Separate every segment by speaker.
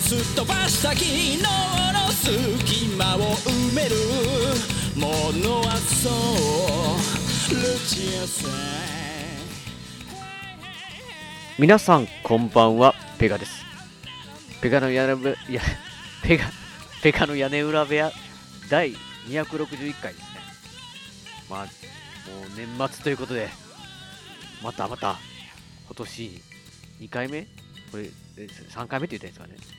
Speaker 1: すっ飛ばした昨日の隙間を埋めるものはそうルチアさん
Speaker 2: 皆さんこんばんはペガですペガの屋根ぶいやペガペガの屋根裏部屋第261回ですねまあもう年末ということでまたまた今年2回目これえ3回目って言ったんですかね、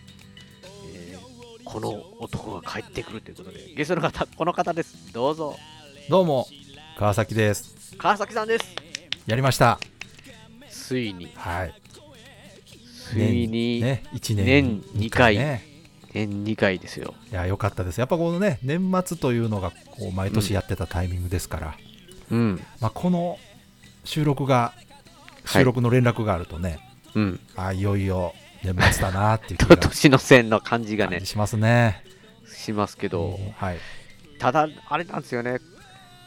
Speaker 2: えーこの男が帰ってくるということでゲストの方この方ですどうぞ
Speaker 3: どうも川崎です
Speaker 2: 川崎さんです
Speaker 3: やりました
Speaker 2: ついに
Speaker 3: はい
Speaker 2: ついに
Speaker 3: ね1年
Speaker 2: 年2回
Speaker 3: ね
Speaker 2: 年2回ですよ
Speaker 3: いや良かったですやっぱこのね年末というのがこう毎年やってたタイミングですから、
Speaker 2: うん
Speaker 3: まあ、この収録が
Speaker 2: はい
Speaker 3: 収録の連絡があるとね、
Speaker 2: うん
Speaker 3: あいよいよ年末だな っていう
Speaker 2: と
Speaker 3: 気が
Speaker 2: 年の線の感じが
Speaker 3: 感
Speaker 2: ね
Speaker 3: じ、しますね
Speaker 2: しますけど、
Speaker 3: はい
Speaker 2: ただ、あれなんですよね、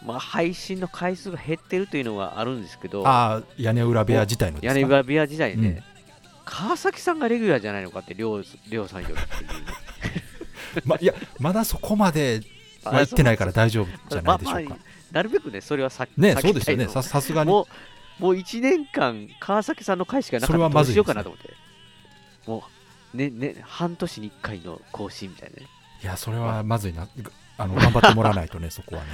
Speaker 2: まあ、配信の回数が減ってるというのはあるんですけど、
Speaker 3: ああ屋根裏部屋自体ので
Speaker 2: 屋
Speaker 3: すか
Speaker 2: 根裏部屋時代ね、
Speaker 3: うん
Speaker 2: 川崎さんがレギュラーじゃないのかって、りょうりょうさんよりっていうね、
Speaker 3: まいやまだそこまでは行ってないから大丈夫じゃないでしょ
Speaker 2: ま
Speaker 3: うか、
Speaker 2: あまあなるべくね、それはさ避け
Speaker 3: ね
Speaker 2: た
Speaker 3: そ
Speaker 2: いう
Speaker 3: ですよね
Speaker 2: の
Speaker 3: ささすがに
Speaker 2: もう、もう1年間、川崎さんの回しかなか
Speaker 3: それ
Speaker 2: った
Speaker 3: は
Speaker 2: ど
Speaker 3: ま
Speaker 2: う
Speaker 3: ず
Speaker 2: し
Speaker 3: いで
Speaker 2: よう
Speaker 3: すね
Speaker 2: かなと思って、もう、ねね、半年に1回の更新みたいなね。
Speaker 3: いや、それはまずいな。あの、頑張ってもらわな いとね、そこはね。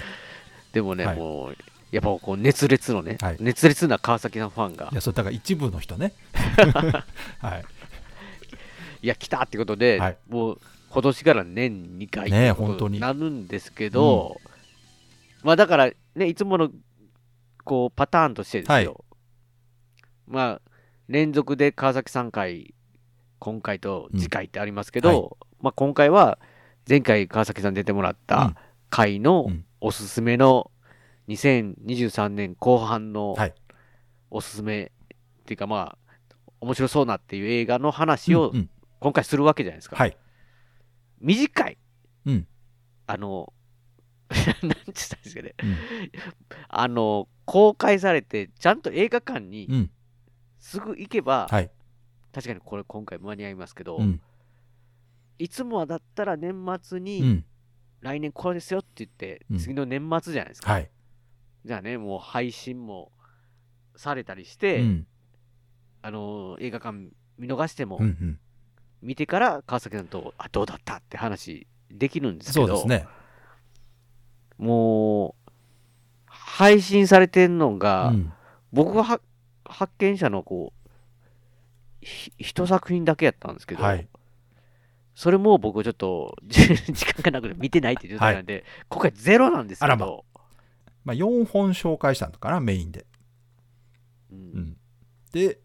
Speaker 2: でもね、
Speaker 3: はい
Speaker 2: もう、やっぱこう熱烈のね、
Speaker 3: はい
Speaker 2: 熱烈な川崎さんファンが
Speaker 3: いや、それだから一部の 人ね。はい
Speaker 2: や、来たってことで、
Speaker 3: はい
Speaker 2: もう今年から年2回
Speaker 3: ね
Speaker 2: っ
Speaker 3: え
Speaker 2: てこと
Speaker 3: 本当に
Speaker 2: なるんですけど、まあだから、ね、いつものこうパターンとしてですよ、
Speaker 3: はい
Speaker 2: まあ連続で川崎3回、今回と次回ってありますけど、
Speaker 3: うんは
Speaker 2: まあ、今回は前回川崎さん出てもらっ
Speaker 3: う
Speaker 2: た
Speaker 3: ん
Speaker 2: 回の
Speaker 3: うん
Speaker 2: おすすめの2023年後半の
Speaker 3: はい
Speaker 2: おすすめっていうかまあ面白そうなっていう映画の話を
Speaker 3: うんうん
Speaker 2: 今回するわけじゃないですか。
Speaker 3: はい。
Speaker 2: 短い。
Speaker 3: うん
Speaker 2: あの、 なんつったんですかね。
Speaker 3: うん
Speaker 2: あの、公開されて、ちゃんと映画館に
Speaker 3: うん。
Speaker 2: すぐ行けば、
Speaker 3: はい。
Speaker 2: 確かにこれ今回間に合いますけど、
Speaker 3: うん。
Speaker 2: いつもはだったら年末
Speaker 3: う
Speaker 2: に、
Speaker 3: ん。
Speaker 2: 来年これですよって言って、
Speaker 3: うん
Speaker 2: 次の年末じゃないですか。
Speaker 3: はい。
Speaker 2: じゃあね、もう配信もされたりし
Speaker 3: う
Speaker 2: て、
Speaker 3: ん。
Speaker 2: あの、映画館見逃しても、
Speaker 3: うんうん。
Speaker 2: 見てから川崎さんと、あ、どうだったって話できるんですけ
Speaker 3: そ
Speaker 2: ど、
Speaker 3: うですね。
Speaker 2: もう、配信されてんの
Speaker 3: う
Speaker 2: が、
Speaker 3: ん。
Speaker 2: 僕は発見者のこう、ひ一作品だけやったんですけど、
Speaker 3: はい。
Speaker 2: それも僕ちょっと 時間がなくて見てないって状態なんで、今回ゼロなんですけ
Speaker 3: あ
Speaker 2: ど、
Speaker 3: らままあ、4本紹介したのかな、メインで。
Speaker 2: う
Speaker 3: うんん。で、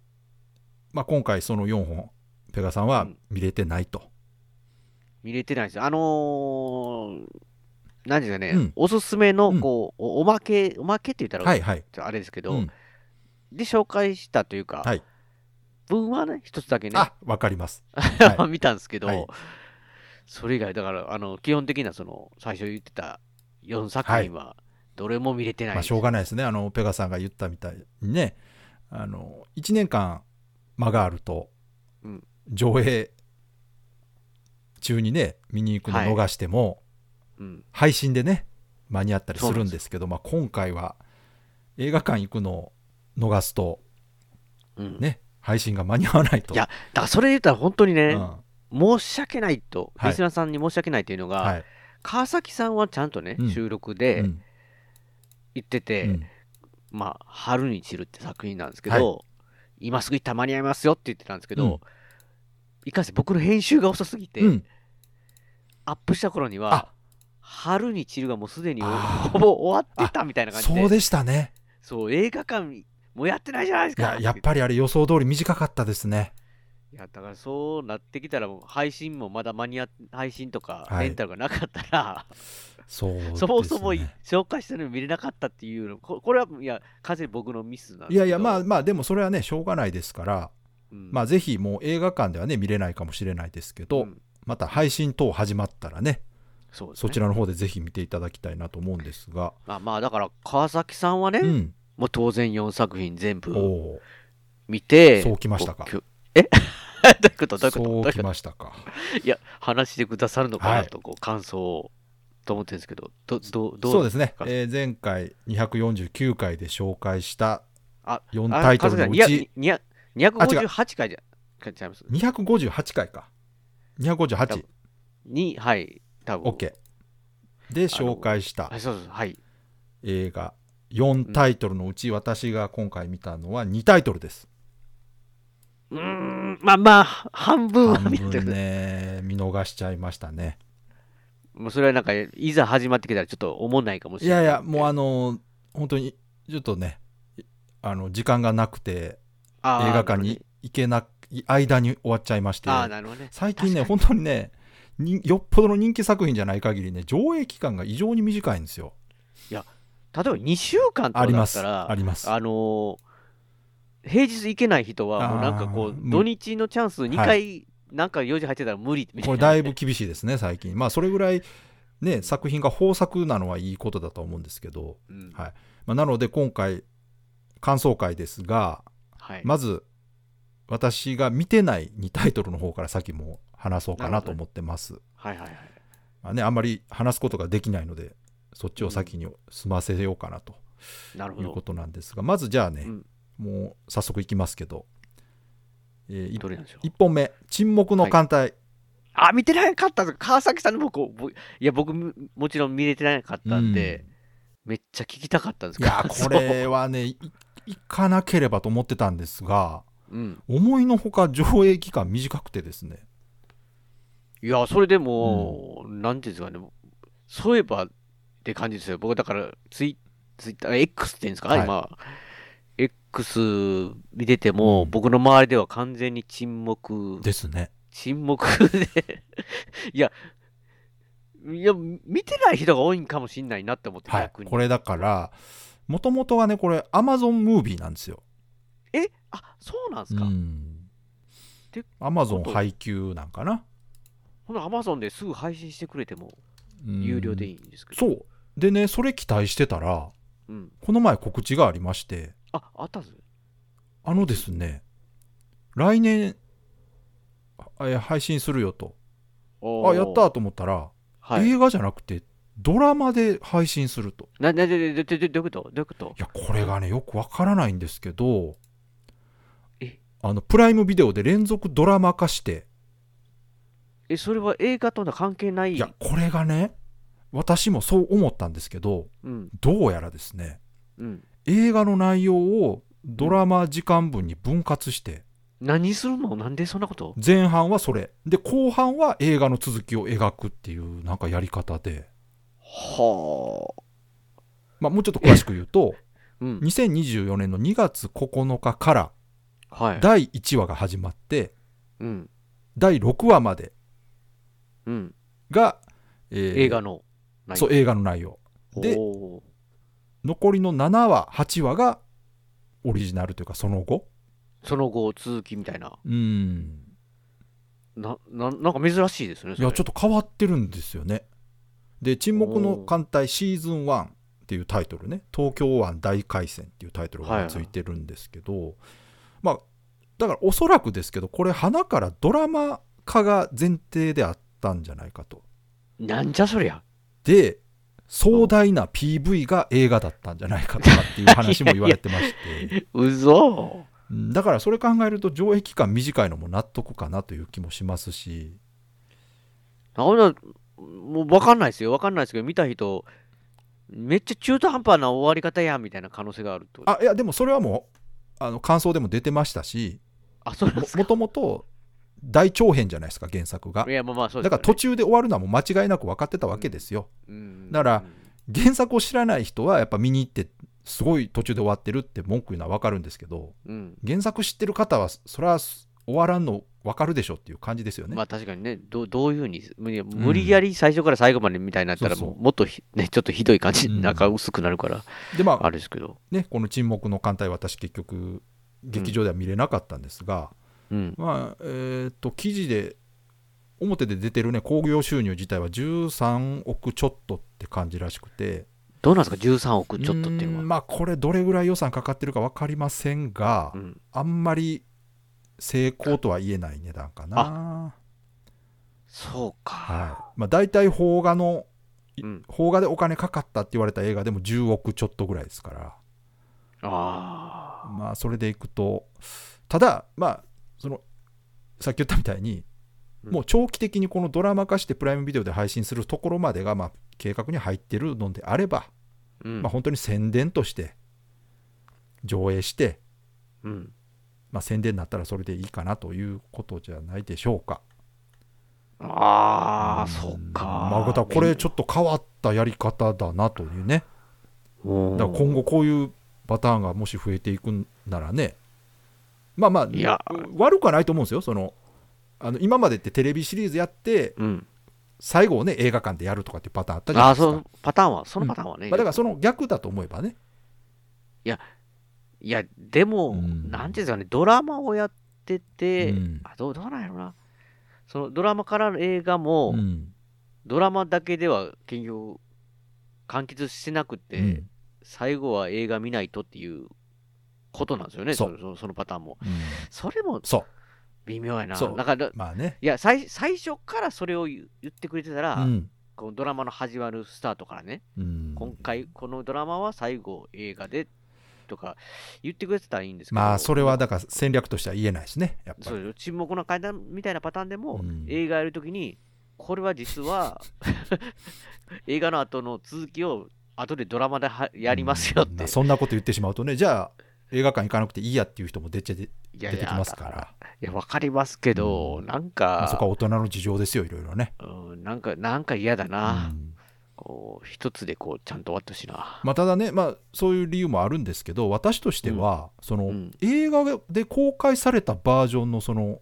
Speaker 3: まあ、今回その4本、ペガさんは見れてないと。
Speaker 2: 見れてないんですよ。あのー、何ですかね、
Speaker 3: うん
Speaker 2: おすすめのこう、おおまけ、おまけって言ったら、
Speaker 3: はいはい。
Speaker 2: あれですけど、
Speaker 3: うん。
Speaker 2: で紹介したというか、
Speaker 3: はい
Speaker 2: 文はね、一つだけね、
Speaker 3: あ、わかります。は
Speaker 2: 見たんですけど、
Speaker 3: はい
Speaker 2: それ以外、だからあの基本的なその最初言ってた4作品は、どれも見れて
Speaker 3: い。
Speaker 2: ない
Speaker 3: まあ、
Speaker 2: です
Speaker 3: しょうがないですね。あの、ペガさんが言ったみたいにね、あの、1年間間があると
Speaker 2: うん、
Speaker 3: 上映中にね、見に行くの逃しても、
Speaker 2: うん、
Speaker 3: 配信でね間に合ったりするんですけどまあ、今回は映画館行くのを逃すと
Speaker 2: うん
Speaker 3: ね配信が間に合わないと
Speaker 2: いや、だからそれ言ったら本当に
Speaker 3: う
Speaker 2: ね、
Speaker 3: ん
Speaker 2: 申し訳ないと、
Speaker 3: はい
Speaker 2: リスナーさんに申し訳ないというのが、
Speaker 3: はい
Speaker 2: 川崎さんはちゃんとね、
Speaker 3: うん
Speaker 2: 収録
Speaker 3: う
Speaker 2: で
Speaker 3: ん
Speaker 2: 言ってて、
Speaker 3: うん
Speaker 2: まあ、春に散るって作品なんですけど、今すぐ行ったら間に合いますよって言ってたんですけど、
Speaker 3: うん
Speaker 2: いかんせん僕の編集が遅すぎて、
Speaker 3: うん
Speaker 2: アップした頃には
Speaker 3: あ、
Speaker 2: 春に散るがもうすでに
Speaker 3: あー
Speaker 2: ほぼ終わってたみたいな感じ
Speaker 3: そうでしたね
Speaker 2: そう、映画館もやってないじゃないです
Speaker 3: い
Speaker 2: か。
Speaker 3: ややっぱりあれ予想通り短かったですね
Speaker 2: いや、だからそうなってきたら、配信もまだ間に合っ配信とか
Speaker 3: はい
Speaker 2: レンタルがなかったら、
Speaker 3: そうです、ね、
Speaker 2: そもそも紹介したのに見れなかったっていうの、ここれは、いや、完全に僕のミスなんですけ
Speaker 3: い
Speaker 2: ど
Speaker 3: やいやまあ、まあでもそれはねしょうがないですから、
Speaker 2: うん
Speaker 3: まあぜひもう映画館ではね見れないかもしれないですけど、
Speaker 2: うん
Speaker 3: また配信等始まったらね
Speaker 2: そうですね
Speaker 3: そちらの方でぜひ見ていただきたいなと思うんですが、
Speaker 2: まあまあ、だから、川崎さんはね、
Speaker 3: うん、
Speaker 2: もう当然4作品全
Speaker 3: お
Speaker 2: 部
Speaker 3: ー
Speaker 2: 見て、
Speaker 3: そうきましたか
Speaker 2: こうきゅえ どういうことどういうことどういう
Speaker 3: そ
Speaker 2: うこ
Speaker 3: き
Speaker 2: と
Speaker 3: ましたか。
Speaker 2: いや、話してくださるのか
Speaker 3: は
Speaker 2: ないと、こう感想を、と思ってるんですけど、どどど
Speaker 3: そうですね
Speaker 2: か、
Speaker 3: えー前回249回で紹介した
Speaker 2: あ
Speaker 3: 4
Speaker 2: あ
Speaker 3: タイトルのうち
Speaker 2: にゃにゃ258回じゃ書いちゃいます。
Speaker 3: 258回か258
Speaker 2: に、はい、多分。
Speaker 3: OK で紹介した
Speaker 2: はい、そうです。はい。
Speaker 3: 映画4タイトルのうち私が今回見たのは2タイトルです、
Speaker 2: うーん、まあまあ、半分は
Speaker 3: 半
Speaker 2: 見て
Speaker 3: 分
Speaker 2: る。
Speaker 3: ね見逃しちゃいましたね
Speaker 2: もうそれはなんか、いざ始まってきたらちょっと思んないかもし
Speaker 3: い
Speaker 2: れな
Speaker 3: や
Speaker 2: い。
Speaker 3: いやもうあの本当にちょっとねあの時間がなくて映
Speaker 2: あー
Speaker 3: 画館に行けな間に終わっちゃいまして
Speaker 2: なるほどねあー、なるほどね。
Speaker 3: 最近ね
Speaker 2: 確か
Speaker 3: 本当にねによっぽどの人気作品じゃない限りね上映期間が異常に短いんですよ
Speaker 2: に例えば2週間と
Speaker 3: あ
Speaker 2: か
Speaker 3: り
Speaker 2: だ
Speaker 3: ま
Speaker 2: っ
Speaker 3: す
Speaker 2: たら、
Speaker 3: あります
Speaker 2: あのー平日行けない人は、もうなんかこ
Speaker 3: あー
Speaker 2: う、
Speaker 3: もう
Speaker 2: 土日のチャンス2回、
Speaker 3: は
Speaker 2: なんか用事入ってたら無理みた
Speaker 3: こ
Speaker 2: い
Speaker 3: れ
Speaker 2: な。
Speaker 3: だいぶ厳しいですね最近まあそれぐらいね作品が豊作なのはいいことだと思うんですけど、
Speaker 2: うん
Speaker 3: はいまあ、なので今回感想会ですが
Speaker 2: はい
Speaker 3: まず私が見てない2タイトルの方から先も話そうかなと思ってます、
Speaker 2: はいはいはい。
Speaker 3: まあね、あんまり話すことができないのでそっちを先に済ませようかなと
Speaker 2: なるほ
Speaker 3: いうこ
Speaker 2: ど。
Speaker 3: となんですがまずじゃあね、
Speaker 2: うん
Speaker 3: もう早速いきますけど、え
Speaker 2: どれなんでしょう
Speaker 3: 1本目「沈黙の艦隊」
Speaker 2: あ、見てなかったんです川崎さんの僕、ぼいや、僕も、もちろん見れてなかったんで、めっちゃ聞きたかったんです
Speaker 3: いやーこ
Speaker 2: 感想
Speaker 3: れはねい行かなければと思ってたんですが
Speaker 2: うん。
Speaker 3: 思いのほか上映期間短くてですね
Speaker 2: いや、それでも、なんていうんですかね、そういえばって感じですよ。僕、だからツイ、ツイッター、X って言うんですか、
Speaker 3: はい
Speaker 2: 今。X 見てても、
Speaker 3: うん
Speaker 2: 僕の周りでは完全に沈黙、
Speaker 3: ですね
Speaker 2: 沈黙で、 いや、いや、見てない人が多いんかもしれないなって思って、
Speaker 3: はい
Speaker 2: 逆に。
Speaker 3: これだからもともとはねこれ Amazon ムービーなんですよ
Speaker 2: え、あ、そうなんですか。
Speaker 3: うん
Speaker 2: て
Speaker 3: Amazon 配給なんかな
Speaker 2: ほな、Amazon ですぐ配信してくれても、
Speaker 3: うん
Speaker 2: 有料でいいんですけど。
Speaker 3: そうでねそれ期待してたら
Speaker 2: うん。
Speaker 3: この前告知がありまして
Speaker 2: あ、あったんです
Speaker 3: あのですね来年あえ配信するよとあやったと思ったら
Speaker 2: はい。
Speaker 3: 映画じゃなくてドラマで配信すると
Speaker 2: な、な、で、で、で、で、どういうことどういうこと
Speaker 3: いやこれがねよくわからないんですけど
Speaker 2: え
Speaker 3: あのプライムビデオで連続ドラマ化して
Speaker 2: え、それは映画とは関係ない
Speaker 3: いやこれがね私もそう思ったんですけど
Speaker 2: うん、
Speaker 3: どうやらですね
Speaker 2: うん。
Speaker 3: 映画の内容をドラマ時間分に分割して
Speaker 2: 何するのなんでそんなこと
Speaker 3: 前半はそれで後半は映画の続きを描くっていうなんかやり方で、
Speaker 2: は
Speaker 3: まあ、もうちょっと詳しく言うと
Speaker 2: あ。うん。
Speaker 3: 2024年の2月9日から
Speaker 2: はい。
Speaker 3: 第1話が始まって
Speaker 2: うん。
Speaker 3: 第6話まで
Speaker 2: うん。
Speaker 3: が、えー
Speaker 2: 映画の内
Speaker 3: そう映画の内容
Speaker 2: 容。
Speaker 3: で
Speaker 2: おー
Speaker 3: 残りの7話8話がオリジナルというかその後
Speaker 2: その後、続きみたいな。
Speaker 3: うん
Speaker 2: な、ななんか珍しいですね。
Speaker 3: いやちょっ
Speaker 2: っ
Speaker 3: と変わってるんですよねで「沈黙の艦隊シーズン1」っていうタイトルね「東京湾大海戦」っていうタイトルがついてるんですけど、まあだからおそらくですけどこれ花からドラマ化が前提であったんじゃないかと
Speaker 2: と。なんじゃそりゃ。
Speaker 3: で壮大な PV が映画だったんじゃないかとかっていう話も言われてまして
Speaker 2: うぞ
Speaker 3: うんだからそれ考えると上映期間短いのも納得かなという気もしますし
Speaker 2: ー。ほんな、もうわかんないですよ。わかんないですけど、見た人、めっちゃ中途半端な終わり方やみたいな可能性があるってこと。あ、
Speaker 3: あいやでもそれはもうあの感想でも出てましたし
Speaker 2: そうなん
Speaker 3: も
Speaker 2: です
Speaker 3: も
Speaker 2: か。
Speaker 3: ともと大長編じゃないですか原作が、
Speaker 2: いや、まあまあ、そうで
Speaker 3: だ
Speaker 2: すよ
Speaker 3: か
Speaker 2: ね
Speaker 3: ら途中で終わるのはもう間違いなく分かってたわけですよ、
Speaker 2: うん
Speaker 3: だから原作を知らない人はやっぱ見に行ってすごい途中で終わってるって文句言うのは分かるんですけど
Speaker 2: うん。
Speaker 3: 原作知ってる方はそれは終わらんの分かるでしょっていう感じですよね。
Speaker 2: まあ確かにね、どうどういうふうに、無理無理やり最初から最後までみたいになったら、
Speaker 3: そうそう
Speaker 2: もうもっとひね、ちょっとひどい感じ、
Speaker 3: うん
Speaker 2: 中薄くなるから、
Speaker 3: でま
Speaker 2: あ
Speaker 3: あ
Speaker 2: れですけど。
Speaker 3: ねこの「沈黙の艦隊」私結局劇場では見れなかったんですが、
Speaker 2: うん。
Speaker 3: まあえーっと記事で表で出てるね興行収入自体は13億ちょっとって感じらしくて
Speaker 2: どうなんですか、13億ちょっとっていう
Speaker 3: ーん
Speaker 2: のは。
Speaker 3: まあこれどれぐらい予算かかってるか分かりませんが、
Speaker 2: うん、
Speaker 3: あんまり成功とは言えない値段かな。
Speaker 2: そうか。
Speaker 3: はいまあ、大体邦画の
Speaker 2: うん、
Speaker 3: 邦画でお金かかったって言われた映画でも10億ちょっとぐらいですから。
Speaker 2: ああ。
Speaker 3: まあそれでいくとただまあそのさっき言ったみたいに、
Speaker 2: うん
Speaker 3: もう長期的にこのドラマ化してプライムビデオで配信するところまでがまあ計画に入ってるのであれば、
Speaker 2: うん
Speaker 3: まあ、本当に宣伝として上映して、
Speaker 2: うん、
Speaker 3: まあ、宣伝になったらそれでいいかなということじゃないでしょうか。
Speaker 2: ああ、そうか。
Speaker 3: まあ、だからこれちょっと変わったやり方だなというね
Speaker 2: うん
Speaker 3: だから今後こういうパターンがもし増えていくんならねまあまあ
Speaker 2: いや、
Speaker 3: 悪くはないと思うんですよそのあの今までってテレビシリーズやって
Speaker 2: うん。
Speaker 3: 最後をね映画館でやるとかっていうパターンあったじゃ
Speaker 2: あ
Speaker 3: ない
Speaker 2: あ、
Speaker 3: ですか
Speaker 2: そのパターンは、そのパターンはね。
Speaker 3: まあ、だからその逆だと思えばね
Speaker 2: いや、でも、
Speaker 3: うん
Speaker 2: なんていうんですかね、ドラマをやってて、
Speaker 3: うん
Speaker 2: あどうどうなんやろな。そのドラマからの映画も、
Speaker 3: うん
Speaker 2: ドラマだけでは結局完結してなくて、
Speaker 3: うん
Speaker 2: 最後は映画見ないとっていうことなんですよね、
Speaker 3: そ
Speaker 2: そうのそのパターンも。
Speaker 3: うん
Speaker 2: それも
Speaker 3: そ
Speaker 2: 微妙やな。
Speaker 3: そう
Speaker 2: なんかだ
Speaker 3: うまあね
Speaker 2: いや最最初からそれを言言ってくれてたら、
Speaker 3: うん
Speaker 2: このドラマの始まるスタートからね、
Speaker 3: うん
Speaker 2: 今回このドラマは最後映画でとか言ってくれてたらいいんですけど、
Speaker 3: まあそれはだから戦略としては言えないしねやっぱ
Speaker 2: そ
Speaker 3: り
Speaker 2: うよ沈黙の階段みたいなパターンでも、
Speaker 3: うん
Speaker 2: 映画やるときにこれは実は 映画の後の続きを後でドラマではやりますよっ
Speaker 3: う
Speaker 2: て、
Speaker 3: んまあそんなこと言ってしまうとねじゃあ映画館行かなくていいやっていう人も出ちゃ出
Speaker 2: い
Speaker 3: 出てきますから
Speaker 2: いやわかりますけど、
Speaker 3: うん
Speaker 2: なん
Speaker 3: まあそこ
Speaker 2: か、
Speaker 3: は大人の事情ですよいろいろね、
Speaker 2: うん、なんかなんか嫌だな、
Speaker 3: うん
Speaker 2: こう一つでこうちゃんと終わってほしいな、
Speaker 3: まあ、ただね、まあ、そういう理由もあるんですけど私としては、その
Speaker 2: うん
Speaker 3: 映画で公開されたバージョンのその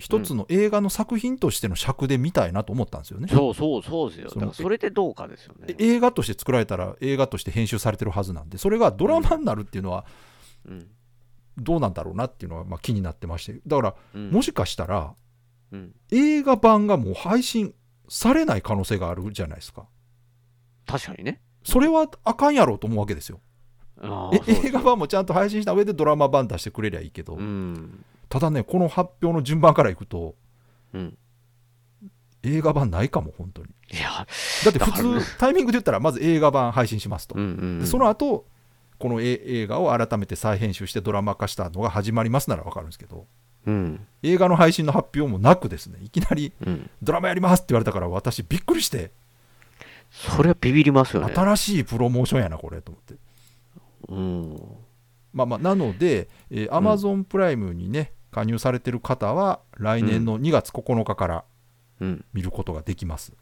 Speaker 3: 一つの映画の作品としての尺で見たいなと思ったんですよね。
Speaker 2: そうそうそうですよ
Speaker 3: そ
Speaker 2: だ
Speaker 3: の
Speaker 2: からそれでどうかですよね
Speaker 3: で、映画として作られたら映画として編集されてるはずなんでそれがドラマになるっていうのは
Speaker 2: うん
Speaker 3: どうなんだろうなっていうのはまあ気になってましてだから
Speaker 2: うん
Speaker 3: もしかしたら
Speaker 2: うん
Speaker 3: 映画版がもう配信されない可能性があるじゃないですか
Speaker 2: 確かにね
Speaker 3: それはあかんやろうと思うわけですよ
Speaker 2: あ
Speaker 3: え
Speaker 2: ーそうです
Speaker 3: 映画版もちゃんと配信した上でドラマ版出してくれりゃいいけど、
Speaker 2: うん
Speaker 3: ただねこの発表の順番からいくと
Speaker 2: うん
Speaker 3: 映画版ないかも本当に
Speaker 2: いや
Speaker 3: だって
Speaker 2: だから
Speaker 3: 普
Speaker 2: ね
Speaker 3: 通タイミングで言ったらまず映画版配信しますと、
Speaker 2: うんうん
Speaker 3: でその後このえ映画を改めて再編集してドラマ化したのが始まりますなら分かるんですけど
Speaker 2: うん
Speaker 3: 映画の配信の発表もなくですねいきなり
Speaker 2: うん
Speaker 3: ドラマやりますって言われたから私びっくりして
Speaker 2: それはビビりますよね
Speaker 3: 新しいプロモーションやなこれと思って
Speaker 2: うん
Speaker 3: まあまあなので、えー、
Speaker 2: ん
Speaker 3: Amazon プライムにね加入されてる方は来年の2月9日から
Speaker 2: うん、
Speaker 3: 見ることができます、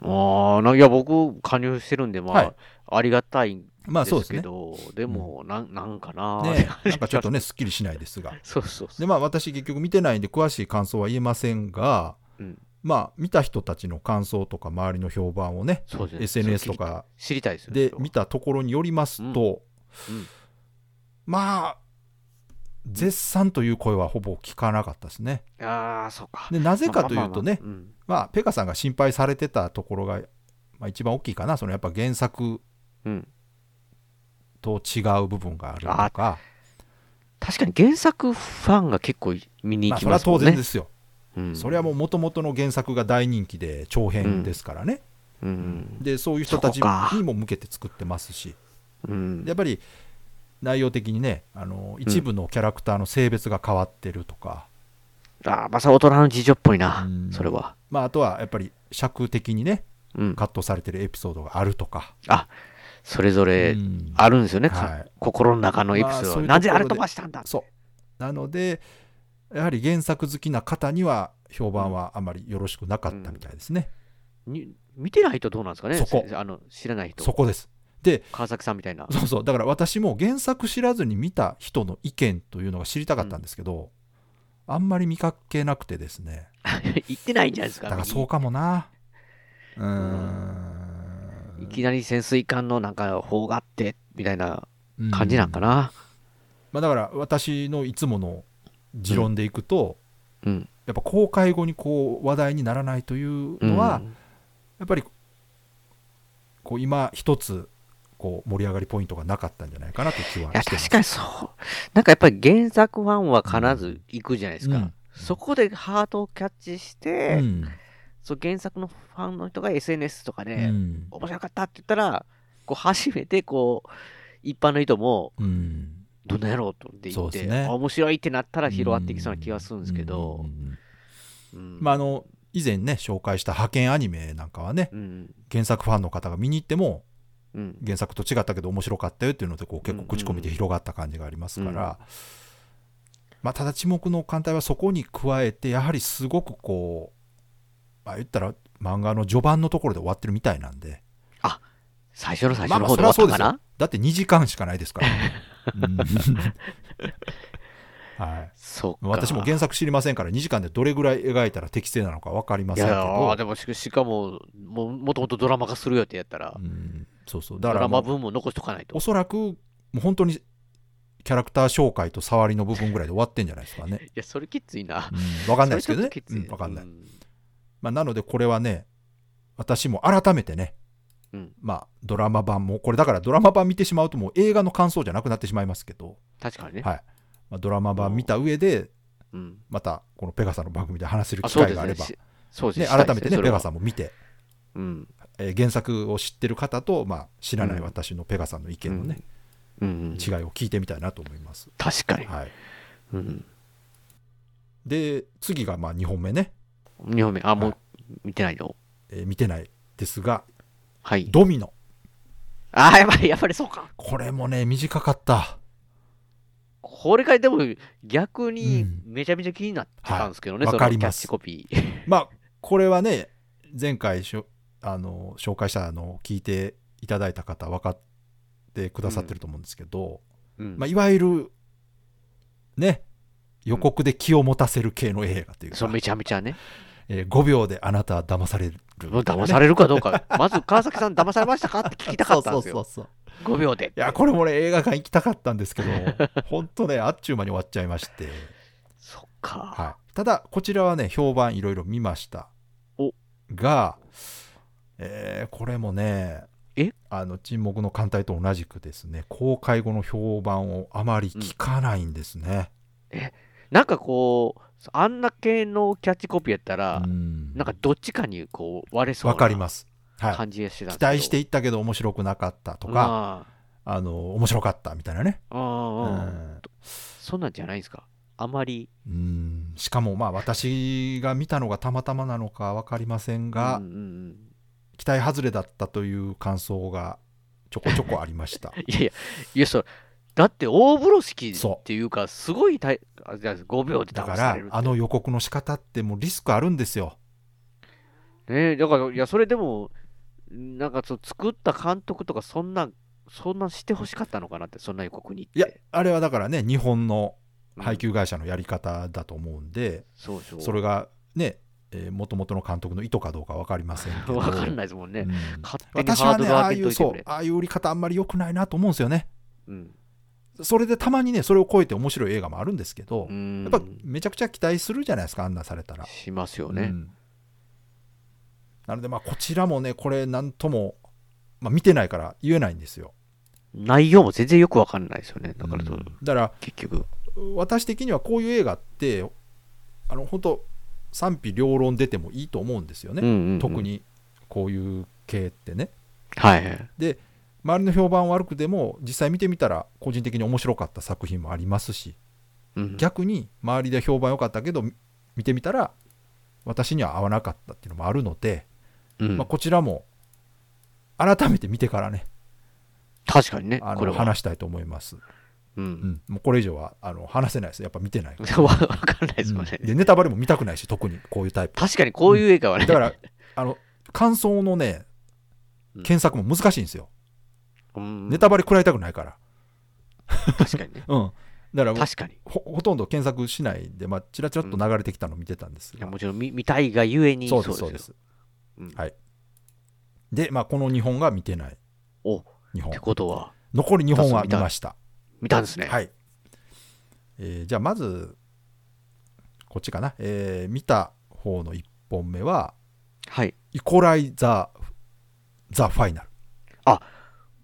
Speaker 2: ああ、ないや、僕、加入してるんで、まあ、
Speaker 3: はい
Speaker 2: ありがたいん
Speaker 3: まあ
Speaker 2: で
Speaker 3: そうですす
Speaker 2: け
Speaker 3: ね
Speaker 2: ど、でも、なん、なんかな、
Speaker 3: ね、なんかちょっとね、すっきりしないですが。
Speaker 2: そうそうそ
Speaker 3: で、まあ私結局見てないんで詳しい感想は言えませんが、
Speaker 2: う。うん、
Speaker 3: まあ見た人たちの感想とか周りの評判をね、
Speaker 2: そうですね。
Speaker 3: SNS
Speaker 2: そう
Speaker 3: と。か
Speaker 2: 知りたい知りたいです
Speaker 3: で
Speaker 2: よ。
Speaker 3: 見たところによりますと
Speaker 2: うんうん、
Speaker 3: まあ、絶賛という声はほぼ聞かなかったですね。
Speaker 2: た。ああ、そうか。
Speaker 3: で、なぜかというとね
Speaker 2: ま、あまあまあうん
Speaker 3: まあペカさんが心配されてたところが、まあ一番大きいかな、そのやっぱ原作
Speaker 2: うん。
Speaker 3: と違う部分があるとか、
Speaker 2: 確かに原作ファンが結構い見に
Speaker 3: ま
Speaker 2: 行
Speaker 3: あ
Speaker 2: きますも
Speaker 3: それは当
Speaker 2: んね。
Speaker 3: 然ですよ。
Speaker 2: うん
Speaker 3: それはもう元々の原作が大人気で長編ですからね。
Speaker 2: う。うん。
Speaker 3: でそういう人たち
Speaker 2: そこか
Speaker 3: にも向けて作ってますし
Speaker 2: うん
Speaker 3: でやっぱり内容的にねあの一部のキャラクターの性別が変わってるとか、
Speaker 2: ああ、まさ大人の事情っぽいな
Speaker 3: うん、
Speaker 2: それは。
Speaker 3: まあ、あとはやっぱり尺的にね
Speaker 2: うん。
Speaker 3: カットされてるエピソードがあるとか、
Speaker 2: あ、それぞれ
Speaker 3: うん
Speaker 2: あるんですよね、か
Speaker 3: はい
Speaker 2: 心の中のエピソー
Speaker 3: まあ
Speaker 2: ド
Speaker 3: そ
Speaker 2: は。
Speaker 3: ういうところで
Speaker 2: なぜあれ飛ばしたんだ
Speaker 3: そうなのでやはり原作好きな方には評判はあまりよろしくなかったみたいですね、
Speaker 2: に見てない人どうなんですかね
Speaker 3: そこ
Speaker 2: せあの知らない人
Speaker 3: そこですで
Speaker 2: 川崎さんみたいな
Speaker 3: そうそうだから私も原作知らずに見た人の意見というのが知りたかったんですけど、あんまり見かけなくてですね
Speaker 2: 行ってないんじゃないですか。
Speaker 3: だからそうかもなうー
Speaker 2: い
Speaker 3: ん
Speaker 2: きなり潜水艦のなんか砲があってみたいな感じなんか
Speaker 3: な、
Speaker 2: な。
Speaker 3: まあ、だから私のいつもの持論でいくと、
Speaker 2: うん。
Speaker 3: やっぱ公開後にこう話題にならないという
Speaker 2: うん
Speaker 3: のは、やっぱりこう今一つこう盛り上がりポイントがなかったんじゃないかなという気はい
Speaker 2: や、
Speaker 3: してます
Speaker 2: 確かにそう。なんかやっぱり原作ファンは必ず行くじゃないですか。
Speaker 3: うん
Speaker 2: そこでハートをキャッチして、
Speaker 3: うん
Speaker 2: そう原作のファンの人が SNS とかで、
Speaker 3: うん
Speaker 2: 面白かったって言ったら、こう初めてこう、一般の人も、
Speaker 3: うん
Speaker 2: どんなんやろうと思って言
Speaker 3: そう
Speaker 2: っ
Speaker 3: で
Speaker 2: て、
Speaker 3: すね
Speaker 2: あ面白いってなったら広がっていきそうな気がするんですけど
Speaker 3: うん、
Speaker 2: うん
Speaker 3: まああの以前ね紹介した派遣アニメなんかはね
Speaker 2: うん、
Speaker 3: 原作ファンの方が見に行っても
Speaker 2: うん、
Speaker 3: 原作と違ったけど面白かったよっていうのでこう結構口コミで広がった感じがありますから、
Speaker 2: うんうん
Speaker 3: まあ、ただ沈黙の艦隊はそこに加えてやはりすごくこう、まあ、言ったら漫画の序盤のところで終わってるみたいなんで
Speaker 2: 最初の最
Speaker 3: まあ
Speaker 2: 初
Speaker 3: ま
Speaker 2: の
Speaker 3: あ
Speaker 2: 方
Speaker 3: そ
Speaker 2: で終わった
Speaker 3: れはそうで
Speaker 2: か
Speaker 3: す
Speaker 2: な、
Speaker 3: よだって2時間しかないですから、 うんはい、
Speaker 2: そうか。
Speaker 3: 私も原作知りませんから2時間でどれぐらい描いたら適正なのか分かりま
Speaker 2: い
Speaker 3: せんけ
Speaker 2: やー
Speaker 3: ど、
Speaker 2: でもししかもも、もともとドラマ化するよってやったら
Speaker 3: う、ん、そうそうだ
Speaker 2: ド
Speaker 3: から
Speaker 2: ラ
Speaker 3: も
Speaker 2: マ
Speaker 3: う
Speaker 2: 分も残しとかないと
Speaker 3: お。そらくもう本当にキャラクター紹介と触りの部分ぐらいで終わってんじゃないですかね
Speaker 2: いや、それきついな。
Speaker 3: うん、分かんないですけどね
Speaker 2: それちょっとき。つ
Speaker 3: う
Speaker 2: い
Speaker 3: ん、分かんない。
Speaker 2: うん
Speaker 3: まあ、なので、これはね、私も改めてね、
Speaker 2: うん
Speaker 3: まあ、ドラマ版も、これだからドラマ版見てしまうと、もう映画の感想じゃなくなってしまいますけど、
Speaker 2: 確かにね。
Speaker 3: はいまあ、ドラマ版見た上で、
Speaker 2: うん、
Speaker 3: またこのペガさんの番組で話せる
Speaker 2: あ
Speaker 3: 機
Speaker 2: そうで
Speaker 3: 会
Speaker 2: す
Speaker 3: があれ
Speaker 2: ね
Speaker 3: ば、ね
Speaker 2: しそうですしたいです
Speaker 3: 改めてね、
Speaker 2: そ
Speaker 3: ペ
Speaker 2: れ
Speaker 3: ガ
Speaker 2: は
Speaker 3: さんも見て、
Speaker 2: うん。
Speaker 3: えー原作を知ってる方と、まあ、知らない私のペガさんの意見のね、
Speaker 2: うんうん
Speaker 3: 違いを聞いてみたいなと思います。
Speaker 2: 確かに。
Speaker 3: はい、
Speaker 2: うん。
Speaker 3: で、次がまあ2本目ね、
Speaker 2: 2本目、あ、もう見てないの。
Speaker 3: えー見てないですが、
Speaker 2: はい。
Speaker 3: ドミノ、
Speaker 2: あ、やっぱり、やっぱりそうか。
Speaker 3: これもね、短かった。
Speaker 2: これがでも逆に
Speaker 3: うん
Speaker 2: めちゃめちゃ気になってたんですけどね、
Speaker 3: はい
Speaker 2: そ
Speaker 3: わか
Speaker 2: の
Speaker 3: り
Speaker 2: キャ
Speaker 3: ま
Speaker 2: ッ
Speaker 3: す
Speaker 2: チコピー。
Speaker 3: まあこれはね前回しょあの紹介したあの聞いていただいた方分かってくださってると思うんですけど、
Speaker 2: うん
Speaker 3: まあ、いわゆるね予告で気を持たせる系の映画というか、
Speaker 2: そうめちゃめちゃね、
Speaker 3: えー5秒であなたは騙される
Speaker 2: もう騙されるかどう か、まず川崎さん、騙されましたかって聞きたかったんです
Speaker 3: そう
Speaker 2: よ、
Speaker 3: そうそうそう
Speaker 2: 5秒で
Speaker 3: い。やこれもね映画館行きたかったんです けど本当ねあっちゅう間に終わっちゃいまして、
Speaker 2: そっか、
Speaker 3: はい、ただこちらはね評判いろいろ見ました
Speaker 2: お
Speaker 3: が、えーこれもね
Speaker 2: え
Speaker 3: あの沈黙の艦隊と同じくですね公開後の評判をあまり聞かないんですね、
Speaker 2: なんかこう、あんな系のキャッチコピーやった
Speaker 3: う
Speaker 2: ら、
Speaker 3: ん
Speaker 2: なんかどっちかにこう割れそう
Speaker 3: わかり
Speaker 2: な
Speaker 3: ます、はい、
Speaker 2: 感じがしてたんですけ
Speaker 3: 期
Speaker 2: ど
Speaker 3: 待していったけど面白くなかったとか、あの面白かったみたいなね、
Speaker 2: うんうんうん
Speaker 3: うん
Speaker 2: そんなんじゃないんですかあまり
Speaker 3: うんしかもまあ私が見たのがたまたまなのか分かりませんが、
Speaker 2: うんうんうん
Speaker 3: 期待外れだったという感想がちょこちょこあり ました
Speaker 2: いやいやいやそれだって大風呂敷
Speaker 3: そう
Speaker 2: っていうかすごい大あじゃあ5秒で
Speaker 3: だ
Speaker 2: 騙
Speaker 3: か
Speaker 2: さ
Speaker 3: ら
Speaker 2: れるって
Speaker 3: あの予告の仕方ってもうリスクあるんですよ。
Speaker 2: ねだからいやそれでもなんかそう作った監督とかそんなんそんなんしてほしかったのかなってそんな予告に
Speaker 3: い
Speaker 2: 言
Speaker 3: や
Speaker 2: って
Speaker 3: あれはだからね日本の
Speaker 2: うん
Speaker 3: 配給会社のやり方だと思うんで、
Speaker 2: そうそう
Speaker 3: それがねもともとの監督の意図かどうか分かりませんけど
Speaker 2: わかんないですもんね、
Speaker 3: うん
Speaker 2: 勝手に
Speaker 3: 私
Speaker 2: ハ
Speaker 3: は
Speaker 2: ード
Speaker 3: ね
Speaker 2: ル上
Speaker 3: ああ
Speaker 2: げ
Speaker 3: い
Speaker 2: とい
Speaker 3: う
Speaker 2: て
Speaker 3: そ
Speaker 2: く
Speaker 3: う
Speaker 2: れ
Speaker 3: ああいう売り方あんまり良くないなと思うんですよね。
Speaker 2: うん
Speaker 3: それでたまにねそれを超えて面白い映画もあるんですけど、
Speaker 2: うん
Speaker 3: やっぱめちゃくちゃ期待するじゃないですかあんなされたら。
Speaker 2: しますよ
Speaker 3: う
Speaker 2: ね、
Speaker 3: んなのでまあこちらもねこれなんとも、まあ、見てないから言えないんですよ。
Speaker 2: 内容も全然よくわかんないですよねだからそう、
Speaker 3: うんだから
Speaker 2: 結局
Speaker 3: 私的にはこういう映画ってあの本当賛否両論出てもいいと思うんですよね、
Speaker 2: うんうんうん
Speaker 3: 特にこういう系ってね
Speaker 2: はいはい
Speaker 3: で周りの評判悪くても実際見てみたら個人的に面白かった作品もありますし
Speaker 2: うん
Speaker 3: 逆に周りで評判良かったけどみ見てみたら私には合わなかったっていうのもあるので、
Speaker 2: うん
Speaker 3: まあ、こちらも改めて見てからね
Speaker 2: 確かにね
Speaker 3: あ
Speaker 2: これ
Speaker 3: の
Speaker 2: は
Speaker 3: 話したいと思います、
Speaker 2: う
Speaker 3: うんん、もうこれ以上はあの話せないですやっぱ見てないか ら、
Speaker 2: わわかんないですもんね、
Speaker 3: うんでネタバレも見たくないし特にこういうタイプ
Speaker 2: 確かにこういう映画はね、
Speaker 3: だから、あの、感想のね
Speaker 2: うん、
Speaker 3: 検索も難しいんですよ。
Speaker 2: うん
Speaker 3: ネタバレ食らいたくないから。
Speaker 2: 確かにね
Speaker 3: うん。だから
Speaker 2: 確かに。
Speaker 3: ほほとんど検索しないで、まあ、ちらちらっと流れてきたのを見てたんです
Speaker 2: い
Speaker 3: が、
Speaker 2: やもちろん見見たいがゆえに
Speaker 3: そうですそうです
Speaker 2: ようん
Speaker 3: はいで、まあ、この2本が見てない
Speaker 2: おっ
Speaker 3: 日本
Speaker 2: てことは、
Speaker 3: 残り2本は見ました
Speaker 2: 見たんですね。
Speaker 3: はい、えーじゃあまずこっちかな、えー見た方の1本目は
Speaker 2: はい
Speaker 3: 「イコライザー・ザ・ファイナル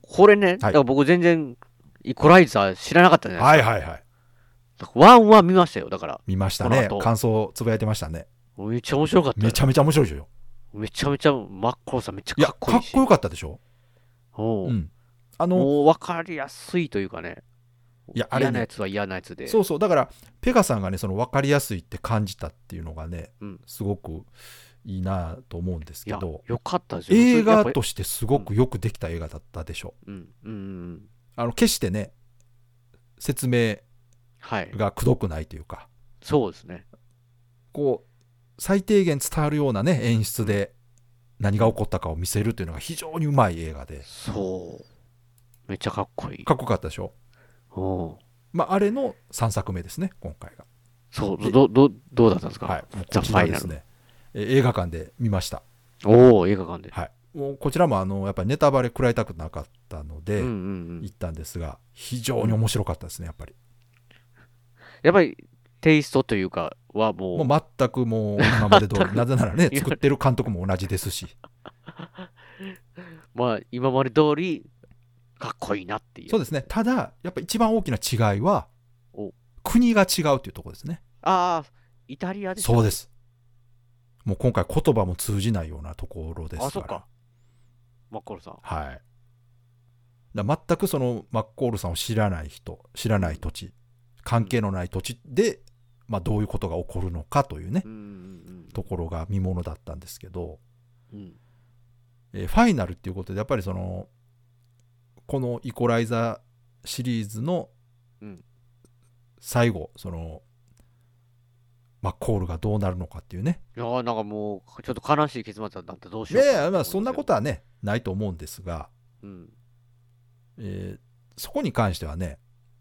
Speaker 2: これね、だから僕全然イコライザー知らなかったじゃ」ない
Speaker 3: はいはいはい
Speaker 2: ですか。ワンは見ましたよ。だから、
Speaker 3: 見ました
Speaker 2: こ
Speaker 3: ね
Speaker 2: の後
Speaker 3: 感想をつぶやいてましたね
Speaker 2: めっちゃ面白かったよ。
Speaker 3: めちゃめちゃ面白いでしょ
Speaker 2: めちゃめちゃ、マッコロさんめっち
Speaker 3: い
Speaker 2: ゃ
Speaker 3: や
Speaker 2: か
Speaker 3: か
Speaker 2: っ
Speaker 3: っ
Speaker 2: こいいし。
Speaker 3: こよかったでしょ
Speaker 2: おう
Speaker 3: うんあの
Speaker 2: もう分かりやすいというかね。
Speaker 3: いやあれね
Speaker 2: 嫌なやつは嫌なやつで。
Speaker 3: そうそうだからペガさんがねその分かりやすいって感じたっていうのがね、
Speaker 2: うん
Speaker 3: すごくいいなと思うんです
Speaker 2: い
Speaker 3: け
Speaker 2: や、
Speaker 3: ど
Speaker 2: よかったですよ。
Speaker 3: 映
Speaker 2: やっ
Speaker 3: 画
Speaker 2: ぱり
Speaker 3: としてすごくよくできた映画だったでしょ
Speaker 2: うん、うんうん。
Speaker 3: あの決してね説明
Speaker 2: はい。
Speaker 3: がくどくないというか
Speaker 2: そうですね。
Speaker 3: こう最低限伝わるようなね演出で何が起こったかを見せるというのが非常にうまい映画で
Speaker 2: そう。めっちゃかっこいい。
Speaker 3: かっこよかったでしょ、
Speaker 2: おう
Speaker 3: まあ、あれの3作目ですね今回が
Speaker 2: そう、ど、ど、どうだったんですか
Speaker 3: はいもう
Speaker 2: ザ
Speaker 3: こちらで
Speaker 2: フ
Speaker 3: す
Speaker 2: ァイナ
Speaker 3: ねえー映画館で見ました
Speaker 2: おお映画館で。
Speaker 3: はいもうこちらもあのやっぱりネタバレ食らいたくなかったので
Speaker 2: うんうんうん
Speaker 3: 行。ったんですが非常に面白かったですねやっぱり
Speaker 2: やっぱりテイストというかはもう、
Speaker 3: もう全くもう今まで 通りなぜならね作ってる監督も同じですし
Speaker 2: まあ今まで通りかっこいいなっていう。
Speaker 3: そうですねただやっぱ一番大きな違いは
Speaker 2: お
Speaker 3: 国が違うというところですね
Speaker 2: ああ、イタリアでした
Speaker 3: そうです。もう今回言葉も通じないようなところですから。
Speaker 2: あそっかマッコロさん。
Speaker 3: はい。だから全くそのマッコールさんを知らない人、知らない土地、関係のない土地で、まあ、どういうことが起こるのかというね
Speaker 2: う、んうん
Speaker 3: ところが見ものだったんですけど、
Speaker 2: うんうん。
Speaker 3: えーファイナルっていうことで、やっぱりその、このイコライザーシリーズの
Speaker 2: うん
Speaker 3: 最後、その、マッコールがどうなるのかっていうね、
Speaker 2: いやーなんかもう、ちょっと悲しい結末だったどうしよう
Speaker 3: ね
Speaker 2: か
Speaker 3: えまあ、そんなことはねないと思うんですが、
Speaker 2: うん。
Speaker 3: えーそこに関してはね、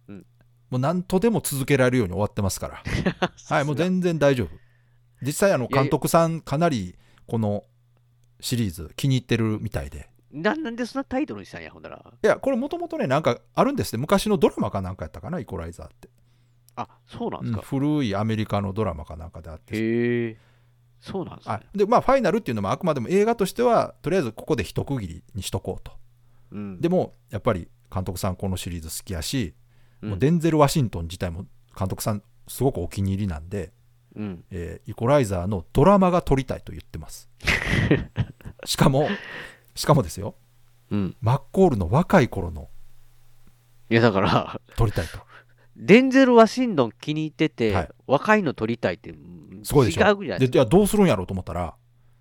Speaker 2: うん
Speaker 3: もう何とでも続けられるように終わってますから、 はい、もう全然大丈夫実際あの
Speaker 2: いやいや
Speaker 3: 監督さんかなりこのシリーズ気に入ってるみたいで
Speaker 2: ななんでそんなタイトルにしたんや、ほんだら。
Speaker 3: いやこれもともとねなんかあるんですって昔のドラマかなんかやったかなイコライザーって、
Speaker 2: あ、そうなんで
Speaker 3: う
Speaker 2: す
Speaker 3: ん
Speaker 2: か。
Speaker 3: 古いアメリカのドラマかなんかであって
Speaker 2: へえ。そうなんですね
Speaker 3: あ。でまあファイナルっていうのもあくまでも映画としてはとりあえずここで一区切りにしとこうと
Speaker 2: うん
Speaker 3: でもやっぱり監督さんこのシリーズ好きやし、
Speaker 2: うん
Speaker 3: もうデンゼル・ワシントン自体も監督さんすごくお気に入りなんで、
Speaker 2: うん。
Speaker 3: えーイコライザーのドラマが撮りたいと言ってます しかもしかもですよ
Speaker 2: うん。
Speaker 3: マッコールの若い頃の
Speaker 2: いや、だから、
Speaker 3: 撮りたいと
Speaker 2: デンゼル・ワシントン気に入ってて、
Speaker 3: はい
Speaker 2: 若いの撮りたいって、うん
Speaker 3: すごいでしょ
Speaker 2: 違うじゃない
Speaker 3: で
Speaker 2: です
Speaker 3: じゃあどうするんやろうと思ったら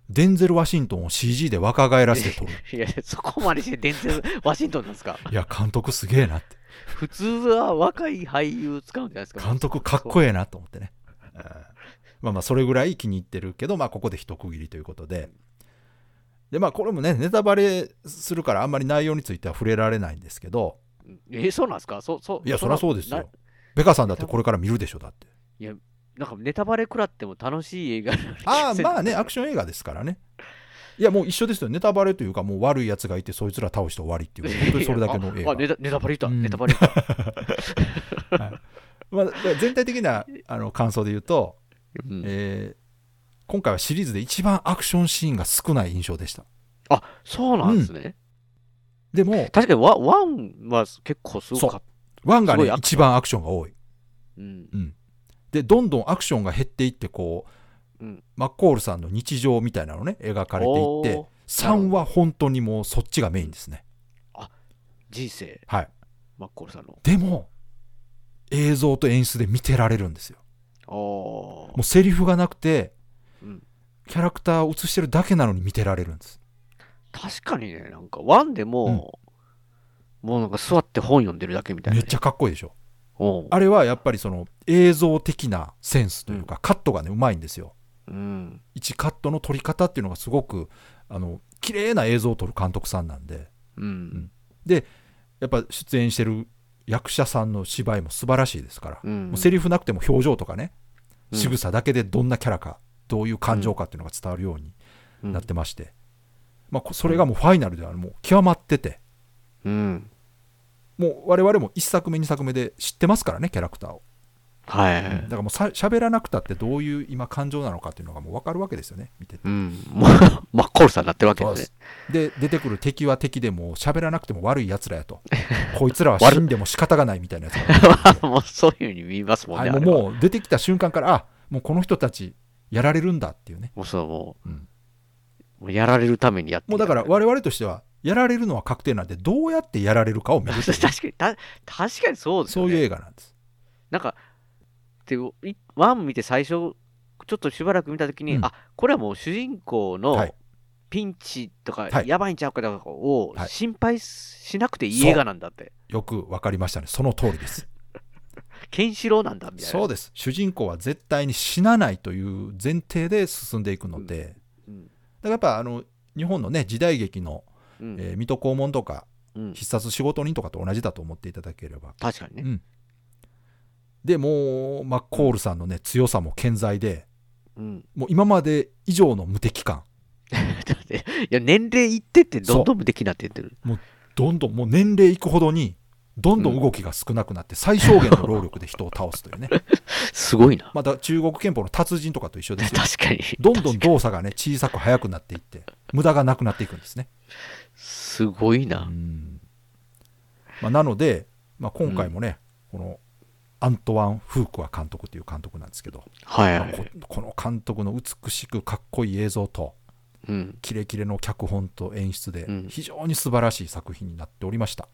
Speaker 3: デンゼル・ワシントンを CG で若返らせて撮 る
Speaker 2: か。いや、そこまでしてデンゼル・ワシントンなんですか。
Speaker 3: いや監督すげえなって
Speaker 2: 普通は若い俳優使うんじゃないですか。
Speaker 3: 監督かっこええなと思ってね、うんまあまあそれぐらい気に入ってるけど、まあ、ここで一区切りということででまあこれもねネタバレするからあんまり内容については触れられないんですけど
Speaker 2: え、そうなんですかそう、そう。
Speaker 3: いやそりゃそうです
Speaker 2: な
Speaker 3: よ。ベカさんだってこれから見るでしょだって
Speaker 2: なんかネタバレ食らっても楽しい映画
Speaker 3: ああ まあねア
Speaker 2: ク
Speaker 3: クション映画ですからねいやもう一緒ですよネタバレというかもう悪いやつがいてそいつら倒して終わりっ ていう本当にそれだけの映
Speaker 2: あ、
Speaker 3: 画
Speaker 2: ネタネタバレ言った、
Speaker 3: うん
Speaker 2: ネタバレ言った。
Speaker 3: まあだから全体的なあの感想で言うと、
Speaker 2: うん
Speaker 3: えー今回はシリーズで一番アクションシーンが少ない印象でした
Speaker 2: あ、そうなんですね。
Speaker 3: でも
Speaker 2: 確かにワワンは結構すごかった。
Speaker 3: ワンが
Speaker 2: すごい
Speaker 3: ね
Speaker 2: アクシ
Speaker 3: 一番アクションが多い
Speaker 2: うん。
Speaker 3: でどんどんアクションが減っていってこう、
Speaker 2: うん
Speaker 3: マッコールさんの日常みたいなのね描かれていって
Speaker 2: おー
Speaker 3: 3は本当にもうそっちがメインですね
Speaker 2: 人生、
Speaker 3: はい
Speaker 2: マッコルさんの。
Speaker 3: でも映像と演出で見てられるんですよ
Speaker 2: あ
Speaker 3: もうセリフがなくて、
Speaker 2: うん
Speaker 3: キャラクターを映してるだけなのに見てられるんです
Speaker 2: あ。確かにね、なんかワンでも、もうなんか座って本読んでるだけみたいな、
Speaker 3: め
Speaker 2: ね。
Speaker 3: っちゃかっこいいでしょ
Speaker 2: おう
Speaker 3: あれはやっぱりその映像的なセンスというか、カットがねうまいんですよ
Speaker 2: うん。
Speaker 3: 1カットの撮り方っていうのがすごくあの綺麗な映像を撮る監督さんなんで
Speaker 2: うん。
Speaker 3: でやっぱ出演してる役者さんの芝居も素晴らしいですから、
Speaker 2: うんうん
Speaker 3: もうセリフなくても表情とかね
Speaker 2: うん
Speaker 3: 仕草だけでどんなキャラか、どういう感情かっていうのが伝わるように
Speaker 2: うん
Speaker 3: なってまして、まあこ、それがもうファイナルではもう極まってて
Speaker 2: うん。
Speaker 3: もう我々も1作目2作目で知ってますからねキャラクターを
Speaker 2: はい。
Speaker 3: だからもうさ喋らなくたってどういう今感情なのかっていうのがもう分かるわけですよね見てて
Speaker 2: うん。 まあ、真っ黒さになってるわけ
Speaker 3: そう
Speaker 2: で
Speaker 3: ですすで出てくる敵は敵でもう喋らなくても悪いやつらや とこいつらは死んでも仕方がないみたいなやつが
Speaker 2: ね。もうそういうふうに見えますもん
Speaker 3: は
Speaker 2: ね。
Speaker 3: い、
Speaker 2: あ
Speaker 3: もう
Speaker 2: れは
Speaker 3: もう出てきた瞬間からあもうこの人たちやられるんだっていうね、
Speaker 2: もうそう、も
Speaker 3: うん
Speaker 2: う、もうやられるためにやって
Speaker 3: もうだから
Speaker 2: る
Speaker 3: 我々としてはやられるのは確定なんでどうやってやられるかを見るとい
Speaker 2: 確
Speaker 3: う
Speaker 2: かに、た確かにそうです
Speaker 3: そ
Speaker 2: よ
Speaker 3: う
Speaker 2: ね。
Speaker 3: いう映画なんです
Speaker 2: なんか、でいワン見て最初、ちょっとしばらく見たときに、
Speaker 3: うん
Speaker 2: あこれはもう主人公
Speaker 3: は
Speaker 2: の
Speaker 3: い
Speaker 2: ピンチとか、
Speaker 3: はい
Speaker 2: やばいんちゃうかとかを
Speaker 3: はい
Speaker 2: 心配しなくていい
Speaker 3: そう
Speaker 2: 映画なんだって、
Speaker 3: よくわかりましたねその通りです
Speaker 2: ケンシロウなんだみたいな。
Speaker 3: そうです主人公は絶対に死なないという前提で進んでいくので、だ
Speaker 2: うん
Speaker 3: からやっぱあの日本のね時代劇の、
Speaker 2: うん
Speaker 3: えー水戸黄門とか
Speaker 2: うん
Speaker 3: 必殺仕事人とかと同じだと思っていただければ
Speaker 2: 確かにね。
Speaker 3: うんでもうマッコールさんのね強さも健在で
Speaker 2: うん、
Speaker 3: もう今まで以上の無敵感
Speaker 2: だっていや年齢いってってどんどんできなってってる。
Speaker 3: どんどんもう年齢いくほどにどんどん動きが少なくなって最小限の労力で人を倒すという ね
Speaker 2: すごいな。
Speaker 3: また中国憲法の達人とかと一緒ですよ
Speaker 2: 確かに。
Speaker 3: どんどん
Speaker 2: 確かに
Speaker 3: 動作がね小さく速くなっていって無駄がなくなっていくんですね、
Speaker 2: すごいうな。
Speaker 3: んまあ、なので、まあ、今回もね、このアントワン・フークは監督という監督なんですけど、
Speaker 2: はい
Speaker 3: ま
Speaker 2: は
Speaker 3: あこ
Speaker 2: い。
Speaker 3: この監督の美しくかっこいい映像と
Speaker 2: うん。
Speaker 3: キレキレの脚本と演出で
Speaker 2: うん
Speaker 3: 非常に素晴らしい作品になっておりました、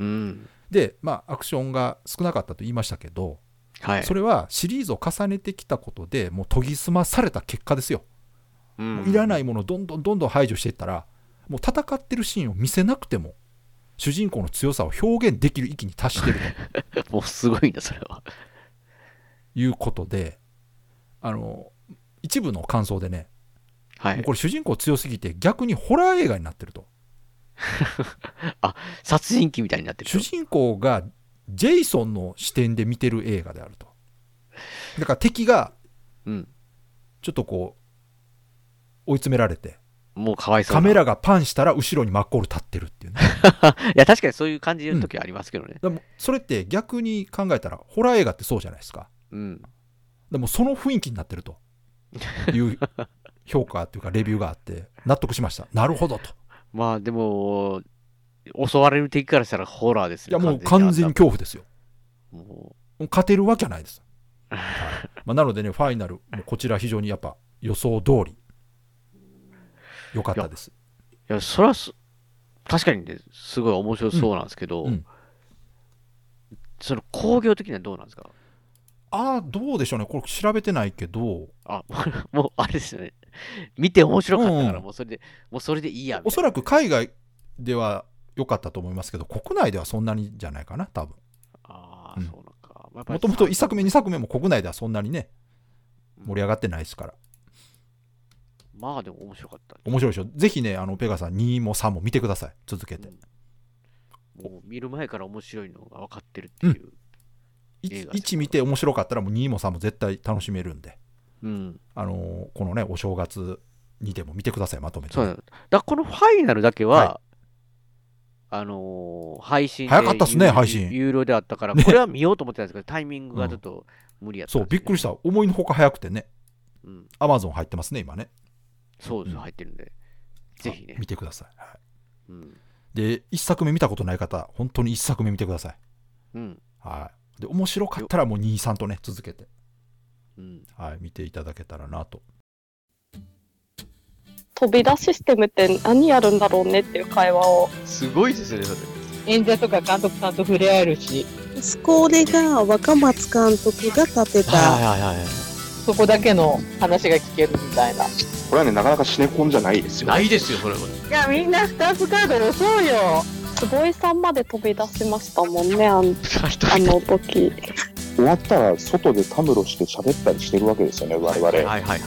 Speaker 2: うん。
Speaker 3: でまあアクションが少なかったと言いましたけど、
Speaker 2: はい。。
Speaker 3: それはシリーズを重ねてきたことでもう研ぎ澄まされた結果ですよ、もういらないいものをどんどんどんどん排除していったらもう戦ってるシーンを見せなくても主人公の強さを表現できる域に達してると
Speaker 2: もうすごいな、それは。
Speaker 3: いうことであの一部の感想でね
Speaker 2: は
Speaker 3: もう
Speaker 2: い
Speaker 3: こ。れ主人公強すぎて逆にホラー映画になってると
Speaker 2: 殺人鬼みたいになってる。
Speaker 3: 主人公がジェイソンの視点で見てる映画であるとだから敵が
Speaker 2: うん。
Speaker 3: ちょっとこう追い詰められて
Speaker 2: もうかわいそう
Speaker 3: カ
Speaker 2: な。
Speaker 3: メラがパンしたら後ろにマッコール立ってるっていうねだか
Speaker 2: いや、確かにそういう感じの時はありますけどね。
Speaker 3: らもうそれって逆に考えたらホラー映画ってそうじゃないですか
Speaker 2: うん。
Speaker 3: でもその雰囲気になってるという評価っていうかレビューがあって納得しましたなるほどと
Speaker 2: まあ、でも、襲われる敵からしたらホラーです
Speaker 3: い
Speaker 2: ね。
Speaker 3: やもう完全に恐怖ですよ
Speaker 2: に。も
Speaker 3: もう勝てるわけはないです、はいまあ、なのでねファイナルもうこちら非常にやっぱ予想通り良かったです
Speaker 2: ういや、それはす、確かにね、すごい面白そうなんですけど、
Speaker 3: うんうん
Speaker 2: その工業的にはどうなんですか
Speaker 3: ああどうでしょうねこれ調べてないけど
Speaker 2: あ、 もうあれですよね。見て面白かったか
Speaker 3: うんう
Speaker 2: ら、
Speaker 3: ん
Speaker 2: もうそれで、もうそれでいいや。
Speaker 3: おそらく海外では良かったと思いますけど国内ではそんなにじゃないかな多分
Speaker 2: あ
Speaker 3: う
Speaker 2: あ、
Speaker 3: ん
Speaker 2: そうなんか。まあやっぱり
Speaker 3: もともと1作目2作目も国内ではそんなにね盛り上がってないですから
Speaker 2: まあでも面白かった。
Speaker 3: 面白いでしょぜひねあのペガさん2も3も見てください続けて
Speaker 2: うんもう見る前から面白いのが分かってるっていう。映画です
Speaker 3: 1見て面白かったらもう2も3も絶対楽しめるんで、
Speaker 2: うん。
Speaker 3: あのーこのねお正月にでも見てくださいまとめて
Speaker 2: そうだ。だからこのファイナルだけは、
Speaker 3: は
Speaker 2: あのー配信
Speaker 3: 早かったっすね
Speaker 2: 有
Speaker 3: 配信
Speaker 2: 有料であったから、これは見ようと思ってたんですけど、タイミングがちょっと無理やった、
Speaker 3: そうびっくりし
Speaker 2: した
Speaker 3: 思いのほか早くてね
Speaker 2: た。うん。
Speaker 3: アマゾン入ってますね今ね
Speaker 2: そうです、
Speaker 3: うん
Speaker 2: 入ってるんで。ぜひね
Speaker 3: あ見。てください、はい
Speaker 2: うん。
Speaker 3: で1作目見たことない方本当に1作目見てください、
Speaker 2: うん。
Speaker 3: はい、で面白かったらもう23とね続けて、
Speaker 2: うん、
Speaker 3: はい、見ていただけたらなと
Speaker 4: 飛び出システムって何やるんだろうねっていう会話を
Speaker 2: すごいですね、それ。
Speaker 5: 演者とか監督さんと触れ合えるし、
Speaker 6: スコーレが若松監督が建てた
Speaker 2: はいはいはい。
Speaker 5: そこだけの話が聞けるみたいな。
Speaker 7: これはね、なかなかシネコンじゃないですよ。
Speaker 2: ないですよ、それは。
Speaker 5: いや、みんなスタートカード押そうよ。
Speaker 4: 坪井さんまで飛び出しましたもんねあんあ
Speaker 2: は
Speaker 4: の時
Speaker 7: 終わったら、外でたむろして喋ったりしてるわけですよね、我々。
Speaker 2: いはいはい。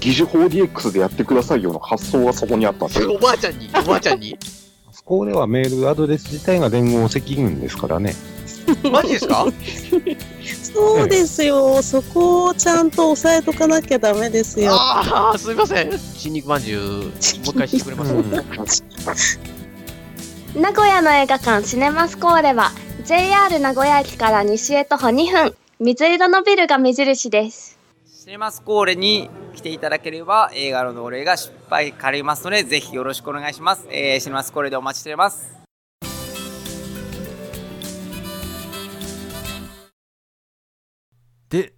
Speaker 7: 疑似 4DX でやってくださいよの発想がそこにあったんですよ。
Speaker 2: お ばあちゃんに、おばあちゃんに。
Speaker 8: そこではメールアドレス自体が連合赤軍ですからね。マジですか
Speaker 6: そうですよ。そこをちゃんと押さえとかなきゃダメですよ。
Speaker 8: ああ、すみません。新肉まんじゅう、もう一回してくれます、
Speaker 3: うん
Speaker 9: 名古屋の映画館シネマスコーレは JR 名古屋駅から西へ徒歩2分水色のビルが目印です
Speaker 10: シネマスコーレに来ていただければ映画の同例が失敗かりますのでぜひよろしくお願いします、えーシネマスコーレでお待ちしております
Speaker 3: で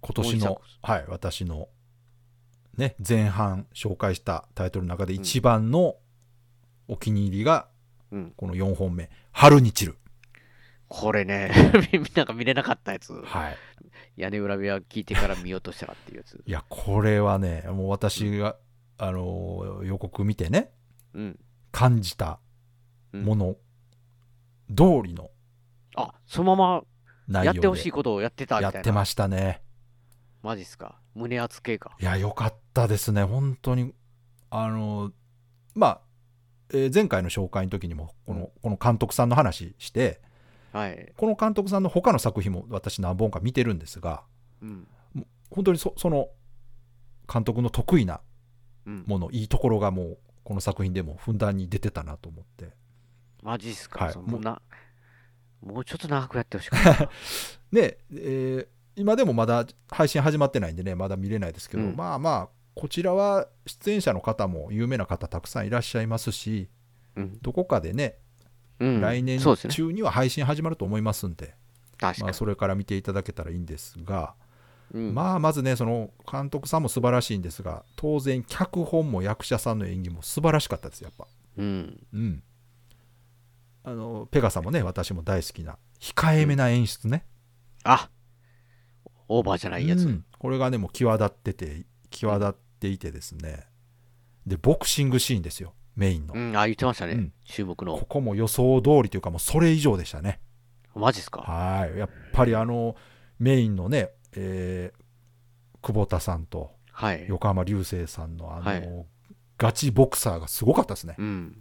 Speaker 3: 今年
Speaker 8: も
Speaker 3: の
Speaker 8: う一、
Speaker 3: はい、私の、ね、前半紹介したタイトルの中で一番のお気に入りが、
Speaker 2: うん
Speaker 3: この4本目「春に散る
Speaker 2: これね、 みんなが見れなかったやつ」。
Speaker 3: はい、
Speaker 2: 屋根裏部屋聞いてから見ようとしたらっていうやつ。
Speaker 3: いやこれはねもう私が、あのー予告見てね
Speaker 2: うん。
Speaker 3: 感じたもの通りの
Speaker 2: あ、そのままや
Speaker 3: 内容
Speaker 2: っ
Speaker 3: で
Speaker 2: てほしいことをやってたみた
Speaker 3: や
Speaker 2: いな。
Speaker 3: ってましたね
Speaker 2: マジっすか。胸熱系か。
Speaker 3: いやよかったですね本当にあのーまあ、えー前回の紹介の時にもこのこの監督さんの話して
Speaker 2: はい。
Speaker 3: この監督さんの他の作品も私何本か見てるんですが
Speaker 2: うん。
Speaker 3: 本当にそその監督の得意な
Speaker 2: うん、
Speaker 3: ものいいところがもうこの作品でもふんだんに出てたなと思って
Speaker 2: マジっすか。
Speaker 3: はい
Speaker 2: そ
Speaker 3: も
Speaker 2: も
Speaker 3: う
Speaker 2: うなもうちょっと長くやってほしか った。
Speaker 3: で、えー今でもまだ配信始まってないんでねまだ見れないですけど、
Speaker 2: うん
Speaker 3: まあまあこちらは出演者の方も有名な方たくさんいらっしゃいますし
Speaker 2: うん。
Speaker 3: どこかでね、
Speaker 2: うん、
Speaker 3: 来年
Speaker 2: そうですね。
Speaker 3: 中には配信始まると思いますんで、
Speaker 2: 確かに
Speaker 3: まあ、。それから見ていただけたらいいんですが、
Speaker 2: うん
Speaker 3: まあまずねその監督さんも素晴らしいんですが当然脚本も役者さんの演技も素晴らしかったですやっぱ
Speaker 2: うん。
Speaker 3: うんあのペガさんもね私も大好きな控えめな演出ね、
Speaker 2: あオーバーじゃないやつ。
Speaker 3: うんこれがねもう際立ってて際立っていてですねでボクシングシーンですよメインの、
Speaker 2: うん、あ、言ってましたね。
Speaker 3: うん
Speaker 2: 注目
Speaker 3: こ
Speaker 2: の。
Speaker 3: こも予想通りというかもうそれ以上でしたね
Speaker 2: マジっすか。
Speaker 3: はいやっぱりあのメインのね、えー久保田さんと
Speaker 2: はい。
Speaker 3: 横浜流星さんのあの、
Speaker 2: はい
Speaker 3: ガチボクサーがすごかったですね、
Speaker 2: うん。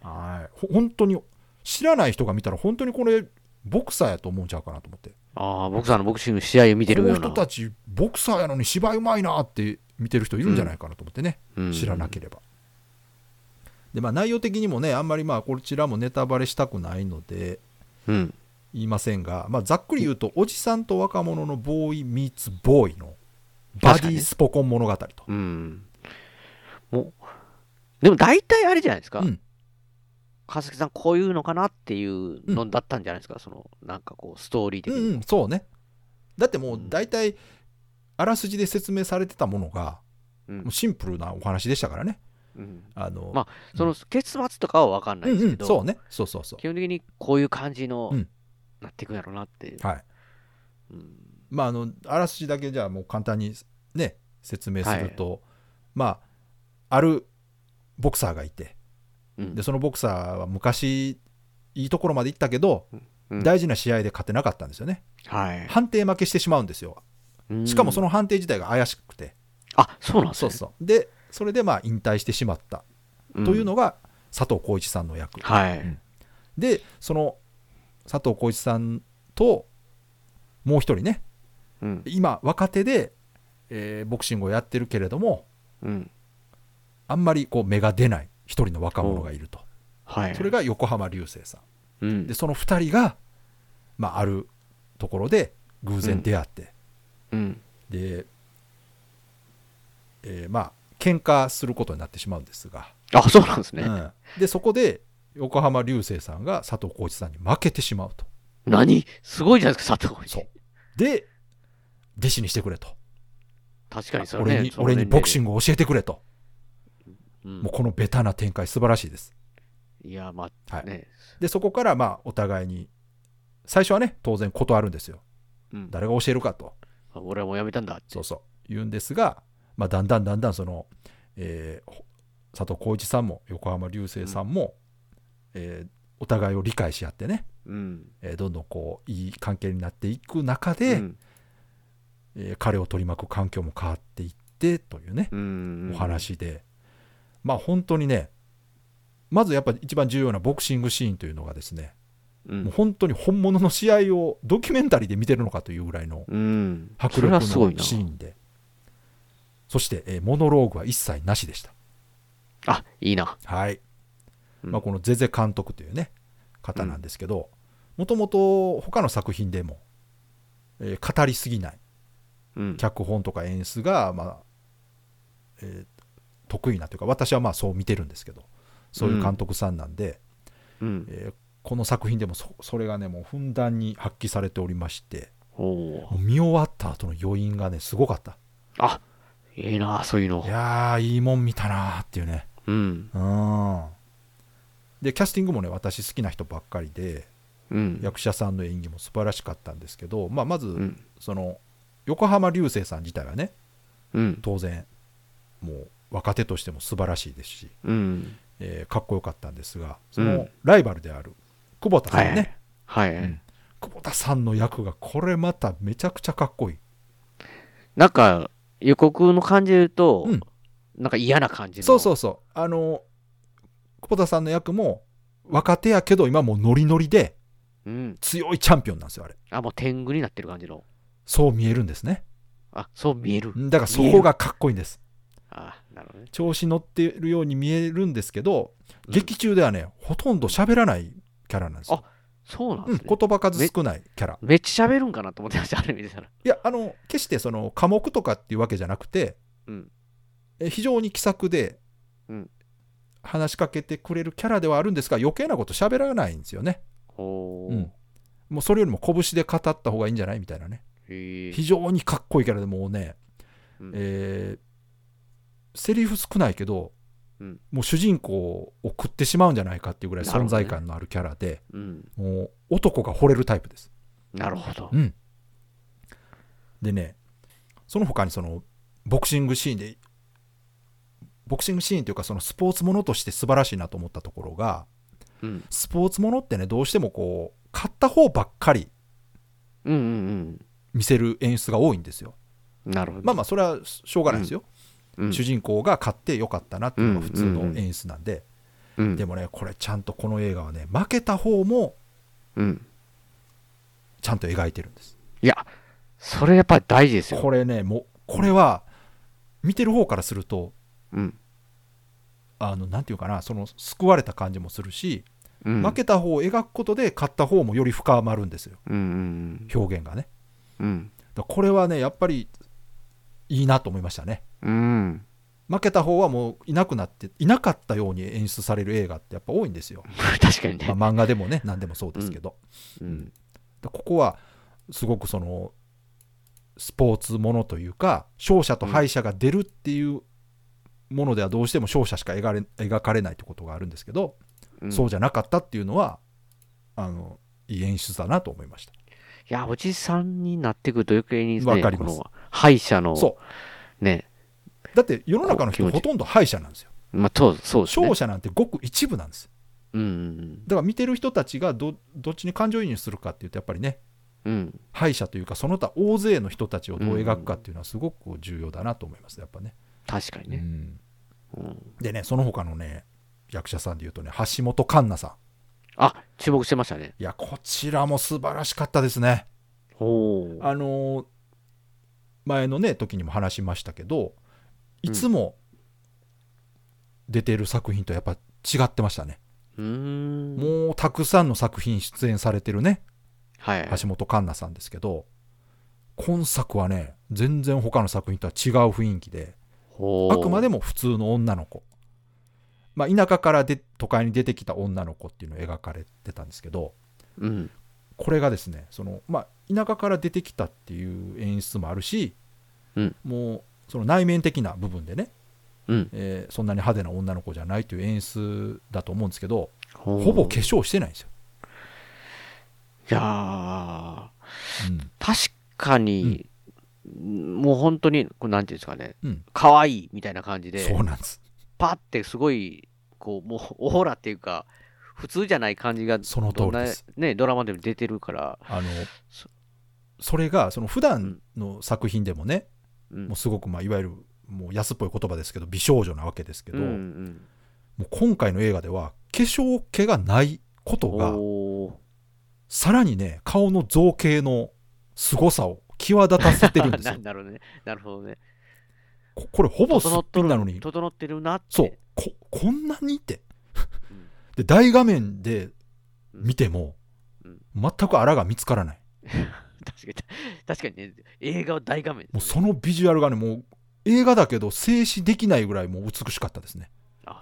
Speaker 3: はいほ本当に知らない人が見たら本当にこれボクサーやと思うんちゃうかなと思って
Speaker 2: ああ、ボクサーのボクシング試合を見てるよう
Speaker 3: この
Speaker 2: な
Speaker 3: 人。たちボクサーやのに芝居うまいなって見てる人いるんじゃないかなと思ってね、
Speaker 2: うん
Speaker 3: 知らなければ。でまあ、内容的にもねあんまりまあこちらもネタバレしたくないので
Speaker 2: うん。
Speaker 3: 言いませんが、まあ、ざっくり言うとおじさんと若者のボーイ・ミーツ・ボーイのバディ・スポコン物語と、
Speaker 2: うん。もう、でも大体あれじゃないですか。
Speaker 3: うん
Speaker 2: 川崎さん、こういうのかなっていうのだったんじゃないですか。その、なんかこう、ストーリー
Speaker 3: う
Speaker 2: 的
Speaker 3: ん
Speaker 2: に。
Speaker 3: うんそうねだってもう大体あらすじで説明されてたものが
Speaker 2: うん
Speaker 3: もうシンプルなお話でしたからね
Speaker 2: うん
Speaker 3: あの、
Speaker 2: まあその結末とかは分かんな
Speaker 3: う
Speaker 2: いで
Speaker 3: ん
Speaker 2: す
Speaker 3: う
Speaker 2: け
Speaker 3: ん
Speaker 2: ど、
Speaker 3: そうねそうそうそう
Speaker 2: 基本的にこういう感じの、
Speaker 3: うん
Speaker 2: なっていくんやろうなっていう。
Speaker 3: はい
Speaker 2: うん
Speaker 3: まあ、あのあらすじだけじゃあもう簡単にね説明すると、まああるボクサーがいて
Speaker 2: うん
Speaker 3: でそのボクサーは昔いいところまで行ったけど、
Speaker 2: うん
Speaker 3: 大事な試合で勝てなかったんですよね
Speaker 2: はい
Speaker 3: 判定負けしてしまうんですよ
Speaker 2: うん
Speaker 3: しかもその判定自体が怪しくて、
Speaker 2: あそうなんです
Speaker 3: そう
Speaker 2: ね
Speaker 3: そうでそれでまあ引退してしまった
Speaker 2: ん
Speaker 3: というのが佐藤浩市さんの役、
Speaker 2: はい、
Speaker 3: うんでその佐藤浩市さんともう一人ね
Speaker 2: うん
Speaker 3: 今若手で、えーボクシングをやってるけれども
Speaker 2: うん
Speaker 3: あんまりこう芽が出ない一人の若者がいると、
Speaker 2: はい、
Speaker 3: それが横浜流星さ
Speaker 2: うん
Speaker 3: んでその2人が、まあ、あるところで偶然出会って、
Speaker 2: うん
Speaker 3: で、えーまあ喧嘩することになってしまうんですが、
Speaker 2: あそうなんですね、
Speaker 3: うんでそこで横浜流星さんが佐藤浩市さんに負けてしまうと
Speaker 2: 何すごいじゃないですか佐藤浩市
Speaker 3: そうで弟子にしてくれと
Speaker 2: 確かにそれ、ね、
Speaker 3: 俺に俺にボクシン
Speaker 2: グ、
Speaker 3: グを教えてくれと
Speaker 2: うん
Speaker 3: もうこのベタな展開素晴らしいです
Speaker 2: いやまあ、
Speaker 3: はい
Speaker 2: ね
Speaker 3: でそこからまあお互いに最初はね当然断るんですよ
Speaker 2: うん、
Speaker 3: 誰が教えるかと
Speaker 2: あ俺はもうやめたんだって
Speaker 3: そうそう言うんですが、まあ、だんだんだんだんその、えーほ佐藤浩市さんも横浜流星さんも、えーお互いを理解し合ってね、
Speaker 2: うん
Speaker 3: えーどんどんこういい関係になっていく中で、
Speaker 2: うん
Speaker 3: えー彼を取り巻く環境も変わっていってというね、
Speaker 2: うん
Speaker 3: お話でまあ本当にねまずやっぱ一番重要なボクシングシーンというのがですねもう本当に本物の試合をドキュメンタリーで見てるのかというぐらいの迫力のシーンで、そして、えーモノローグは一切なしでした。
Speaker 2: あ、いいな。
Speaker 3: はいまあ、このゼゼ監督というね方なんですけどもともと他の作品でも、えー語りすぎない
Speaker 2: うん。
Speaker 3: 脚本とか演出が、まあえー得意なというか私はまあそう見てるんですけどそういう監督さんなんで、
Speaker 2: うん。
Speaker 3: えーこの作品でもそそれがねもうふんだんに発揮されておりまして
Speaker 2: おー
Speaker 3: もう見終わった後の余韻がねすごかった
Speaker 2: あ、いいな、そういうの
Speaker 3: い。やーいいもん見たなーっていうね
Speaker 2: うん。
Speaker 3: うんでキャスティングもね私好きな人ばっかりで
Speaker 2: うん。
Speaker 3: 役者さんの演技も素晴らしかったんですけど、まあ、まず、
Speaker 2: うん。
Speaker 3: その横浜流星さん自体はね
Speaker 2: うん。
Speaker 3: 当然もう若手としても素晴らしいですし、
Speaker 2: うん。
Speaker 3: えーかっこよかったんですがそうの
Speaker 2: ん
Speaker 3: ライバルである久保田さ
Speaker 2: は
Speaker 3: んね、
Speaker 2: い。はい。
Speaker 3: うん久保田さんの役がこれまためちゃくちゃかっこいい
Speaker 2: なんか、予告の感じで言うと、
Speaker 3: うん
Speaker 2: なんか嫌な感じの。。
Speaker 3: そうそううそうあの久保田さんの役も若手やけど今もうノリノリで
Speaker 2: うん。
Speaker 3: 強いチャンピオンなんですよあれ
Speaker 2: あ、もう天狗になってる感じの。
Speaker 3: そう見えるんですね
Speaker 2: あ、そう見える。
Speaker 3: だからそこがかっこいいんです
Speaker 2: あ、なるほどね。
Speaker 3: 調子乗ってるように見えるんですけど、
Speaker 2: うん
Speaker 3: 劇中ではねほとんど喋らないキャラなんですよ、
Speaker 2: そうなん
Speaker 3: う
Speaker 2: で
Speaker 3: ん、
Speaker 2: すね。
Speaker 3: 言葉数少ないキャラ
Speaker 2: めっちゃ喋るんかなと思ってました、あれ見てたら。
Speaker 3: いやあの決してその寡黙とかっていうわけじゃなくて、
Speaker 2: うん
Speaker 3: え非常に気さくで、
Speaker 2: うん
Speaker 3: 話しかけてくれるキャラではあるんですが余計なこと喋らないんですよね、
Speaker 2: おー。
Speaker 3: うんもうそれよりも拳で語った方がいいんじゃないみたいなね
Speaker 2: へえ。
Speaker 3: 非常にかっこいいキャラでもうね、
Speaker 2: うん
Speaker 3: えーセリフ少ないけど、
Speaker 2: うん
Speaker 3: もう主人公を食ってしまうんじゃないかっていうぐらい
Speaker 2: なるほ
Speaker 3: 存
Speaker 2: どね
Speaker 3: 在感のあるキャラで、
Speaker 2: うん。
Speaker 3: もう男が惚れるタイプです。
Speaker 2: なるほど。
Speaker 3: うん、でねその他にそのボクシングシーンでボクシングシーンというかそのスポーツものとして素晴らしいなと思ったところが
Speaker 2: うん。
Speaker 3: スポーツものってねどうしてもこう勝った方ばっかり
Speaker 2: うんうん
Speaker 3: 見せる演出が多いんですよ。
Speaker 2: うん。なるほど。
Speaker 3: まあまあそれはしょうがないですよ。
Speaker 2: うん
Speaker 3: 主人公が勝ってよかったなっていうのが普通の演出なんで、
Speaker 2: うん
Speaker 3: でもねこれちゃんとこの映画はね負けた方も
Speaker 2: うん。
Speaker 3: ちゃんと描いてるんです
Speaker 2: いや、それやっぱり大事ですよ。
Speaker 3: これねもうこれは見てる方からすると
Speaker 2: うん。
Speaker 3: あのなんていうかなその救われた感じもするし、
Speaker 2: うん。
Speaker 3: 負けた方を描くことで勝った方もより深まるんですよ
Speaker 2: うんうん
Speaker 3: 表現がね
Speaker 2: うん。
Speaker 3: だからこれはねやっぱりいいなと思いましたね
Speaker 2: うん。うん。
Speaker 3: 負けた方はもういなくなっていなかったように演出される映画ってやっぱ多いんですよ、
Speaker 2: 確かにね。
Speaker 3: まあ漫画でもね何でもそうですけど、
Speaker 2: うん。
Speaker 3: だここはすごくそのスポーツものというか勝者と敗者が出るっていうものではどうしても勝者しか描れ描かれないってことがあるんですけど、
Speaker 2: うん
Speaker 3: そうじゃなかったっていうのはあのいい演出だなと思いました
Speaker 2: いや、おじさんになってくると余計にね、
Speaker 3: わかります
Speaker 2: この敗者の、
Speaker 3: そ
Speaker 2: ね、
Speaker 3: うだって世の中の人
Speaker 2: こう気
Speaker 3: ほ
Speaker 2: 持ち
Speaker 3: とんど敗者なんですよ
Speaker 2: まあ、そうそうですね。
Speaker 3: 勝者なんてごく一部なんです
Speaker 2: うんうん
Speaker 3: だから見てる人たちがどどっちに感情移入するかっていうとやっぱりね
Speaker 2: うん。うん。
Speaker 3: 敗者というかその他大勢の人たちをどう描くかっていうのはすごく重要だなと思いますやっぱね、
Speaker 2: 確かに
Speaker 3: う
Speaker 2: ね。
Speaker 3: ん
Speaker 2: うん
Speaker 3: でね、その他のね、役者さんで言うとね、橋本環奈さ
Speaker 2: あ、注目してましたね。
Speaker 3: ん。いや、こちらも素晴らしかったですね。
Speaker 2: おー
Speaker 3: あのー前のね、時にも話しましたけど、いつも出てる作品とやっぱ違ってましたね。
Speaker 2: うーん。
Speaker 3: もうたくさんの作品出演されてるね、
Speaker 2: はい。
Speaker 3: 橋本環奈さんですけど、今作はね、全然他の作品とは違う雰囲気で、
Speaker 2: ほ
Speaker 3: あくまでも普通の女の子。まあ、田舎からで都会に出てきた女の子っていうのを描かれてたんですけど、
Speaker 2: うん。
Speaker 3: これがですねその、まあ、田舎から出てきたっていう演出もあるし、
Speaker 2: うん
Speaker 3: もうその内面的な部分でね、
Speaker 2: うん。
Speaker 3: えーそんなに派手な女の子じゃないという演出だと思うんですけど
Speaker 2: ほ
Speaker 3: ほぼ化
Speaker 2: い
Speaker 3: 粧してないんですよ、
Speaker 2: やー、
Speaker 3: うん
Speaker 2: 確かに、もう本当に、こうなんていうんですかね
Speaker 3: うん、
Speaker 2: 可、愛、いいみたいな感じで、
Speaker 3: そうなんです
Speaker 2: パってすごい、こう、もうオーラっていうか、普通じゃない感じが、
Speaker 3: その通りです
Speaker 2: どんなね、ドラマでも出てるから、
Speaker 3: あの
Speaker 2: そ
Speaker 3: それがその普段の作品でもね、
Speaker 2: うん
Speaker 3: もうすごく、まあ、いわゆるもう安っぽい言葉ですけど美少女なわけですけど、
Speaker 2: うんうん
Speaker 3: もう今回の映画では化粧気がないことが
Speaker 2: おー。
Speaker 3: さらにね、顔の造形の凄さを際立たせてるんです よ
Speaker 2: なるほどね。なるほどね。
Speaker 3: ここれほぼすっぴんなのに、
Speaker 2: 整ってるなって。
Speaker 3: そう、こ、こんなにって。で、大画面で見ても、全くあらが見つからない。
Speaker 2: 確かに、確かにね、映画は大画面。
Speaker 3: もうそのビジュアルがね、もう映画だけど静止できないぐらいもう美しかったですね。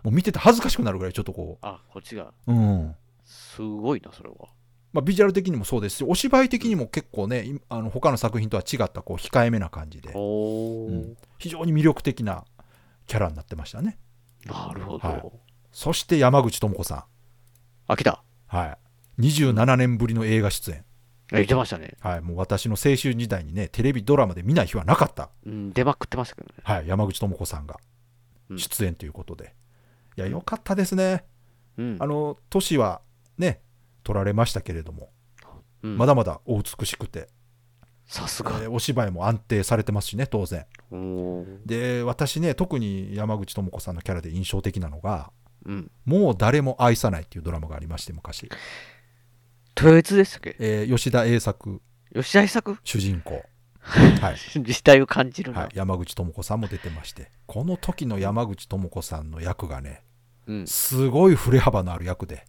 Speaker 3: もう見てて恥ずかしくなるぐらいちょっとこ
Speaker 2: あ、こっちが。
Speaker 3: う、うん。
Speaker 2: すごいな、それは。
Speaker 3: まあ、ビジュアル的にもそうですし、お芝居的にも結構ね、いあの他の作品とは違ったこう控えめな感じで、うん非常に魅力的なキャラになってましたね。
Speaker 2: なるほど。
Speaker 3: はい、そして山口智子さん。
Speaker 2: あ、来た。
Speaker 3: はい。27年ぶりの映画出演。
Speaker 2: え出ましたね。
Speaker 3: はい。もう私の青春時代にね、テレビドラマで見ない日はなかった。
Speaker 2: うん、出まくってましたけどね。
Speaker 3: はい、山口智子さんが出演ということで、いや良かったですね、あの年はね取られましたけれども、
Speaker 2: うん
Speaker 3: まだまだお美しくて
Speaker 2: さすが、
Speaker 3: えーお芝居も安定されてますしね当然
Speaker 2: おー
Speaker 3: で私ね特に山口智子さんのキャラで印象的なのが
Speaker 2: うん。
Speaker 3: 「もう誰も愛さない」っていうドラマがありまして昔
Speaker 2: 豊悦でしたっけ
Speaker 3: えー吉田栄作
Speaker 2: 吉田栄作
Speaker 3: 主人公はい
Speaker 2: 時代を感じるな。
Speaker 3: はい、山口智子さんも出てましてこの時の山口智子さんの役がね、
Speaker 2: うん
Speaker 3: すごい振れ幅のある役で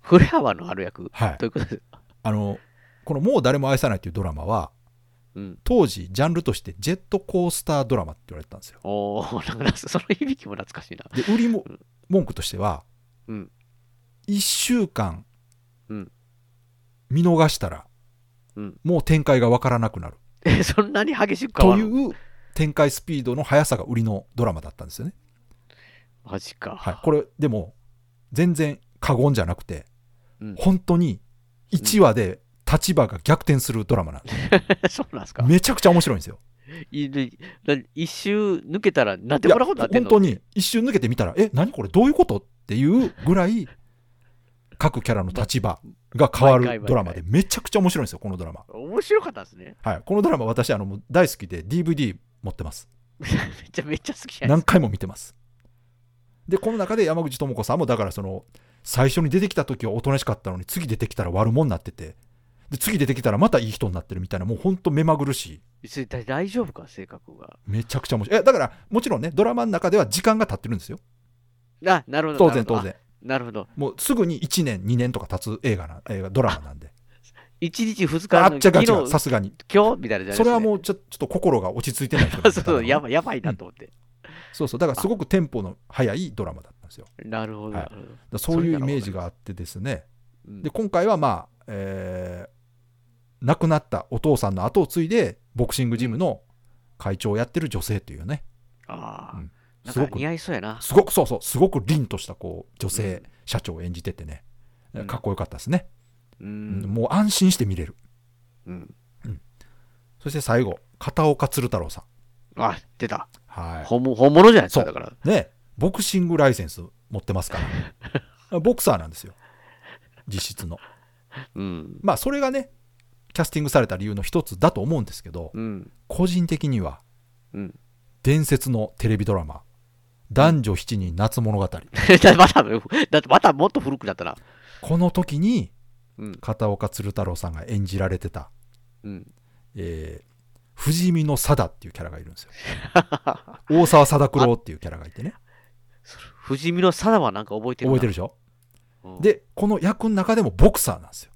Speaker 2: フレアワのある役。
Speaker 3: はい
Speaker 2: ということです。
Speaker 3: あのこの「もう誰も愛さない」というドラマは
Speaker 2: うん。
Speaker 3: 当時ジャンルとしてジェットコースタードラマって言われてたんですよ
Speaker 2: おお、 なんかその響きも懐かしいな。
Speaker 3: で売りも文句としては
Speaker 2: うん。
Speaker 3: 1週間
Speaker 2: うん
Speaker 3: 見逃したら
Speaker 2: うん。
Speaker 3: もう展開がわからなくなる
Speaker 2: え、そんなに激しく変
Speaker 3: と
Speaker 2: わ
Speaker 3: い
Speaker 2: るの
Speaker 3: う展開スピードの速さが売りのドラマだったんですよね、
Speaker 2: マジか。
Speaker 3: はい、これでも全然過言じゃなくて
Speaker 2: うん、
Speaker 3: 本当に1話で立場が逆転するドラマなんです、
Speaker 2: そうなんですか。
Speaker 3: めちゃくちゃ面白いんですよ
Speaker 2: いでな一周抜けたら、なんて
Speaker 3: いや
Speaker 2: こんなことになってん
Speaker 3: 本
Speaker 2: の
Speaker 3: 当に一瞬抜けてみたらえ何これどういうことっていうぐらい各キャラの立場が変わるドラマでめちゃくちゃ面白いんですよこのドラマ、
Speaker 2: 面白かったですね。
Speaker 3: はい、このドラマ私あのもう大好きで DVD 持ってます
Speaker 2: めっちゃめっちゃ好きじゃない
Speaker 3: 何
Speaker 2: ですか。
Speaker 3: 回も見てますでこの中で山口智子さんもだからその最初に出てきた時はおとなしかったのに次出てきたら悪者になっててで次出てきたらまたいい人になってるみたいなもうほんと目まぐるしい
Speaker 2: それ大大丈夫か、性格が。
Speaker 3: めちゃくちゃ面白いえだからもちろんねドラマの中では時間が経ってるんですよ
Speaker 2: あ、なるほど。
Speaker 3: 当然当
Speaker 2: なるほど。
Speaker 3: 然
Speaker 2: あなるほど。
Speaker 3: もうすぐに1年2年とか経つ映画な映画ドラマなんで
Speaker 2: 1日2日
Speaker 3: あ
Speaker 2: の
Speaker 3: っちゃがち
Speaker 2: 昨
Speaker 3: が
Speaker 2: 日
Speaker 3: さすがに
Speaker 2: 今日みたいなじゃないです
Speaker 3: それはも
Speaker 2: う。
Speaker 3: うちょちょっと心が落ち着いてない人の 見
Speaker 2: そう
Speaker 3: 方
Speaker 2: そ
Speaker 3: が
Speaker 2: うやばい、やばいなと思って。
Speaker 3: そうそうだからすごくテンポの速いドラマだったんですよだか
Speaker 2: なるほど。
Speaker 3: はい
Speaker 2: なるほど
Speaker 3: らそういうイメージがあってですね
Speaker 2: うん
Speaker 3: で今回はまあ、えー亡くなったお父さんの後を継いでボクシングジムの会長をやってる女性というね
Speaker 2: ああ、
Speaker 3: うん
Speaker 2: なん
Speaker 3: すご
Speaker 2: か
Speaker 3: く
Speaker 2: 似合いそうやな。
Speaker 3: すごくそうそうすごく凛としたこう女性、
Speaker 2: うん
Speaker 3: 社長を演じててね
Speaker 2: うん
Speaker 3: かっこよかったですね、
Speaker 2: う
Speaker 3: うん
Speaker 2: ん。
Speaker 3: もう安心して見れる
Speaker 2: うん、
Speaker 3: そして最後片岡鶴太郎さん
Speaker 2: あ、出た。
Speaker 3: はい
Speaker 2: 本物本物じゃないですか、
Speaker 3: そう
Speaker 2: だから。
Speaker 3: ねボクシングライセンス持ってますか らボクサーなんですよ実質の
Speaker 2: うん。
Speaker 3: まあそれがねキャスティングされた理由の一つだと思うんですけど、
Speaker 2: うん。
Speaker 3: 個人的には、
Speaker 2: うん
Speaker 3: 伝説のテレビドラマ「男女7人夏物語」
Speaker 2: だってまた、だってまたもっと古くなったな。
Speaker 3: この時に
Speaker 2: うん。
Speaker 3: 片岡鶴太郎さんが演じられてた、
Speaker 2: うん。
Speaker 3: えー、不死身の貞っていうキャラがいるんですよ大沢貞九郎っていうキャラがいてね
Speaker 2: 不死身のサダはなんか覚えてる
Speaker 3: 覚
Speaker 2: な。
Speaker 3: えてるでしょ
Speaker 2: うん
Speaker 3: でこの役の中でもボクサーなんですよ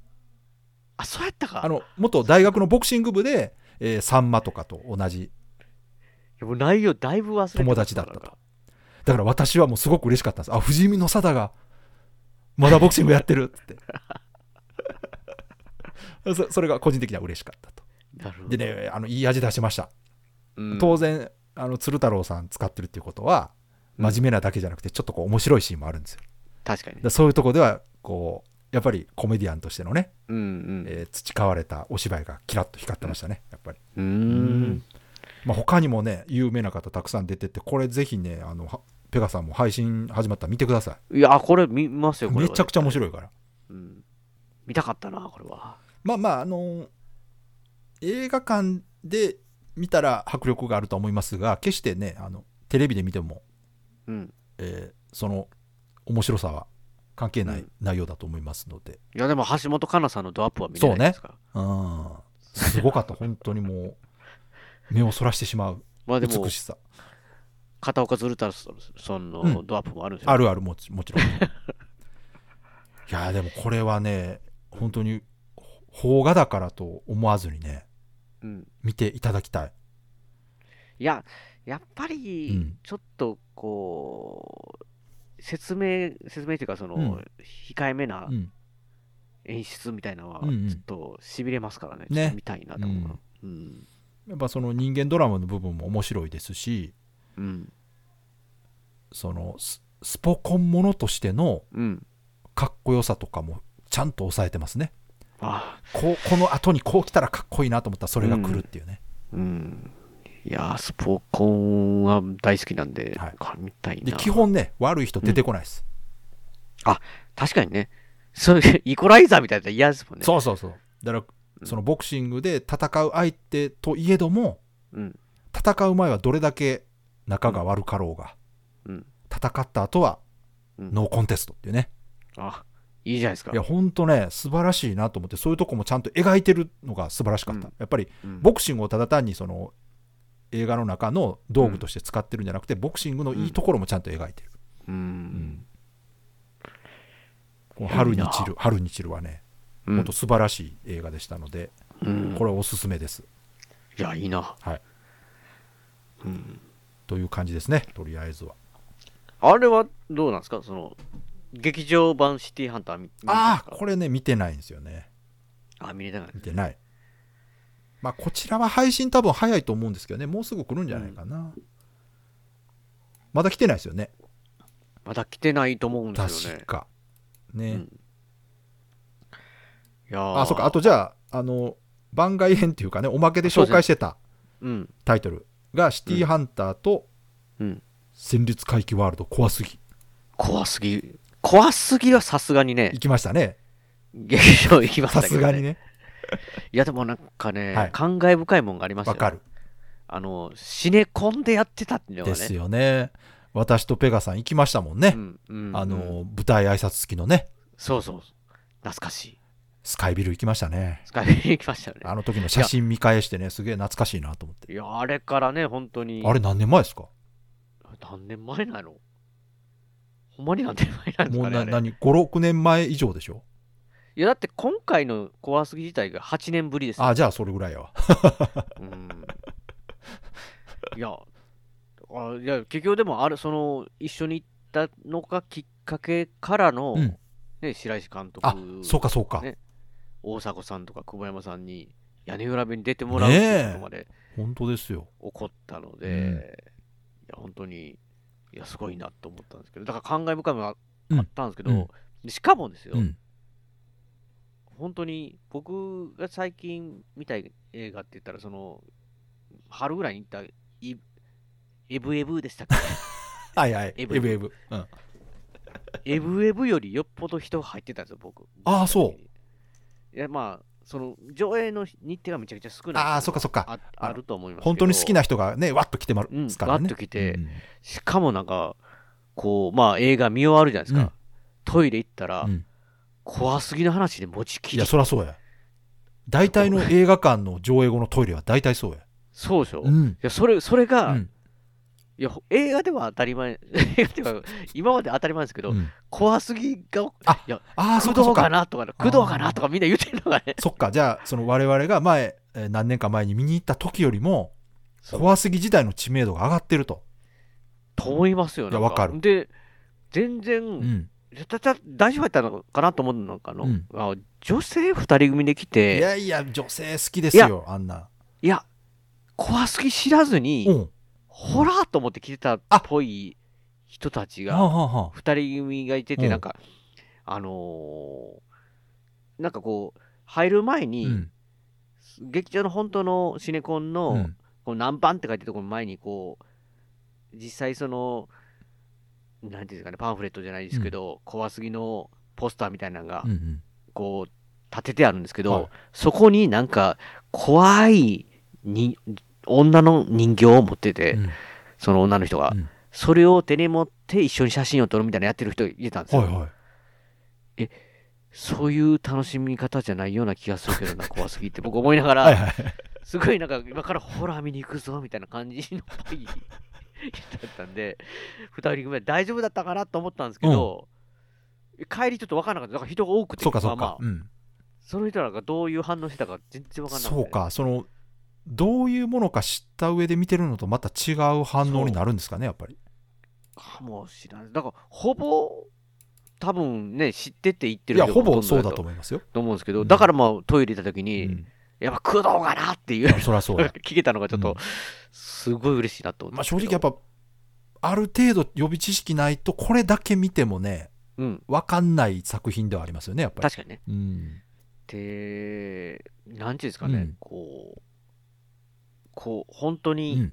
Speaker 2: あ、そうやったか。
Speaker 3: あの元大学のボクシング部で、えーさんまとかと同じ
Speaker 2: いやもう内容だいぶ忘れて
Speaker 3: 友達だったとだから私はもうすごく嬉しかったんですあ不死身の貞がまだボクシングやって るってそそれが個人的には嬉しかったと
Speaker 2: なるほ
Speaker 3: で
Speaker 2: ど。
Speaker 3: ねあのいい味出しました、
Speaker 2: うん
Speaker 3: 当然あの鶴太郎さん使ってるっていうことは真面目なだけじゃなくてちょっとこう面白いシーンもあるんですよだか
Speaker 2: 確かに。
Speaker 3: らそういうとこではこうやっぱりコメディアンとしてのね、
Speaker 2: うんうん。
Speaker 3: えー培われたお芝居がキラッと光ってましたねやっぱり
Speaker 2: うーん。
Speaker 3: まあ、他にもね有名な方たくさん出ててこれぜひねあのはペガさんも配信始まったら見てくださ
Speaker 2: いや、これ見ます
Speaker 3: い
Speaker 2: よ、これ
Speaker 3: め
Speaker 2: は。
Speaker 3: ちゃくちゃ面白いから
Speaker 2: うん。見たかったな、これは。
Speaker 3: まあまああの映画館で見たら迫力があるとは思いますが決してねあのテレビで見ても、
Speaker 2: うん。
Speaker 3: えーその面白さは関係ない内容だと思いますので、
Speaker 2: いや、でも橋本環奈さんのドアップは見れ
Speaker 3: そ
Speaker 2: な
Speaker 3: う
Speaker 2: いで
Speaker 3: ね
Speaker 2: すから。、
Speaker 3: うん、すごかった本当にもう目をそらしてしまう
Speaker 2: まあでも
Speaker 3: 美、しさ
Speaker 2: 片岡鶴太郎さん
Speaker 3: う
Speaker 2: の
Speaker 3: ん
Speaker 2: ドアップもあるんですよ、
Speaker 3: あるあるもち もちろんいやーでもこれはね本当に邦画だからと思わずにね
Speaker 2: うん。
Speaker 3: 見ていただきたい、
Speaker 2: いや、やっぱ
Speaker 3: う
Speaker 2: り、
Speaker 3: ん
Speaker 2: ちょっとこう、説明、説明というか、その、
Speaker 3: うん
Speaker 2: 控えめな
Speaker 3: うん、
Speaker 2: 演出みたいなのは、
Speaker 3: うんうん
Speaker 2: ちょっとしびれますからね、
Speaker 3: ね
Speaker 2: ちょっと見たいなと思うな。うん。
Speaker 3: やっぱその人間ドラマの部分も面白いですし
Speaker 2: うん。
Speaker 3: そのススポコンものとしての
Speaker 2: うん。
Speaker 3: かっこよさとかもちゃんと抑えてますね
Speaker 2: あ、
Speaker 3: こうこの後にこう来たらかっこいいなと思ったらそれが来るっていうね、
Speaker 2: うん。いやー、スポコンは大好きなんで、
Speaker 3: はい
Speaker 2: か見たい
Speaker 3: で
Speaker 2: な。
Speaker 3: 基本ね悪い人出てこないです、
Speaker 2: 確かにね、そう いうイコライザーみたいなの嫌ですもんね。
Speaker 3: そうそうそうだからそのボクシングで戦う相手といえども、
Speaker 2: うん
Speaker 3: 戦う前はどれだけ仲が悪かろうが、
Speaker 2: うん
Speaker 3: 戦った後は
Speaker 2: うん
Speaker 3: ノーコンテストっていうね、
Speaker 2: あ、いいじゃないですか。
Speaker 3: いやほんとね素晴らしいなと思ってそういうとこもちゃんと描いてるのが素晴らしかった、
Speaker 2: うん
Speaker 3: やっぱり
Speaker 2: うん
Speaker 3: ボクシングをただ単にその映画の中の道具として使ってるんじゃなくて、ボクシングのいいところもちゃんと描いてる、
Speaker 2: う。
Speaker 3: うんんこの春に散
Speaker 2: い
Speaker 3: る春に散るはね、
Speaker 2: う
Speaker 3: ほん
Speaker 2: ん
Speaker 3: と素晴らしい映画でしたので、
Speaker 2: うん
Speaker 3: これはおすすめです
Speaker 2: いや、いいな。
Speaker 3: はい
Speaker 2: うん
Speaker 3: という感じですねとりあえずは
Speaker 2: あれはどうなんですかその、劇場版シティハンター見
Speaker 3: あ
Speaker 2: 見たんで
Speaker 3: あ
Speaker 2: すか
Speaker 3: これね見てないんですよね
Speaker 2: あ、見れたから
Speaker 3: 見てないまあこちらは配信多分早いと思うんですけどねもうすぐ来るんじゃないかな、まだ来てないですよね
Speaker 2: まだ来てないと思うんですよね
Speaker 3: 確。かね
Speaker 2: うんいやー
Speaker 3: あそっかあ、とじゃああの番外編っていうかねおまけで紹介してた
Speaker 2: うん。
Speaker 3: タイトルが「シティーハンター」と
Speaker 2: うん。
Speaker 3: 「戦慄回帰ワールド怖すぎ
Speaker 2: 怖すぎ。怖すぎはさすがに」ね
Speaker 3: 行、きました ね
Speaker 2: 劇場行きました
Speaker 3: さ
Speaker 2: けど、ね。
Speaker 3: すがに。ね
Speaker 2: いや、でもなんかね、
Speaker 3: はい
Speaker 2: 感慨深いもんがありますよ。
Speaker 3: わかる
Speaker 2: あの、シネコンでやってたっていうのが
Speaker 3: で
Speaker 2: ね。
Speaker 3: すよね私とペガさん行きましたもんね、
Speaker 2: うんうんうん
Speaker 3: あの舞台挨拶付きのね
Speaker 2: そうそう。懐かしい。ス
Speaker 3: スカイビル行きましたね
Speaker 2: カイビル行きましたよね。
Speaker 3: あの時の写真見返してね、すげえ懐かしいなと思って。
Speaker 2: いや、あれからね、本当に。
Speaker 3: あれ何年前ですか
Speaker 2: 何年前なのほんまに何年前なんです
Speaker 3: も
Speaker 2: か
Speaker 3: う
Speaker 2: ねあ
Speaker 3: な
Speaker 2: れ
Speaker 3: 何、5、6年前以上でしょ
Speaker 2: いや、だって今回の怖すぎ自体が8年ぶりですよ。
Speaker 3: あ、じゃあそれぐらいやわ。
Speaker 2: うん。いや、あいや結局でもあれ、その、一緒に行ったのがきっかけからの、
Speaker 3: うん
Speaker 2: ね、白石監督
Speaker 3: あ、そうかそうか。
Speaker 2: ね大迫さんとか久保山さんに屋根裏部に出てもらうっていうことまで
Speaker 3: 本当ですよ。
Speaker 2: 起こったので、
Speaker 3: う
Speaker 2: い
Speaker 3: ん
Speaker 2: や本当にいやすごいなと思ったんですけどだから感慨深いもの
Speaker 3: うん
Speaker 2: があったんですけど、
Speaker 3: うん
Speaker 2: でしかもですよ、
Speaker 3: うん。
Speaker 2: 本当に僕が最近見たい映画って言ったらその春ぐらいに行ったイエブエブでした っ
Speaker 3: はいはい。エ
Speaker 2: エ
Speaker 3: ブ
Speaker 2: ブ
Speaker 3: エブ。うん。
Speaker 2: けエブエブよりよっぽど人入ってたんですよ僕
Speaker 3: あーそう
Speaker 2: いやまあその上映の日程がめちゃくちゃ少ない
Speaker 3: あーそっかそっか
Speaker 2: ああると思いますけど
Speaker 3: 本当に好きな人がね、わっと来てま
Speaker 2: うん
Speaker 3: すからね。
Speaker 2: わっと来て
Speaker 3: うん
Speaker 2: しかもなんか、こう、まあ映画見終わるじゃないですか。
Speaker 3: うん
Speaker 2: トイレ行ったら、
Speaker 3: うん
Speaker 2: 怖すぎの話で持ちき
Speaker 3: い
Speaker 2: り。
Speaker 3: や、そりゃそうや。大体の映画館の上映後のトイレは大体そうや。
Speaker 2: そうでしょ、
Speaker 3: う
Speaker 2: い
Speaker 3: ん。
Speaker 2: や、それ、それ
Speaker 3: う
Speaker 2: が、
Speaker 3: ん
Speaker 2: いや、映画では当たり前、映画では今まで当たり前ですけど、
Speaker 3: うん
Speaker 2: 怖すぎが、
Speaker 3: あ
Speaker 2: いや、
Speaker 3: ああ、そ
Speaker 2: 工
Speaker 3: っかそ
Speaker 2: 藤
Speaker 3: っ
Speaker 2: か
Speaker 3: か。
Speaker 2: なとか、工藤かなとかみんな言ってるのがね、
Speaker 3: そっか、じゃあ、その我々が前、えー何年か前に見に行った時よりも、怖すぎ自体の知名度が上がってると。
Speaker 2: と思いますよ
Speaker 3: い
Speaker 2: ね。
Speaker 3: や
Speaker 2: なん
Speaker 3: わかる
Speaker 2: で、全然、
Speaker 3: うん。
Speaker 2: だだ大丈夫やったのかなと思うのかの、
Speaker 3: うん
Speaker 2: あ女性2人組で来
Speaker 3: い
Speaker 2: て、
Speaker 3: やいや、女性好きですよ、あんな。
Speaker 2: いや、怖すぎ知らずに、
Speaker 3: うん。
Speaker 2: ホラーと思って来てたっぽい人たち
Speaker 3: はあ
Speaker 2: が、
Speaker 3: はあはあ
Speaker 2: 二人組がいて
Speaker 3: う
Speaker 2: て、
Speaker 3: ん
Speaker 2: なんか、あのーなんかこう、入る前
Speaker 3: う
Speaker 2: に、
Speaker 3: ん
Speaker 2: 劇場の本当のシネコンの、
Speaker 3: うん
Speaker 2: この何番って書いてるところの前に、こう、実際その、なんていうんですかね、パンフレットじゃないですけど、怖すぎのポスターみたいなのが
Speaker 3: うんう、ん
Speaker 2: こう、立ててあるんですけど、
Speaker 3: はい
Speaker 2: そこになんか、怖いに女の人形を持ってて、
Speaker 3: うん
Speaker 2: その女の人が、
Speaker 3: うん
Speaker 2: それを手に持って一緒に写真を撮るみたいなのやってる人いてたんですよ。
Speaker 3: はいはい。
Speaker 2: え、そういう楽しみ方じゃないような気がするけどな、怖すぎって僕思いながら、
Speaker 3: はいはい
Speaker 2: すごいなんか今からホラー見に行くぞみたいな感じのパイだったんで、二人組大丈夫だったかなと思ったんですけど、帰りちょっと分からなかった。だから人が多くて、
Speaker 3: そうかそ
Speaker 2: まあ
Speaker 3: うか
Speaker 2: まあ、
Speaker 3: うん、
Speaker 2: その人らがどういう反応してたか全然分からなかった
Speaker 3: そ
Speaker 2: で
Speaker 3: うかそのどういうものか知った上で見てるのとまた違う反応になるんですかねやっぱり
Speaker 2: かもしれない。だから、ほぼ、多分ね、知ってて言って
Speaker 3: い
Speaker 2: る
Speaker 3: や
Speaker 2: 人が
Speaker 3: ほぼ
Speaker 2: と
Speaker 3: そ
Speaker 2: ん
Speaker 3: う
Speaker 2: ど
Speaker 3: だと思いますよ、
Speaker 2: と思うんですけ
Speaker 3: う
Speaker 2: ど、
Speaker 3: ん
Speaker 2: だからまあ、トイレ行った時
Speaker 3: う
Speaker 2: に、
Speaker 3: ん、
Speaker 2: やっぱ工藤がなっていう、
Speaker 3: そりゃそうや、
Speaker 2: 聞けたのがちょっ
Speaker 3: うん
Speaker 2: と、すごい嬉しいなと思って。
Speaker 3: まあ、正直やっ、ぱある程度予備知識ないとこれだけ見てもね
Speaker 2: うん、
Speaker 3: 分かんない作品ではありますよねやっぱり
Speaker 2: 確かにね。
Speaker 3: うん
Speaker 2: で、なんていうんですかね、
Speaker 3: うん
Speaker 2: こう、こう、本当
Speaker 3: う
Speaker 2: に
Speaker 3: ん、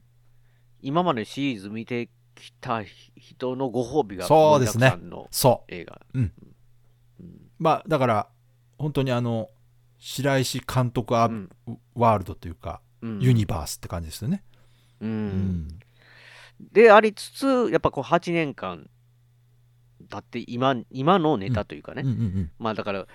Speaker 2: 今までシリーズ見てきた人のご褒美が、
Speaker 3: そうです
Speaker 2: 盛り
Speaker 3: ね
Speaker 2: だくさんの
Speaker 3: そ
Speaker 2: 映画。
Speaker 3: うん
Speaker 2: うん。
Speaker 3: うまあだから本当にあの白石監督
Speaker 2: う
Speaker 3: ア
Speaker 2: ん。
Speaker 3: ワールドというか、
Speaker 2: うん
Speaker 3: ユニバースって感じですよね、
Speaker 2: うん
Speaker 3: うん
Speaker 2: でありつつ、やっぱこう8年間だって今今のネタというかね、
Speaker 3: うんうんうん
Speaker 2: まあだから、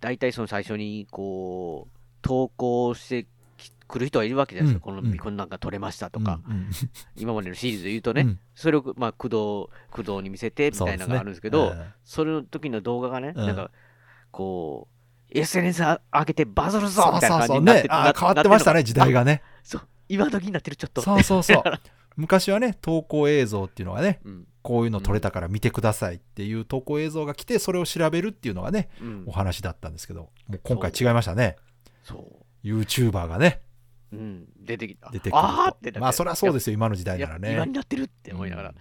Speaker 2: 大体その最初にこう投稿してきくる人がいるわけじゃないですか、
Speaker 3: うん
Speaker 2: こ
Speaker 3: う
Speaker 2: の
Speaker 3: ん
Speaker 2: ビコンなんか取れましたとか、
Speaker 3: うんうん
Speaker 2: 今までのシリーズで言うとね、
Speaker 3: うん
Speaker 2: それを、まあ、工藤工藤に見せてみたいなのがあるんですけど、そ,、の時の動画がね、
Speaker 3: うん
Speaker 2: なんかこう、SNS 上げてバズるぞ
Speaker 3: そう
Speaker 2: みたいな
Speaker 3: そ
Speaker 2: 感じ
Speaker 3: うそう
Speaker 2: になって
Speaker 3: ねあ
Speaker 2: な
Speaker 3: ー変わってましたね時代
Speaker 2: なってるの
Speaker 3: が ね
Speaker 2: あそう今時になってる、ちょっと。
Speaker 3: そうそう そう昔はね投稿映像っていうのがね
Speaker 2: うん
Speaker 3: こういうの撮れたから見てくださいっていう投稿映像が来てそれを調べるっていうのがね
Speaker 2: うん
Speaker 3: お話だったんですけどもう今回違いましたね
Speaker 2: そう
Speaker 3: YouTuber がね
Speaker 2: うん、出てきた。
Speaker 3: 出てくると
Speaker 2: あーって
Speaker 3: まあそりゃそうですすよ今の時代なら
Speaker 2: 今
Speaker 3: ね
Speaker 2: になってるって思いながら、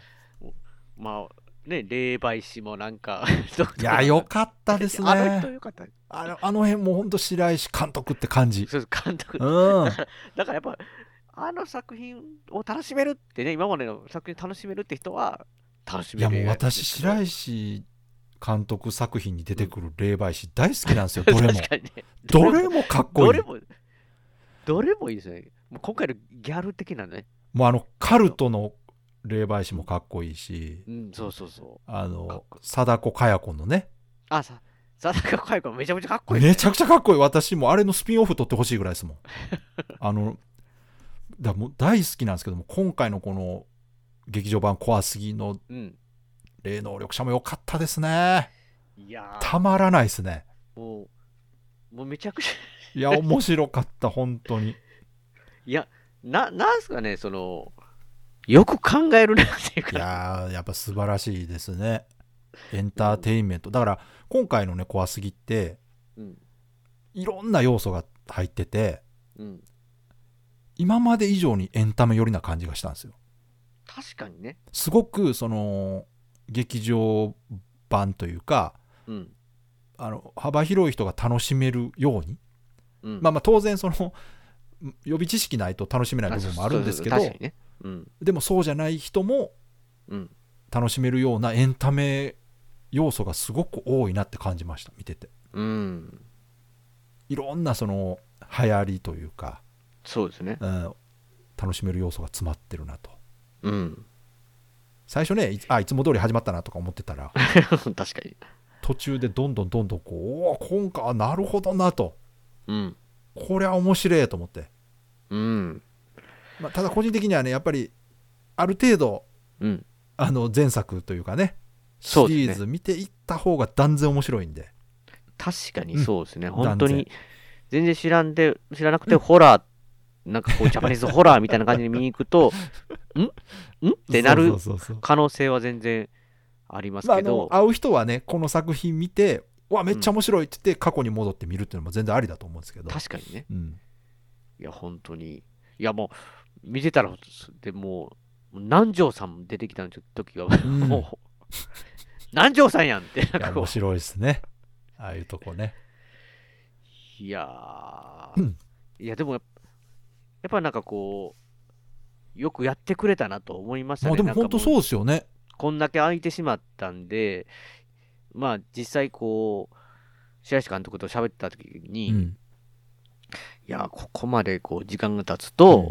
Speaker 2: まあね、霊媒師もなんか、どう
Speaker 3: いやよかったで す
Speaker 2: あの人
Speaker 3: ね
Speaker 2: よかった。
Speaker 3: あのあの辺もうほんと白石監督って感 じ
Speaker 2: そうです監督。
Speaker 3: う
Speaker 2: だ
Speaker 3: ん
Speaker 2: からやっぱ、あの作品を楽しめるってね、今までの作品楽しめるって人は、楽し
Speaker 3: い
Speaker 2: め
Speaker 3: や
Speaker 2: る。
Speaker 3: もう私白石監督作品に出てくる霊媒師大好きなんで すよどれも
Speaker 2: 確かにね。
Speaker 3: どれもかっこ
Speaker 2: ど
Speaker 3: いい
Speaker 2: れも、どれもいいですね。もう今回のギャル的なね。
Speaker 3: もうあのカルトの霊媒師もかっこいいし
Speaker 2: うん、そうそうそう。
Speaker 3: あ
Speaker 2: かっ
Speaker 3: の
Speaker 2: こ
Speaker 3: 貞子かや子のね
Speaker 2: あ、さ、さだかかいこめちゃめちゃかっこいい。
Speaker 3: めちゃくちゃかっこいい私もあれのスピンオフ撮ってほしいぐら いですもんあのだもう大好きなんですけども今回のこの劇場版怖すぎの
Speaker 2: うん。
Speaker 3: 霊能力者も良かったですね
Speaker 2: いやー
Speaker 3: たまらないですね
Speaker 2: もう、もうめちゃくちゃ、
Speaker 3: いや面白かった本当に
Speaker 2: いや、な、なんすかね、その、よく考えるなっていう
Speaker 3: い
Speaker 2: か、
Speaker 3: やーやっぱ素晴らしいですねエンターテインメントだから今回のね怖すぎって
Speaker 2: うん、
Speaker 3: いろんな要素が入ってて
Speaker 2: うん、
Speaker 3: 今まで以上にエンタメ寄りな感じがしたんですよ
Speaker 2: 確かにね、
Speaker 3: すごくその劇場版というか
Speaker 2: うん、
Speaker 3: あの幅広い人が楽しめるように、
Speaker 2: うん。
Speaker 3: まあまあ当然そのん予備知識ないと楽しめない部分もあるんですけど
Speaker 2: あそうそうそう確かにね、うん、
Speaker 3: でもそうじゃない人も
Speaker 2: うん。
Speaker 3: 楽しめるようなエンタメ要素がすごく多いなって感じました見てて
Speaker 2: うん、
Speaker 3: いろんなその流行りというか、
Speaker 2: そうですね。
Speaker 3: うん、楽しめる要素が詰まってるなと
Speaker 2: うん。
Speaker 3: 最初ねいあいつも通り始まったなとか思ってたら
Speaker 2: 確かに。
Speaker 3: 途中でどんどんどんどんこうおお今回はなるほどなと
Speaker 2: うん。
Speaker 3: これは面白いと思って、
Speaker 2: うん。
Speaker 3: まあ、ただ個人的にはねやっぱりある程度
Speaker 2: うん。
Speaker 3: あの前作というかねシ
Speaker 2: そうですね
Speaker 3: リーズ見ていった方が断然面白いんで
Speaker 2: 確かに
Speaker 3: うん
Speaker 2: そうですね。
Speaker 3: 断然
Speaker 2: 本当に、全然知らんで、知らなくて、ホラー、なんかこう、ジャパニーズホラーみたいな感じで見に行く と、んんってなる
Speaker 3: そうそうそうそう
Speaker 2: 可能性は全然あります
Speaker 3: まあ、あ
Speaker 2: け
Speaker 3: の
Speaker 2: ど、
Speaker 3: 会う人はねこの作品見てうわめっちゃ面白いって言って過去に戻って見るっていうのも全然ありだと思うんですけど、
Speaker 2: 確かにね。
Speaker 3: うん、
Speaker 2: いや、本当に。いや、もう、見てたら、でもう、南條さんも出てきた時が、
Speaker 3: ん
Speaker 2: もう、南條さんやんって、
Speaker 3: い
Speaker 2: な
Speaker 3: や
Speaker 2: んかこ
Speaker 3: 面白いですねああいうとこね
Speaker 2: う、いや
Speaker 3: う
Speaker 2: ー
Speaker 3: ん、
Speaker 2: いや、でもやっぱ、やっぱなんかこう、よくやってくれたなと思いました
Speaker 3: ま
Speaker 2: ね。
Speaker 3: あでも本当そう
Speaker 2: う
Speaker 3: ですよね
Speaker 2: こんだけ空いてしまったんで、まあ、実際こう、白石監督と喋った時に、
Speaker 3: うん
Speaker 2: いや、ここまでこう時間が経つと、
Speaker 3: うん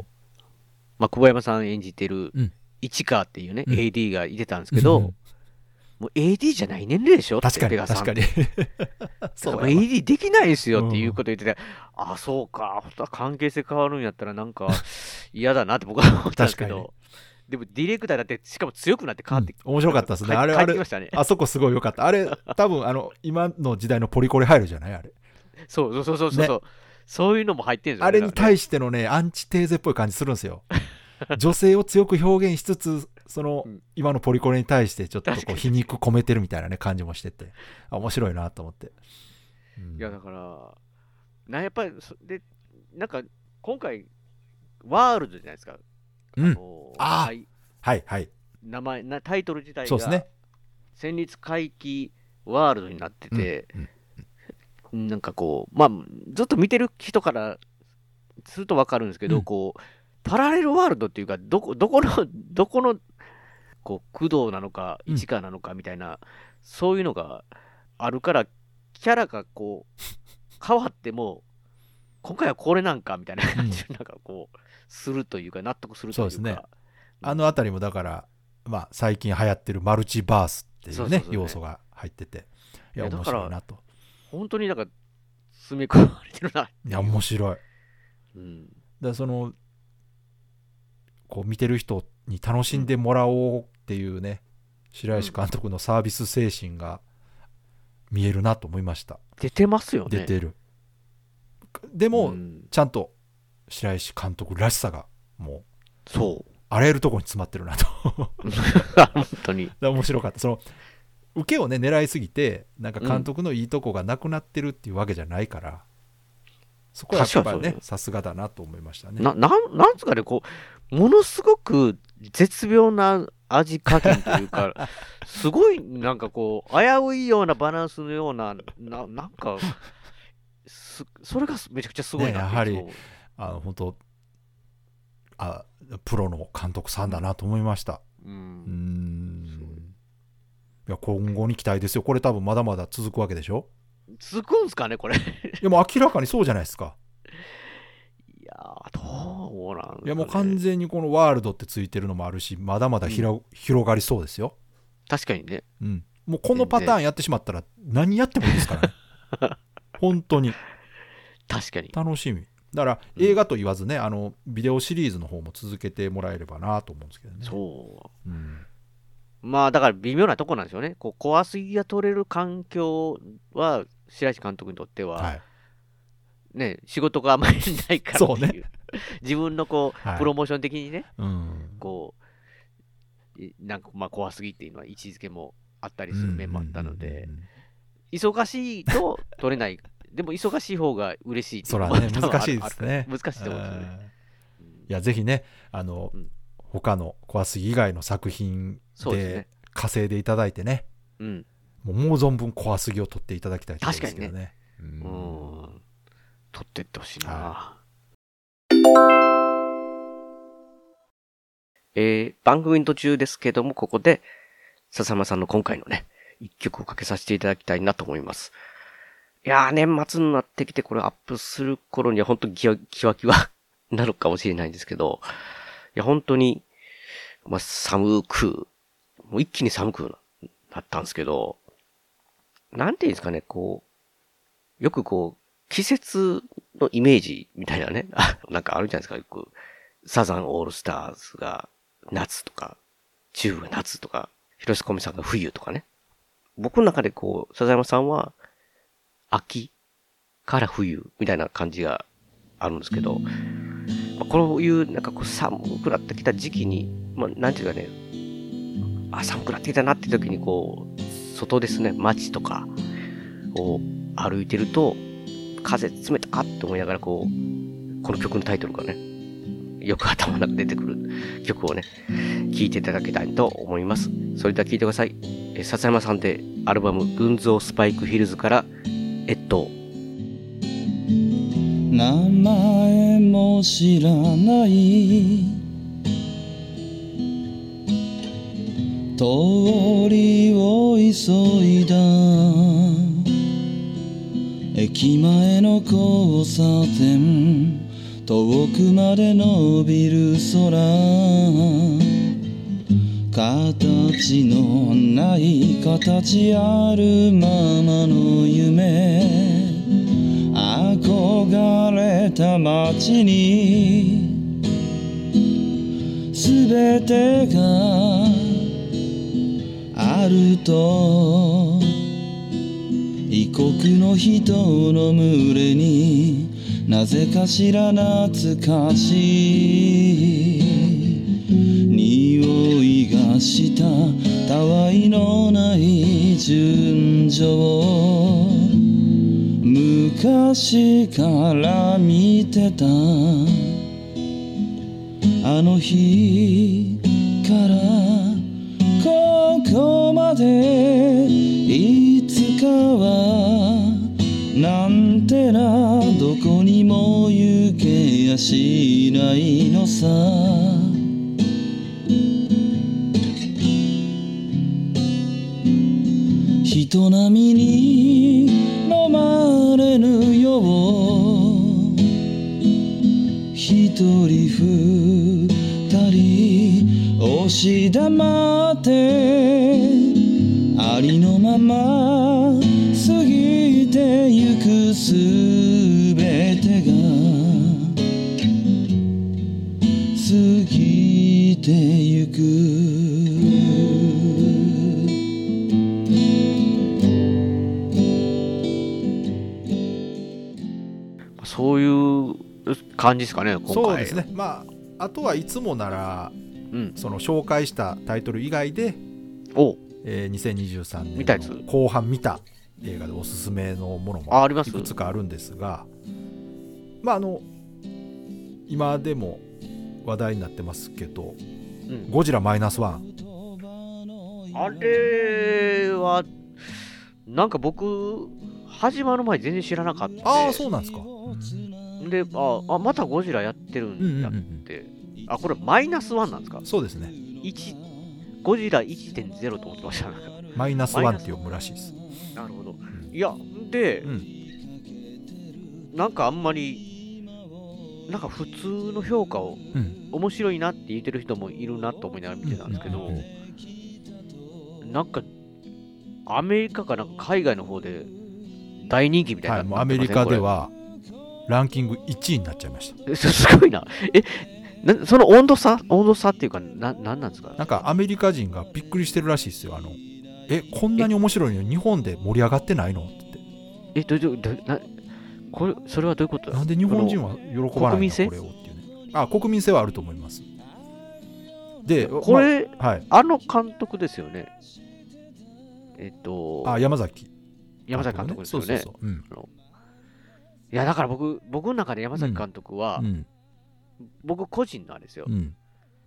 Speaker 2: まあ、久保山さん演じてる
Speaker 3: うん
Speaker 2: 市川っていうね、
Speaker 3: うん
Speaker 2: AD がいてたんですけど、
Speaker 3: うん
Speaker 2: もう AD じゃない年齢でしょ
Speaker 3: 確かに
Speaker 2: ペガさん
Speaker 3: 確かに そう
Speaker 2: も
Speaker 3: だ
Speaker 2: う
Speaker 3: よな
Speaker 2: AD できないですよっていうこと言ってて、あ、そうか、本当は関係性変わるんやったらなんか嫌だなって僕は思ったんですけ
Speaker 3: 確
Speaker 2: ど、でもディレクターだって、しかも強くなって変わって、
Speaker 3: 面白かったですね
Speaker 2: 帰
Speaker 3: あれ
Speaker 2: 帰
Speaker 3: あ
Speaker 2: ってき
Speaker 3: れ
Speaker 2: ましたね。
Speaker 3: あそこすごい良かったあれ多分あの今の時代のポリコレ入るじゃないあれ
Speaker 2: そうそうそうそうそうそう、そういうのも入ってるんですよ、
Speaker 3: あれに対
Speaker 2: して。
Speaker 3: してのねアンチテーゼっぽい感じするんです よ女性を強く表現しつつその
Speaker 2: うん
Speaker 3: 今のポリコレに対してちょっと
Speaker 2: 確か
Speaker 3: こう
Speaker 2: に
Speaker 3: 皮肉込めてるみたいなね感じもしててあ面白いなと思って、うん
Speaker 2: いや、だから、なんやっぱり、そで、なんか、今回、ワールドじゃないですか。
Speaker 3: うん
Speaker 2: あの
Speaker 3: あー
Speaker 2: はい
Speaker 3: はいはい
Speaker 2: 名前な、タイトル自体
Speaker 3: そうです
Speaker 2: が
Speaker 3: ね、
Speaker 2: 戦慄回帰ワールドになってて、
Speaker 3: うん
Speaker 2: なんかこう、まあ、ずっと見てる人からするとわかるんですけど、
Speaker 3: うん
Speaker 2: こう、パラレルワールドっていうか、どこ、どこの、 どこの、こう、工藤なのか、
Speaker 3: うん
Speaker 2: 市川なのかみたいな、そういうのがあるから、キャラがこう、変わっても、今回はこれなんかみたいな感じで、なんかこう、するというか、納得するというか。
Speaker 3: そうですねあの辺りもだから、まあ、最近流行ってるマルチバースっていうね
Speaker 2: そうそうそうね
Speaker 3: 要素が入っててい
Speaker 2: い
Speaker 3: や
Speaker 2: やだ
Speaker 3: 面
Speaker 2: から
Speaker 3: 白いなと
Speaker 2: 本当になんか、詰め込まれてるなってう。
Speaker 3: いや面白い
Speaker 2: うん。
Speaker 3: でそのこう見てる人に楽しんでもらおうっていうね、白石監督のサービス精神が見えるなと思いました、
Speaker 2: 出てますよね。
Speaker 3: 出てるでも、
Speaker 2: うん
Speaker 3: ちゃんと白石監督らしさがも
Speaker 2: そう
Speaker 3: あらゆるところに詰まってるなと
Speaker 2: う。 本当に。
Speaker 3: で面白かったその受けをね狙いすぎてなんか監督のいいとこがなくなってるっていうわけじゃないから、そこはやっぱ
Speaker 2: 確
Speaker 3: り
Speaker 2: かに
Speaker 3: ね
Speaker 2: そう
Speaker 3: さすがだなと思いましたね
Speaker 2: な、なん、なんつうかね、こう、ものすごく絶妙な味加減という か、すごいなんかこう、危ういようなバランスのような、ななんか、すそれがすめちゃくちゃすごいなっていつも思う、
Speaker 3: あの本当あプロの監督さんだなと思いました
Speaker 2: う、
Speaker 3: うん
Speaker 2: すごい
Speaker 3: んいや今後に期待ですよこれ多分まだまだ続くわけでしょ
Speaker 2: 続くんすかね、これ。い
Speaker 3: いやもう明らかにそうじゃないですか
Speaker 2: やー、どうなんすかね、
Speaker 3: いやもう完全にこのワールドってついてるのもあるしまだまだひら、広がりそうですよ
Speaker 2: 確かにね。
Speaker 3: うんもうこのパターンやってしまったら何やってもいいですからね 本当に
Speaker 2: 確かに。
Speaker 3: 楽しみだから
Speaker 2: うん
Speaker 3: 映画と言わずね、あのビデオシリーズの方も続けてもらえればなと思うんですけどね
Speaker 2: そう。
Speaker 3: うん
Speaker 2: まあだから微妙なとこなんですよね。こう怖すぎが取れる環境は白石監督にとっては、
Speaker 3: はい
Speaker 2: ね、仕事があまりないからっていう
Speaker 3: そうね
Speaker 2: 自分のこう、
Speaker 3: はい
Speaker 2: プロモーション的にね
Speaker 3: うん
Speaker 2: こういなんかまあ怖すぎっていうのは位置づけもあったりする面もあったの
Speaker 3: うんうんうん
Speaker 2: で
Speaker 3: うん
Speaker 2: 忙しいと取れない でも忙しい方が嬉しいってい
Speaker 3: そう
Speaker 2: の
Speaker 3: ら
Speaker 2: も
Speaker 3: ね
Speaker 2: 多分
Speaker 3: 難しい
Speaker 2: あ
Speaker 3: で
Speaker 2: る
Speaker 3: すね
Speaker 2: ある難しいと思うんですよね。
Speaker 3: うんいやぜひねあの、
Speaker 2: うん
Speaker 3: 他の怖すぎ以外の作品
Speaker 2: そうです
Speaker 3: で
Speaker 2: ね
Speaker 3: 稼いでいただいてね
Speaker 2: うん
Speaker 3: もう思う存分怖すぎを取っていただきたいところですけどね
Speaker 2: う
Speaker 3: うん
Speaker 2: ん取ってってほしいな
Speaker 3: は。
Speaker 8: えー番組の途中ですけども、ここで、笹間さんの今回のね、一曲をかけさせていただきたいなと思います。いやー、年末になってきて、これアップする頃には本当にギワキワキワ なのかもしれないんですけど、いや、本当に、まあ、寒く、もう一気に寒くなったんですけど、なんていうんですかね、こう、よくこう、季節のイメージみたいなね、 あなんかあるじゃないですか、よく。サザンオールスターズが夏とか、チューブが夏とか、広瀬香美さんが冬とかね。僕の中でこう、笹山さんは、秋から冬みたいな感じがあるんですけど、まあこういうなんかこう寒くなってきた時期に、まあ、なんていうかね、あ、寒くなってきたなって時にこう、外ですね、街とかを歩いてると、風冷たって思いながらこう、この曲のタイトルがね、よく頭の中に出てくる曲をね、聴いていただきたいと思います。それでは聴いてください。えー笹山さんでアルバム、群像スパイクヒルズから、えっと、
Speaker 1: 名前も知らない通りを急いだ駅前の交差点遠くまで伸びる空
Speaker 11: 形のない形あるままの夢憧れた街に全てがあると異国の人の群れになぜかしら懐かしい匂いがしたたわいのない純情昔から見てたあの日からここまでいつかはなんてなどこにも行けやしないのさ人波に飲まれぬよう一人二人押し黙ってありのまま過ぎてゆくすべてが過ぎてゆく
Speaker 2: そういう感じですかね、今回。
Speaker 3: そうですね。まあ、あとはいつもなら、その紹介したタイトル以外で、
Speaker 2: お
Speaker 3: えー、2023
Speaker 2: 見たやつ
Speaker 3: 年の後半見た映画でおすすめのもの
Speaker 2: あ
Speaker 3: も
Speaker 2: あります
Speaker 3: いくつかあるんですが、まあ、あの、今でも話題になってますけど、
Speaker 2: うん
Speaker 3: ゴジラマイナスワン、
Speaker 2: あれは、なんか僕、始まる前全然知らなかった。
Speaker 3: ああ、そうなんですか。
Speaker 2: で、ああ、またゴジラやってるんだって。あ、これマイナスワンなんですか
Speaker 3: そうですね。
Speaker 2: 1、ゴジラ1.0と思ってま した。
Speaker 3: マイナスワンって読むらしいです。
Speaker 2: なるほど。いや、で、なんかあんまり、なんか普通の評価を、
Speaker 3: うん
Speaker 2: 面白いなって言ってる人もいるなと思いながら見てたんですけど、なんか、アメリカかなんか海外の方で大人気みたいな、
Speaker 3: はい、もうアメリカで。はランキング1位になっちゃいました。
Speaker 2: えそ すごいな。え、なその温度差温度差っていうか、ななんなんですか
Speaker 3: なんかアメリカ人がびっくりしてるらしいですよ。あのえ、こんなに面白いのに日本で盛り上がってないの
Speaker 2: え、どういうどうなこれ、それはどういうこと
Speaker 3: なんで日本人は
Speaker 2: この
Speaker 3: 喜ばない
Speaker 2: 国
Speaker 3: の
Speaker 2: 民性
Speaker 3: これをっていうね。あ、国民性はあると思います。で、
Speaker 2: これ、
Speaker 3: まあはい、
Speaker 2: あの監督ですよね。えっと、
Speaker 3: あ山崎
Speaker 2: 山崎監督ですよね。
Speaker 3: そうそうそううん
Speaker 2: あのいや、だから僕、僕の中で山崎監督は、
Speaker 3: うん
Speaker 2: 僕個人のあれですよ。
Speaker 3: うん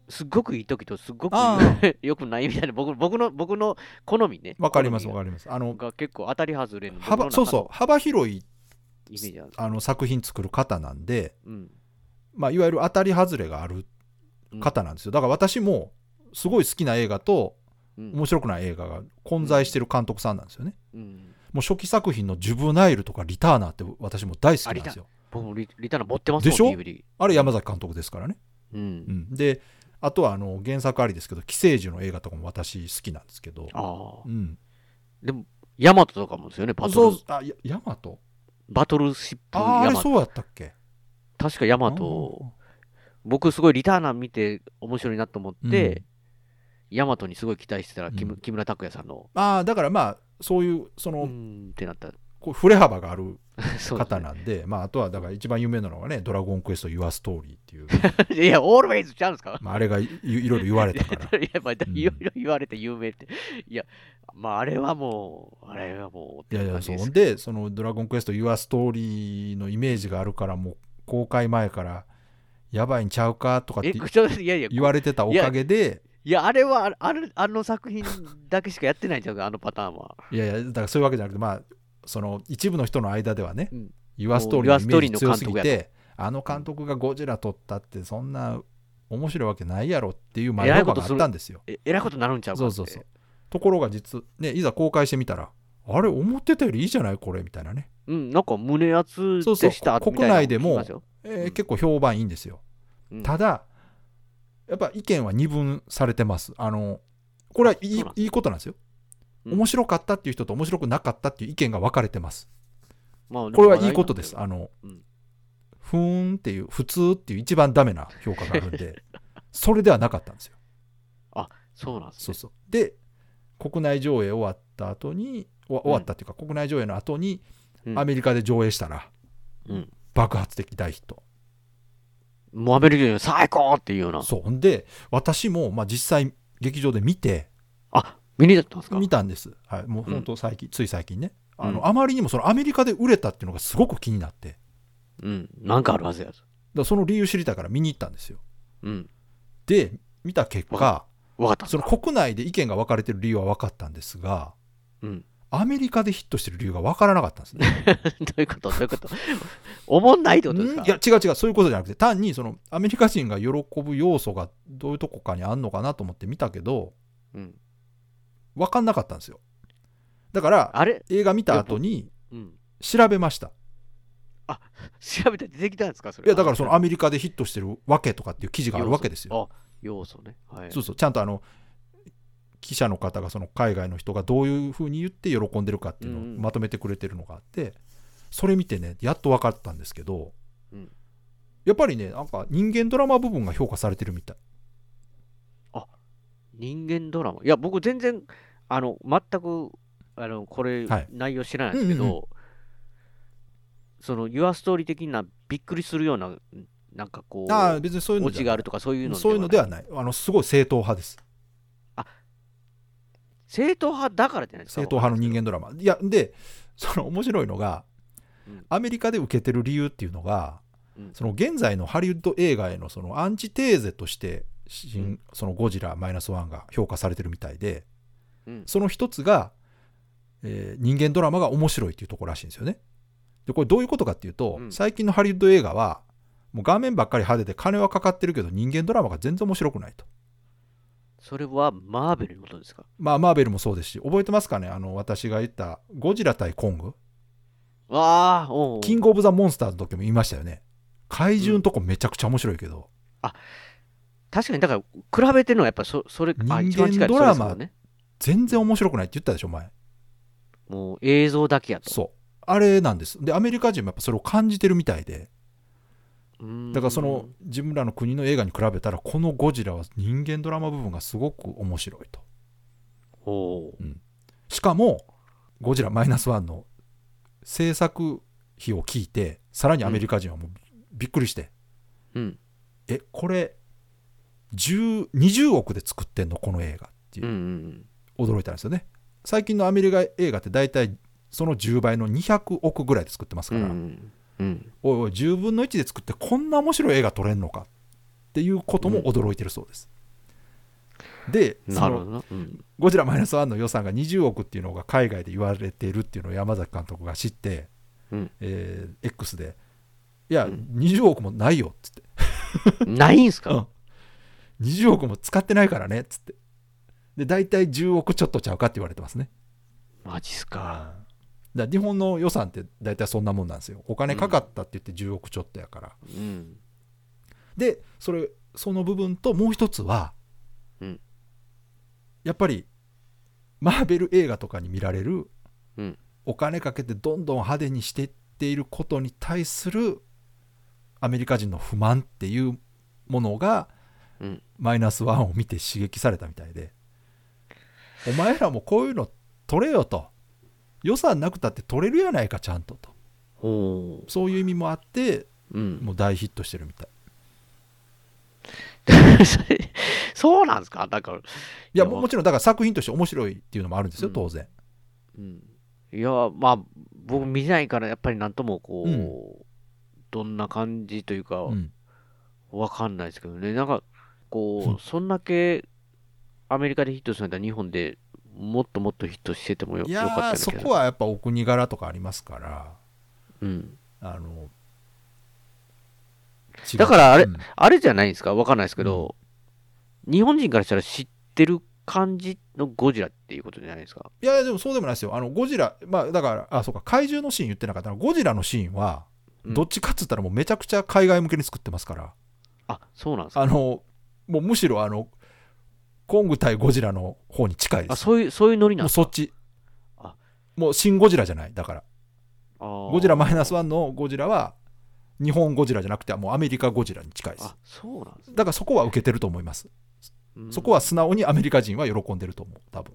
Speaker 2: すっごくいい時とすっごく
Speaker 3: あ
Speaker 2: 良くないみたいな僕僕の僕の好みね。
Speaker 3: わかります
Speaker 2: 好み
Speaker 3: わかりますあの
Speaker 2: が結構当たり外れの僕の
Speaker 3: 幅
Speaker 2: 中
Speaker 3: そうそう幅広い
Speaker 2: イメージある
Speaker 3: あの作品作る方なんで、
Speaker 2: うん
Speaker 3: まあ、いわゆる当たり外れがある方なんですよ、だから私もすごい好きな映画と面白くない映画が混在してる監督さんなんですよね、
Speaker 2: うん
Speaker 3: もう初期作品の「ジュブナイル」とか「リターナー」って私も大好きなんですよ
Speaker 2: 僕もリリターナ持ってますも
Speaker 3: で
Speaker 2: ん
Speaker 3: しょ
Speaker 2: DVD
Speaker 3: あれ山崎監督ですからね、
Speaker 2: うん
Speaker 3: うんであとはあの原作ありですけど寄生獣の映画とかも私好きなんですけど
Speaker 2: ああ、
Speaker 3: うん、
Speaker 2: でも、ヤマトとかもですよね、バト
Speaker 3: そう
Speaker 2: ル。
Speaker 3: あやヤマト
Speaker 2: バトルシップヤ
Speaker 3: あーあ
Speaker 2: マ
Speaker 3: れ
Speaker 2: ト。
Speaker 3: そうやったっけ
Speaker 2: 確かヤマト、僕すごいリターナー見て面白いなと思って、ヤマトにすごい期待してたら、木村木村拓哉さんの、
Speaker 3: ああだからまあそういうその
Speaker 2: ってなった
Speaker 3: こう振れ幅がある
Speaker 2: そうですね
Speaker 3: 方なんでまあ、あとはだから一番有名なのがね「ドラゴンクエスト・ユア・ストーリー」っ てい う、
Speaker 2: いや、オールウェイズちゃうんですか
Speaker 3: まあ、あれがいいいろいろ言われた から
Speaker 2: いや、まあ、いろいろ言われて有名って。いや、まあ、あれはもう、あれはもう、
Speaker 3: いやいやそうでその「ドラゴンクエスト・ユア・ストーリー」のイメージがあるからもう公開前から「やばいんちゃうか?」とかって
Speaker 2: えちょいやいや
Speaker 3: 言われてたおかげで
Speaker 2: いや、あれはある、あるあの作品だけしかやってないんじゃんあのパターンは。
Speaker 3: いやいやだからそういうわけじゃなくてまあその一部の人の間ではね「ユア・ストーリー」
Speaker 2: も
Speaker 3: の
Speaker 2: う
Speaker 3: イメージ
Speaker 2: Your Story の
Speaker 3: 強すぎ
Speaker 2: 監督や
Speaker 3: てあの監督がゴジラ撮ったってそんな面白いわけないやろっていう
Speaker 2: え
Speaker 3: 前
Speaker 2: らい
Speaker 3: 評
Speaker 2: こと
Speaker 3: 判があ
Speaker 2: す
Speaker 3: っ
Speaker 2: る
Speaker 3: たんですよ。
Speaker 2: ええらいことになるんちゃうか
Speaker 3: そうそうそうところが実ねいざ公開してみたらあれ思ってたよりいいじゃないこれみたいなね
Speaker 2: うん、なんか胸熱
Speaker 3: そうそう
Speaker 2: でしたみ
Speaker 3: 国
Speaker 2: たいなの
Speaker 3: 内で
Speaker 2: 聞き
Speaker 3: も
Speaker 2: ますよ、
Speaker 3: えー結構評判いいんですよ、
Speaker 2: うん
Speaker 3: ただやっぱ意見は二分されてますあのこれはいいいいことなんですよ。面白かったっていう人と面白くなかったっていう意見が分かれてます。
Speaker 2: まあ
Speaker 3: これはいいことです。あの、
Speaker 2: うん
Speaker 3: ふーんっていう、普通っていう一番ダメな評価があるんで、 それではなかったんですよ。
Speaker 2: あ、そうなんです
Speaker 3: そうそう。で、国内上映終わった後に、お終わったっていうか、国内上映の後に、
Speaker 2: うん
Speaker 3: アメリカで上映したら、
Speaker 2: うん
Speaker 3: 爆発的大ヒット。
Speaker 2: もうアメリカ人最高っていうような。
Speaker 3: そう。ほんで、私も、まあ、実際、劇場で見て、
Speaker 2: あ見にだったんですか
Speaker 3: 見たんです。はい。もう本当最近、つい最近ね。あ
Speaker 2: う
Speaker 3: の、
Speaker 2: ん
Speaker 3: あまりにもそのアメリカで売れたっていうのがすごく気になって。
Speaker 2: うん。なんかあるはずやぞ。
Speaker 3: だからその理由知りたいから見に行ったんですよ。
Speaker 2: うん。
Speaker 3: で、見た結果、
Speaker 2: わかったんです
Speaker 3: その
Speaker 2: か
Speaker 3: 国内で意見が分かれてる理由は分かったんですが、
Speaker 2: うん。
Speaker 3: アメリカでヒットしてる理由が分からなかったんですね。
Speaker 2: どういうことどういうことおもんないってことです
Speaker 3: ん
Speaker 2: か
Speaker 3: いや、違う違う、そういうことじゃなくて、単にそのアメリカ人が喜ぶ要素がどういうとこかにあんのかなと思って見たけど、
Speaker 2: うん。
Speaker 3: 分かんなかったんですよ。だから、
Speaker 2: あれ
Speaker 3: 映画見た後に
Speaker 2: うん。
Speaker 3: 調べました。
Speaker 2: 調べて出てきたんですかそれ
Speaker 3: い
Speaker 2: は。
Speaker 3: や、だからそのアメリカでヒットしてるわけとかっていう記事があるわけですよ。
Speaker 2: よ。あ、要素ね。はい。
Speaker 3: そうそう、ちゃんとあの、記者の方がその海外の人がどういうふうに言って喜んでるかっていうのを
Speaker 2: うんうん
Speaker 3: まとめてくれてるのがあって、それ見てね、やっと分かったんですけど、
Speaker 2: うん
Speaker 3: やっぱりね、なんか人間ドラマ部分が評価されてるみたい。
Speaker 2: 人間ドラマ。いや、僕全然、あの、全く、あの、これ、
Speaker 3: はい
Speaker 2: 内容知らないんですけど、
Speaker 3: うんうん
Speaker 2: その、ユアストーリー的なびっくりするような、なんかこう、
Speaker 3: ああ、別にそういうの
Speaker 2: オ
Speaker 3: じ
Speaker 2: チ
Speaker 3: ゃ
Speaker 2: があるとか、そういうの
Speaker 3: そういうのではない。あの、すごい正統派です。
Speaker 2: 正統派だからじゃないですか。
Speaker 3: 正統派の人間ドラマ。いや、で、その面白いのが、
Speaker 2: うん
Speaker 3: アメリカで受けてる理由っていうのが、
Speaker 2: うん
Speaker 3: その現在のハリウッド映画へのそのアンチテーゼとして、新
Speaker 2: うん
Speaker 3: そのゴジラマイナスワンが評価されてるみたいで、
Speaker 2: うん
Speaker 3: その一つが、えー人間ドラマが面白いっていうところらしいんですよね。でこれどういうことかっていうと、
Speaker 2: うん
Speaker 3: 最近のハリウッド映画はもう画面ばっかり派手で金はかかってるけど人間ドラマが全然面白くないと。
Speaker 2: それはマーベルのことですか
Speaker 3: まあマーベルもそうですし覚えてますかねあの私が言ったゴジラ対コング
Speaker 2: ああ、おうおう
Speaker 3: キングオブザモンスターズの時も言いましたよね。怪獣のとこめちゃくちゃ面白いけど、
Speaker 2: 確かに、だから、比べてるのはやっぱそ、それ、あ一番
Speaker 3: 人
Speaker 2: 近
Speaker 3: 間
Speaker 2: い
Speaker 3: ド
Speaker 2: そうで
Speaker 3: ラマ
Speaker 2: すもんね。
Speaker 3: 全然面白くないって言ったでしょ前。
Speaker 2: もう映像だけやと。
Speaker 3: そう。あれなんです。でアメリカ人もやっぱそれを感じてるみたいで。だからその自分らの国の映画に比べたらこのゴジラは人間ドラマ部分がすごく面白いと
Speaker 2: おう
Speaker 3: しかもゴジラマイナスワンの制作費を聞いてさらにアメリカ人はもうびっくりして、
Speaker 2: うん
Speaker 3: えこれ10 20億で作ってんのこの映画っていう
Speaker 2: うんうん
Speaker 3: 驚いたんですよね最近のアメリカ映画って大体その10倍の200億ぐらいで作ってます
Speaker 2: う
Speaker 3: から、
Speaker 2: んうん
Speaker 3: おいおい10分の1で作ってこんな面白い映画撮れんのかっていうことも驚いてるそうです、で
Speaker 2: うん。
Speaker 3: そ
Speaker 2: なるほど
Speaker 3: の
Speaker 2: な。うん
Speaker 3: ゴジラマイナスワンの予算が20億っていうのが海外で言われているっていうのを山崎監督が知って、
Speaker 2: うん
Speaker 3: えー X で「いや、20億もないよ」っつって
Speaker 2: ないんす
Speaker 3: う
Speaker 2: か
Speaker 3: ん20億も使ってないからね」っつってで大体10億ちょっとちゃうかって言われてますね
Speaker 2: マジっすか。
Speaker 3: だから日本の予算って大体そんなもんなんですよお金かかったって言って10億ちょっとやから、
Speaker 2: うん。
Speaker 3: でそれその部分ともう一つは、
Speaker 2: うん
Speaker 3: やっぱりマーベル映画とかに見られる、
Speaker 2: うん
Speaker 3: お金かけてどんどん派手にしていっていることに対するアメリカ人の不満っていうものが、
Speaker 2: うん
Speaker 3: マイナスワンを見て刺激されたみたいでお前らもこういうの取れよと予算なくたって取れるやないかちゃんとと
Speaker 2: ほ
Speaker 3: そういう意味もあって
Speaker 2: う。うん。
Speaker 3: もう大ヒットしてるみたい。
Speaker 2: それそうなんすかだから。
Speaker 3: いや
Speaker 2: いや
Speaker 3: ももちろんだから作品として面白いっていうのもあるんですよ、
Speaker 2: うん
Speaker 3: 当然
Speaker 2: うんいや、まあ、僕見ないから、やっぱりなんともこう、
Speaker 3: う
Speaker 2: どんな感じというか、
Speaker 3: うん
Speaker 2: わかんないですけどね。なんか、
Speaker 3: う
Speaker 2: こ
Speaker 3: ん
Speaker 2: う、そんだけアメリカでヒットするんだったら日本でもっともっとヒットしててもよ
Speaker 3: い
Speaker 2: よか
Speaker 3: や
Speaker 2: ったんだ
Speaker 3: ー
Speaker 2: け
Speaker 3: そ
Speaker 2: ど。
Speaker 3: こはやっぱお国柄とかありますから
Speaker 2: うん。
Speaker 3: あの
Speaker 2: だからあれ
Speaker 3: 違ううん
Speaker 2: あれじゃないんですかわかんないですけど、日本人からしたら知ってる感じのゴジラっていうことじゃないですか。
Speaker 3: いやいやでもそうでもないですよあのゴジラまあだからあそうか怪獣のシーン言ってなかったなゴジラのシーンは
Speaker 2: うん
Speaker 3: どっちかっつったらもうめちゃくちゃ海外向けに作ってますから、
Speaker 2: あ、そうなんですか。
Speaker 3: あのもうむしろあのコング対ゴジラの方に近いです
Speaker 2: あそういうそういうノリなん
Speaker 3: も
Speaker 2: で
Speaker 3: う
Speaker 2: す
Speaker 3: そ
Speaker 2: か
Speaker 3: っちもう「シン・ゴジラ」じゃないだからゴ
Speaker 2: ゴ
Speaker 3: ジラマイナスワンのゴジラは日本ゴジラじゃなくてもうアメリカゴジラに近いです
Speaker 2: そうなんですね
Speaker 3: だからそこは受けてると思います、
Speaker 2: うん
Speaker 3: そこは素直にアメリカ人は喜んでると思う多分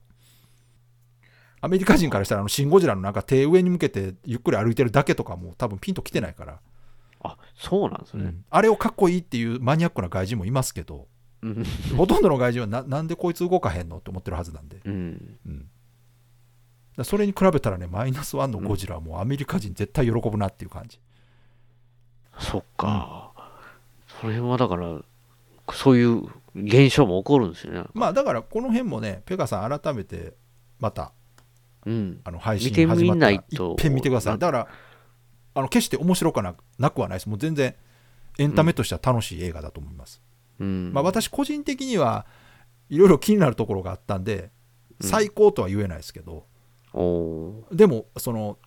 Speaker 3: アメリカ人からしたらあのシン・ゴジラのなんか手上に向けてゆっくり歩いてるだけとかもう多分ピンときてないから
Speaker 2: あそうなんですね、
Speaker 3: あれをかっこいいっていうマニアックな外人もいますけど
Speaker 2: うん
Speaker 3: ほとんどの外人はななんでこいつ動かへんのって思ってるはずなんで、
Speaker 2: うん
Speaker 3: だからそれに比べたらねマイナスワンのゴジラはもうアメリカ人絶対喜ぶなっていう感じ、
Speaker 2: そっか、それはだからそういう現象も起こるんですよね
Speaker 3: まあだからこの辺もねペガさん改めてまた
Speaker 2: うん
Speaker 3: あの配
Speaker 2: 見て
Speaker 3: 信
Speaker 2: み
Speaker 3: 始まったら
Speaker 2: ない
Speaker 3: 一
Speaker 2: と
Speaker 3: 遍見てくださいだからあの決して面白くななくはないですもう全然エンタメとしては楽しい映画だと思います、
Speaker 2: うん
Speaker 3: まあ、私個人的にはいろいろ気になるところがあったんで最高とは言えないですけど、でもその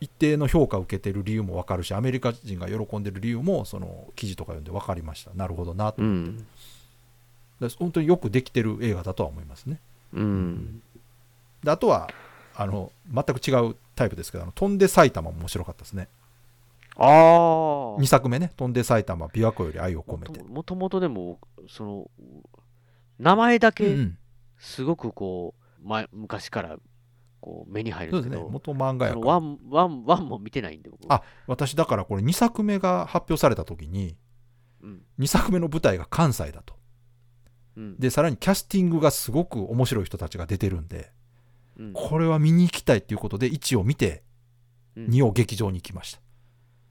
Speaker 3: 一定の評価を受けてる理由も分かるしアメリカ人が喜んでる理由もその記事とか読んで分かりましたなるほどなと、
Speaker 2: うん
Speaker 3: だから本当によくできてる映画だとは思いますね
Speaker 2: うん
Speaker 3: であとはあの全く違うタイプですけどあの「飛んで埼玉」も面白かったですね
Speaker 2: ああ
Speaker 3: 2作目ね「飛んで埼玉琵琶湖より愛を込めて
Speaker 2: もともとでもその名前だけ
Speaker 3: ん
Speaker 2: すごくこう、前昔からこう目に入」るん
Speaker 3: そう
Speaker 2: で
Speaker 3: ですす
Speaker 2: けど
Speaker 3: ね元漫画や
Speaker 2: そ
Speaker 3: か
Speaker 2: の
Speaker 3: ら
Speaker 2: ワンワンワンも見てないんで僕
Speaker 3: あ私だからこれ2作目が発表された時に
Speaker 2: うん
Speaker 3: 2作目の舞台が関西だと
Speaker 2: うん
Speaker 3: でさらにキャスティングがすごく面白い人たちが出てるんで
Speaker 2: うん
Speaker 3: これは見に行きたいっていうことで1を見て
Speaker 2: うん
Speaker 3: 2を劇場に行きまし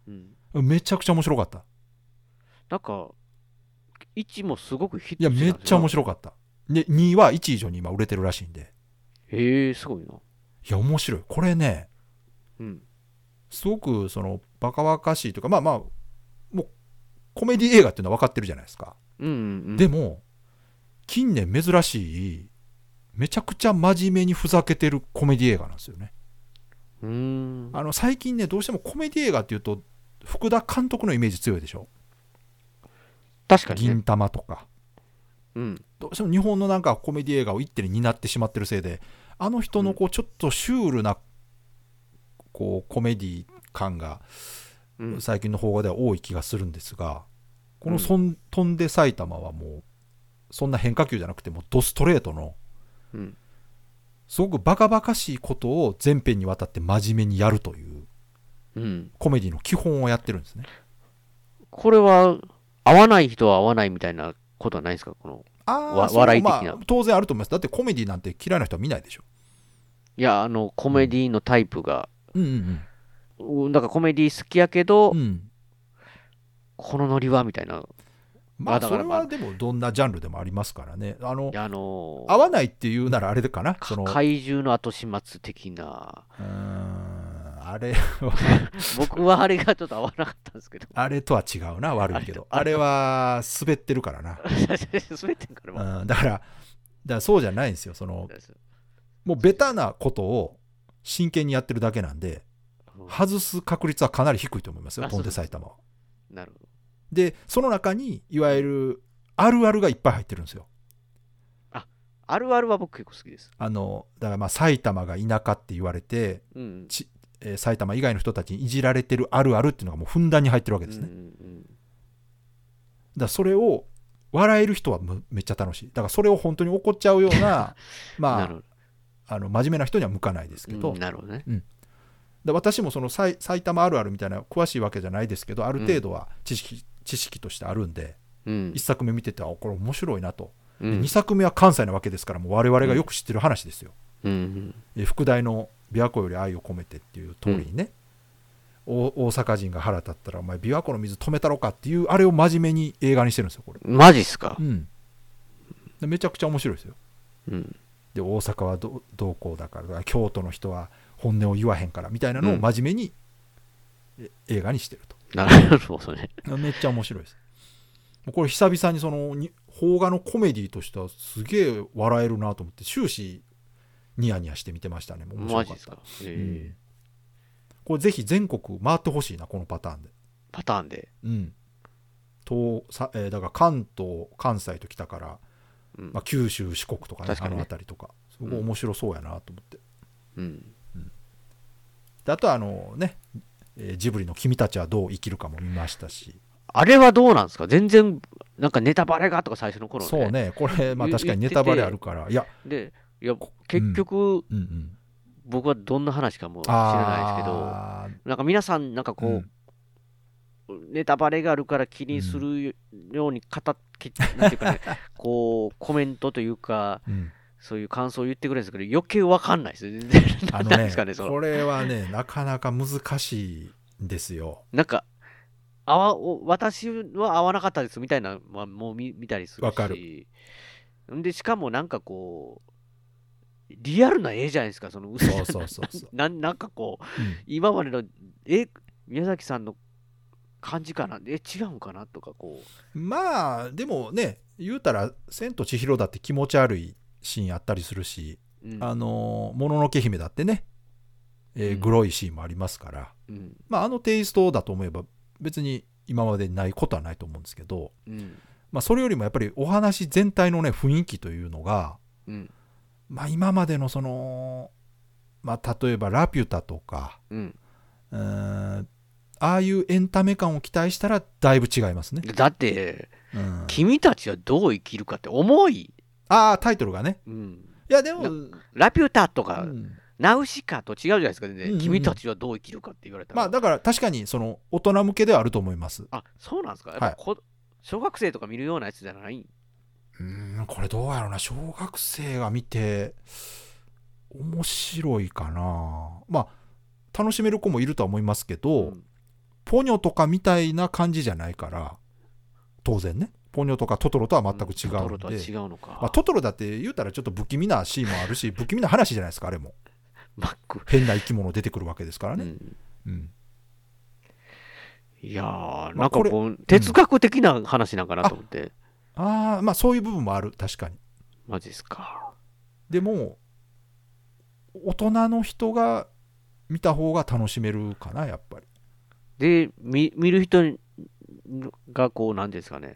Speaker 2: うん
Speaker 3: ためちゃくちゃ面白かった
Speaker 2: なんか1もすごくヒッ
Speaker 3: い
Speaker 2: ト
Speaker 3: や
Speaker 2: してたんですよ
Speaker 3: めっちゃ面白かったで2は1以上に今売れてるらしいんで
Speaker 2: へえすごいない
Speaker 3: や面白いこれね
Speaker 2: うん
Speaker 3: すごくそのバカバカしいというかまあまあもうコメディ映画っていうのは分かってるじゃないですか
Speaker 2: うんうん
Speaker 3: でも近年珍しいめちゃくちゃ真面目にふざけてるコメディ映画なんですよね
Speaker 2: うん
Speaker 3: あの最近ねどうしてもコメディ映画っていうと福田監督のイメージ強いでしょ
Speaker 2: 確かに、
Speaker 3: 銀玉とか
Speaker 2: うん
Speaker 3: どうしても日本のなんかコメディ映画を一手に担ってしまってるせいであの人のこうちょっとシュールなこうコメディ感が
Speaker 2: うん
Speaker 3: 最近の邦画では多い気がするんですがこ
Speaker 2: う
Speaker 3: の
Speaker 2: ん
Speaker 3: そん「飛んで埼玉」はもうそんな変化球じゃなくてもうドストレートの
Speaker 2: うん
Speaker 3: すごくバカバカしいことを全編にわたって真面目にやるという
Speaker 2: うん
Speaker 3: コメディの基本をやってるんですね。
Speaker 2: これは合わない人は合わないみたいなことはないんですかこの
Speaker 3: あー
Speaker 2: わ
Speaker 3: それも
Speaker 2: 笑い的な、
Speaker 3: まあ当然あると思いますだってコメディなんて嫌いな人は見ないでしょ。
Speaker 2: いやあのコメディのタイプが、
Speaker 3: うんうん
Speaker 2: うん、なんかコメディ好きやけど、
Speaker 3: ん
Speaker 2: このノリはみたいな
Speaker 3: まあ
Speaker 2: だ
Speaker 3: そ
Speaker 2: から
Speaker 3: れはでもどんなジャンルでもありますからね。あの
Speaker 2: いやあの
Speaker 3: 合わないっていうならあれかなその
Speaker 2: 怪獣の後始末的な
Speaker 3: うーんあれ
Speaker 2: 僕はあれがちょっと合わなかったんですけど
Speaker 3: あれとは違うな悪いけどあれは滑ってるからな、
Speaker 2: 滑ってんからまあ
Speaker 3: うん、だからだからそうじゃないんですよそのもうベタなことを真剣にやってるだけなんで外す確率はかなり低いと思いますよ
Speaker 2: あ
Speaker 3: 飛んで
Speaker 2: そうです
Speaker 3: 埼玉は
Speaker 2: なるほど
Speaker 3: でその中にいわゆるあるあるがいっぱい入ってるんですよ
Speaker 2: あるあるは僕結構好きです
Speaker 3: あのだからまあ埼玉が田舎って言われて、
Speaker 2: うん
Speaker 3: ちえー埼玉以外の人たちにいじられてるあるあるっていうのがもうふんだんに入ってるわけですね、だからそれを笑える人はむめっちゃ楽しいだからそれを本当に怒っちゃうよう なま
Speaker 2: な
Speaker 3: あ
Speaker 2: るほど
Speaker 3: あの真面目な人には向かないですけど、
Speaker 2: うんなるほどね
Speaker 3: うんで私もその埼埼玉あるあるみたいな詳しいわけじゃないですけどある程度は知識,、知識としてあるんで、
Speaker 2: うん
Speaker 3: 1作目見ててあこれ面白いなと、
Speaker 2: うん
Speaker 3: 2作目は関西なわけですからもう我々がよく知ってる話ですよ、
Speaker 2: うん
Speaker 3: え副題の「琵琶湖より愛を込めて」っていう通りにね、お大阪人が腹立ったら「お前琵琶湖の水止めたろか」っていうあれを真面目に映画にしてるんですよこれ
Speaker 2: マジっすか
Speaker 3: うんでめちゃくちゃ面白いですよ
Speaker 2: うん
Speaker 3: で大阪はどどうこうだから京都の人は本音を言わへんからみたいなの
Speaker 2: う
Speaker 3: を
Speaker 2: ん
Speaker 3: 真面目にえ映画にしてると、
Speaker 2: なるほどね
Speaker 3: めっちゃ面白いですもうこれ久々にそのに邦画のコメディとしてはすげえ笑えるなと思って終始ニヤニヤして見てましたねもう面白
Speaker 2: マジ
Speaker 3: か
Speaker 2: っ
Speaker 3: っ
Speaker 2: す
Speaker 3: た
Speaker 2: かええ
Speaker 3: これぜひ全国回ってほしいなこのパターンで
Speaker 2: パターンで
Speaker 3: うん東さ、えーだから関東関西と来たから、まあ、九州四国とかね
Speaker 8: 確か
Speaker 3: あ
Speaker 8: にね
Speaker 3: の辺りとかすごい面白そうやなと思って、
Speaker 8: うん。
Speaker 3: であとはあのねえージブリの「君たちはどう生きるか」も見ましたし
Speaker 2: あれはどうなんですか全然、なんかネタバレがとか最初の頃ね。
Speaker 3: そうねこれまあ
Speaker 2: 言
Speaker 3: 確かにネタバレあるからいや。
Speaker 2: 言っててで、いや、結局、僕はどんな話かもう知ら
Speaker 3: あ
Speaker 2: ないですけど、なんか皆さん、なんかこう、ネタバレがあるから気にするように語っ、きなんていうか ね、こう、コメントというか、 そういう感想を言ってくれるんですけど、余計わかんないです。全 然
Speaker 3: あの
Speaker 2: 何
Speaker 3: ね
Speaker 2: ですかね、その
Speaker 3: これはねなかなか難しいんですよ
Speaker 2: なんか、合わお私は合わなかったですみたいな、まあ、もう見見たりするし。
Speaker 3: わかる
Speaker 2: んで、しかもなんかこう、リアルな絵じゃないですか、その嘘
Speaker 3: そうそうそうそ
Speaker 2: なんなんかこう、今までの、え、宮崎さんの感じかな、え、違うんかなとか、こう、
Speaker 3: まあでもね言うたら「千と千尋」だって気持ち悪いシーンあったりするし「
Speaker 2: うん
Speaker 3: あのもののけ姫」だってね、えーグロいシーンもありますから、
Speaker 2: うん
Speaker 3: まああのテイストだと思えば別に今までにないことはないと思うんですけど、
Speaker 2: うん、
Speaker 3: まあ、それよりもやっぱりお話全体のね雰囲気というのが、
Speaker 2: うん、
Speaker 3: まあ、今までのその、まあ、例えば「ラピュタ」とか、
Speaker 2: うん、
Speaker 3: うーんああいうエンタメ感を期待したらだいぶ違いますね。
Speaker 2: だって、君たちはどう生きるかって重い。
Speaker 3: ああ、タイトルがね。いや、でも、
Speaker 2: ラピュタとか、ナウシカと違うじゃないですか、全然。
Speaker 3: うんうん
Speaker 2: 君たちはどう生きるかって言われたら。
Speaker 3: まあだから確かにその大人向けではあると思います。
Speaker 2: あそうなんですかやっ
Speaker 3: は
Speaker 2: ぱ
Speaker 3: い
Speaker 2: こ、小学生とか見るようなやつじゃない
Speaker 3: うんこれどうやろうな小学生が見て面白いかなまあ楽しめる子もいるとは思いますけど、ポニョとかみたいな感じじゃないから当然ねポニョとかトトロとは全く違
Speaker 2: ト
Speaker 3: うので、
Speaker 2: トロとは違うのか
Speaker 3: ま あ、トトロだって言うたらちょっと不気味なシーンもあるし不気味な話じゃないですかあれも変な生き物出てくるわけですからね、うん
Speaker 2: いやー、
Speaker 3: ま
Speaker 2: な
Speaker 3: あ
Speaker 2: ん
Speaker 3: こ
Speaker 2: か
Speaker 3: れ
Speaker 2: こう、哲学的な話なんかなと思って。
Speaker 3: ああまあそういう部分もある確かに
Speaker 2: マジですか
Speaker 3: でも大人の人が見た方が楽しめるかなやっぱり
Speaker 2: で、見見る人にがこう、なんていうんですかね、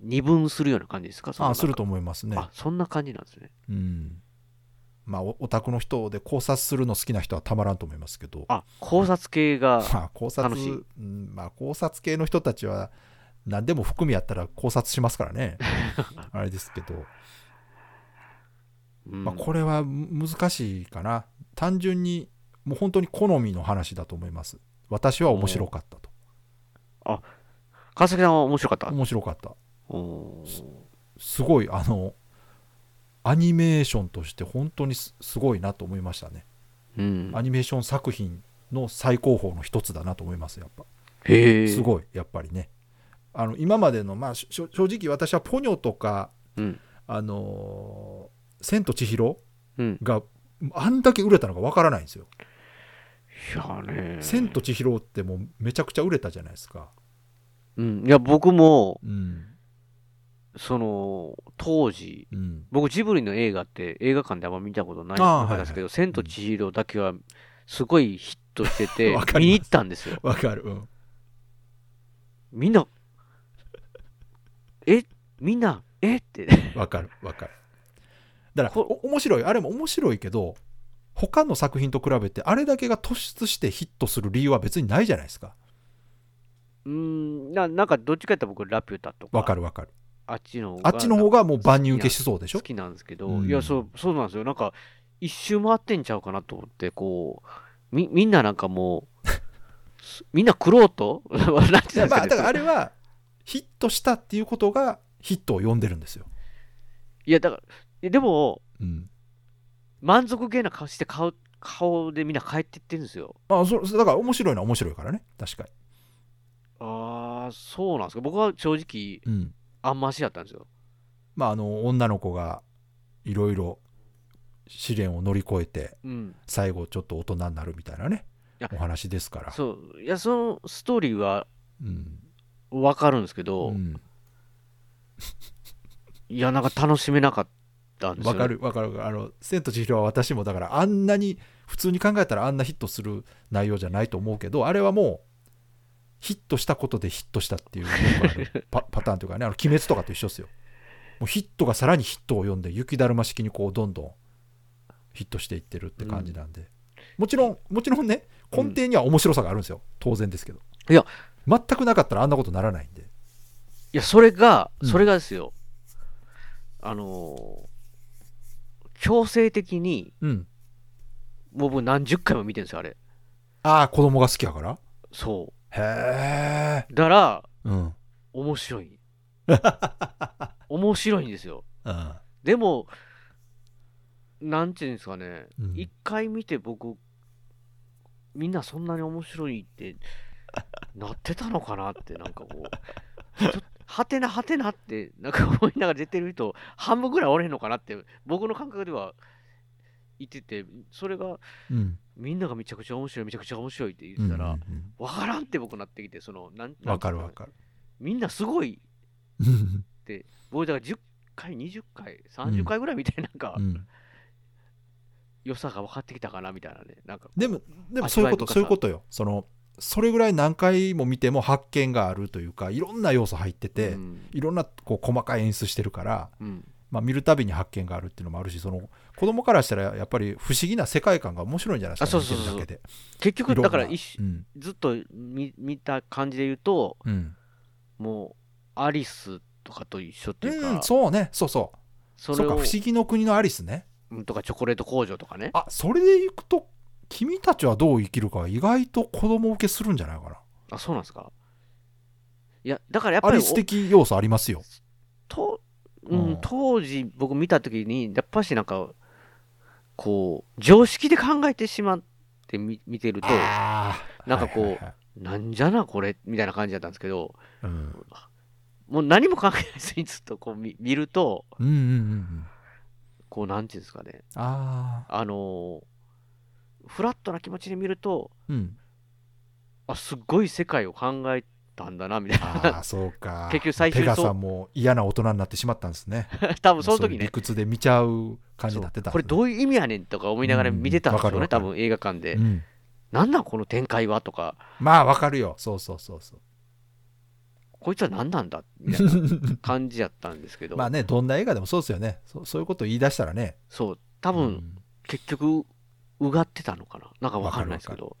Speaker 2: 二分するような感じですかその
Speaker 3: あすると思いますね
Speaker 2: あそんな感じなんですね。
Speaker 3: うんまあおオタクの人で考察するの好きな人はたまらんと思いますけど
Speaker 2: あ考察系が
Speaker 3: まあ考察
Speaker 2: 楽しい
Speaker 3: うんまあ考察系の人たちは何でも含みやったら考察しますか らねあれですけど、まあ、これはむ難しいかな単純にもう本当に好みの話だと思います私は面白かったと
Speaker 2: あ川崎さんは面白かった
Speaker 3: 面白かったすすごいあのアニメーションとして本当にすすごいなと思いましたね、アニメーション作品の最高峰の一つだなと思いますやっぱ
Speaker 2: へえ
Speaker 3: すごいやっぱりねあの今までのまあしょ正直私はポニョとか、あのー千と千尋」が、あんだけ売れたのかわからないんですよ
Speaker 2: いやーね
Speaker 3: 千と千尋」ってもうめちゃくちゃ売れたじゃないですか
Speaker 2: うん、いや僕も、
Speaker 3: うん
Speaker 2: その当時、
Speaker 3: うん
Speaker 2: 僕ジブリの映画って映画館であんま見たことない
Speaker 3: ああ
Speaker 2: んですけど「千と千尋」だけはすごいヒットしてて
Speaker 3: わかり
Speaker 2: 見に
Speaker 3: ます
Speaker 2: 行ったんですよ
Speaker 3: わかるうん
Speaker 2: みんなえみんなえって
Speaker 3: わかるわかるだからお面白いあれも面白いけど他の作品と比べてあれだけが突出してヒットする理由は別にないじゃないですか
Speaker 2: うんななんかどっちかやったら僕ラピュタとか
Speaker 3: わかるわかる
Speaker 2: あっちの方
Speaker 3: あっちの方がもう万人受けしそうでしょ
Speaker 2: 好きなんですけど、
Speaker 3: うん
Speaker 2: いやそうそうなんですよなんか一周回ってんちゃうかなと思ってこうみみんななんか もうすみんな苦労と なんていうんです
Speaker 3: いやまあ
Speaker 2: ね
Speaker 3: だからあれはヒットしたっていうことがヒットを呼んでるんですよ
Speaker 2: いやだからいやでも、
Speaker 3: うん
Speaker 2: 満足げな顔して顔顔でみんな帰ってってるんですよ
Speaker 3: あそそだから面白いのは面白いからね確かに
Speaker 2: ああそうなんですか僕は正直、
Speaker 3: うん
Speaker 2: あんましだったんですよ
Speaker 3: まああの女の子がいろいろ試練を乗り越えて、
Speaker 2: うん
Speaker 3: 最後ちょっと大人になるみたいなねお話ですから
Speaker 2: そういやそのストーリーは
Speaker 3: うん
Speaker 2: わかるんですけど、いやなんか楽しめなかったんですよ
Speaker 3: わ
Speaker 2: ね
Speaker 3: かるわかるあの「千と千尋」は私もだからあんなに普通に考えたらあんなヒットする内容じゃないと思うけどあれはもう ヒットしたことでヒットしたっていうよくあるパパターンというかね「あの鬼滅」とかと一緒ですよもうヒットがさらにヒットを読んで雪だるま式にこうどんどんヒットしていってるって感じなんで、もちろんもちろんね根底には面白さがあるんですよ当然ですけど
Speaker 2: いや
Speaker 3: 全くなかったらあんなことならないんで
Speaker 2: いや、それが、それがですよ、あのー強制的に、
Speaker 3: うん
Speaker 2: もう僕何十回も見てるんですよ、あれ。
Speaker 3: ああ子供が好きやから
Speaker 2: そ
Speaker 3: へえ
Speaker 2: う。だから、
Speaker 3: うん
Speaker 2: 面白 い。面白いんですよ。
Speaker 3: うん
Speaker 2: でも、なんていうんですかね、一、回見て僕、みんなそんなに面白いって、なってたのかなって、なんかこう、ちょっと、はてなはてなって、なんか思いながら出てる人、半分ぐらいおれへんのかなって、僕の感覚では言ってて、それが、
Speaker 3: うん
Speaker 2: みんながめちゃくちゃ面白い、めちゃくちゃ面白いって言ってたら、わ、
Speaker 3: うんう
Speaker 2: からんって僕なってきて、その、なんなん
Speaker 3: わかるわかる
Speaker 2: みんなすごいって、僕だから10回、20回、30回ぐらいみたいな、なんか、
Speaker 3: うん
Speaker 2: 良さが分かってきたかなみたいなね。なんかこう
Speaker 3: でもでもそういうことそういうこと。よそのそれぐらい何回も見ても発見があるというかいろんな要素入ってて、いろんなこう細かい演出してるから、
Speaker 2: うん
Speaker 3: まあ、見るたびに発見があるっていうのもあるしその子供からしたらやっぱり不思議な世界観が面白いんじゃないで
Speaker 2: あ
Speaker 3: すか
Speaker 2: そうそうそう
Speaker 3: 見
Speaker 2: そ
Speaker 3: て
Speaker 2: う
Speaker 3: るだけで
Speaker 2: 結
Speaker 3: い
Speaker 2: 局
Speaker 3: ろん
Speaker 2: だ
Speaker 3: な
Speaker 2: から一緒
Speaker 3: うん
Speaker 2: ずっと見見た感じで言うと、
Speaker 3: うん
Speaker 2: もうアリスとかと一緒っていうか、
Speaker 3: うんそうねそうそう
Speaker 2: そ
Speaker 3: そ
Speaker 2: れ
Speaker 3: う
Speaker 2: を
Speaker 3: か不思議の国のアリスね
Speaker 2: うんとかチョコレート工場とかね
Speaker 3: あそれでいくと君たちはどう生きるかは意外と子供受けするんじゃないかな
Speaker 2: あそうなんですかいやだからやっ
Speaker 3: ア
Speaker 2: ぱり
Speaker 3: リス的要素ありますよ
Speaker 2: と、うん当時僕見た時にやっぱしなんかこう常識で考えてしまってみ見てるとなんかこう、なんじゃなこれみたいな感じだったんですけど、
Speaker 3: うん
Speaker 2: もう何も考えずにずっとこう見見ると
Speaker 3: うんうんうん
Speaker 2: こうなんていうんですかね
Speaker 3: あ
Speaker 2: あのーフラットな気持ちで見ると
Speaker 3: うん
Speaker 2: あすっごい世界を考えたんだなみたいな
Speaker 3: あそうか
Speaker 2: 結局最終
Speaker 3: ペガ
Speaker 2: そう
Speaker 3: さんも嫌な大人になってしまったんですね
Speaker 2: 多分その時ね
Speaker 3: ういう理屈で見ちゃう感じになってたん
Speaker 2: これどういう意味やねんとか思いながら見てたんですよね、
Speaker 3: うんわか
Speaker 2: 多
Speaker 3: るわ
Speaker 2: 分映画館で、
Speaker 3: うん
Speaker 2: なんなんこの展開はとか
Speaker 3: まあわかるよそうそうそう そう
Speaker 2: こいつは何なんだみたいな感じやったんですけど
Speaker 3: まあねどんな映画でもそうですよねそそういうこと言い出したらね
Speaker 2: そう多分、結局うがってたのかななんかわかんないですけど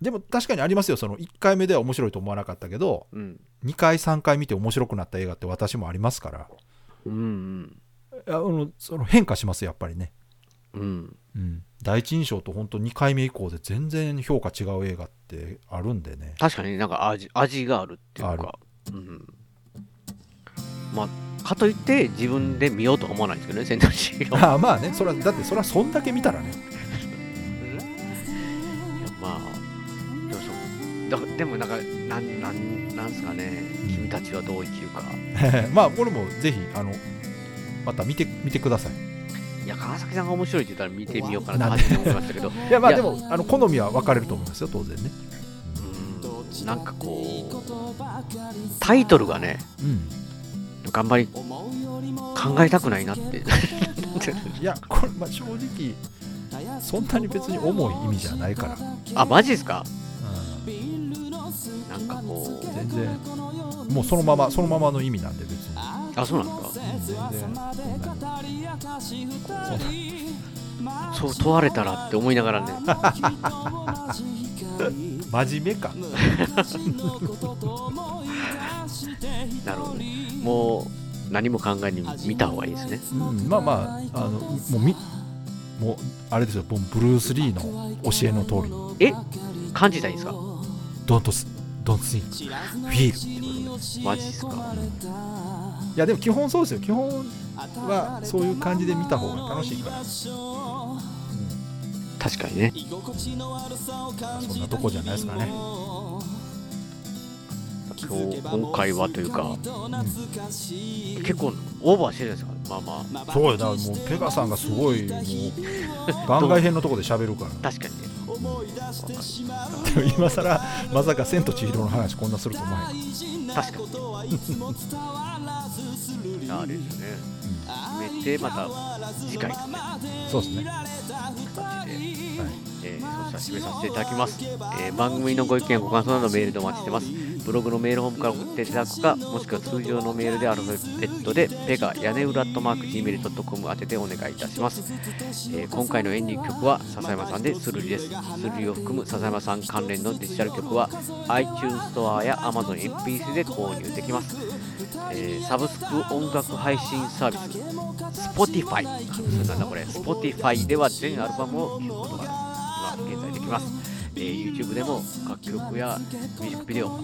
Speaker 3: でも確かにありますよその1回目では面白いと思わなかったけど、
Speaker 2: うん
Speaker 3: 2回3回見て面白くなった映画って私もありますから
Speaker 2: うんうん
Speaker 3: あのその変化しますやっぱりね
Speaker 2: うん
Speaker 3: うん第一印象と本当2回目以降で全然評価違う映画ってあるんでね
Speaker 2: 確かになんか味味があるっていうか、うん、まあかといって自分で見ようとは思わないんですけどね戦闘シ ーンを
Speaker 3: ああまあねそれはだってそれはそんだけ見たら ね
Speaker 2: いやまあでもそうだでもなんかなんなんなんすかね君たちはどう生きるか
Speaker 3: まあこれもぜひあのまた見て見てください
Speaker 2: いや川崎さんが面白いって言ったら見てみようか
Speaker 3: な
Speaker 2: なんっ
Speaker 3: で
Speaker 2: て思いましたけ ど
Speaker 3: いやまあでもあの好みは分かれると思いますよ当然ね
Speaker 2: なんかこうタイトルがね、なんかあんまり考えたくないなって
Speaker 3: いやこれまあ正直そんなに別に重い意味じゃないから
Speaker 2: あマジですか
Speaker 3: なん
Speaker 2: かこう
Speaker 3: 全然もうそのままそのままの意味なんで別に
Speaker 2: あそうなんですかそう問われたらって思いながらね
Speaker 3: 真面目か
Speaker 2: なるほどねもう何も考えに見た方がいいですね
Speaker 3: うんまあまああのもうみもうあれですよもうブルース・リーの教えの通り
Speaker 2: え感じたいんですか
Speaker 3: 「Don't, s- don't think, feel」ってことで
Speaker 2: マジですか
Speaker 3: いやでも基本そうですよ基本はそういう感じで見た方が楽しいから
Speaker 2: 確かにね
Speaker 3: そんなとこじゃないですかね
Speaker 2: 今日今回はというか、結構オーバーしてるじゃないですかまあまあ
Speaker 3: そうよだからもうペガさんがすごいもう番外編のとこで喋るから
Speaker 2: 確かにね
Speaker 3: でも今更まさか「千と千尋」の話こんなすると思わへん
Speaker 2: 確か にあれですよね決めてまた次回ですね
Speaker 3: そうですね
Speaker 2: えー、そしたら締めさせていただきます、えー番組のご意見ご感想などメールでお待ちしてますブログのメールホームから送っていただくか、もしくは通常のメールでアルファベットで、ペガ屋根裏とマーク Gmail.com 宛ててお願いいたします。えー今回のエンディング曲は笹山さんでスルリです。スルリを含む笹山さん関連のデジタル曲は iTunes ストアや Amazon MP3 で購入できます。えーサブスク音楽配信サービス、Spotify。そうなんだこれ、Spotify では全アルバムを聴くことが今現在できます。えー YouTube でも楽曲やミュージックビデオが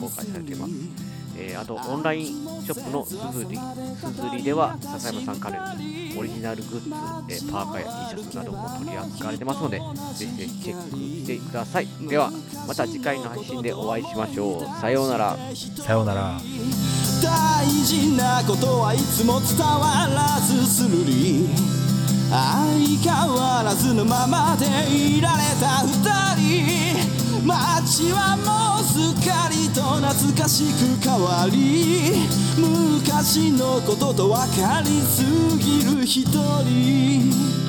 Speaker 2: 公開されています。えーあと、オンラインショップのすずり、すずりでは、笹山さん関連のオリジナルグッズ、えーパーカーや T シャツなども取り扱われてますので、ぜひぜひチェックしてください。では、また次回の配信でお会いしましょう。さようなら。
Speaker 3: さようなら。
Speaker 11: 大事なことはいつも伝わらずするり相変わらずのままでいられた二人街はもうすっかりと懐かしく変わり昔のことと分かりすぎる一人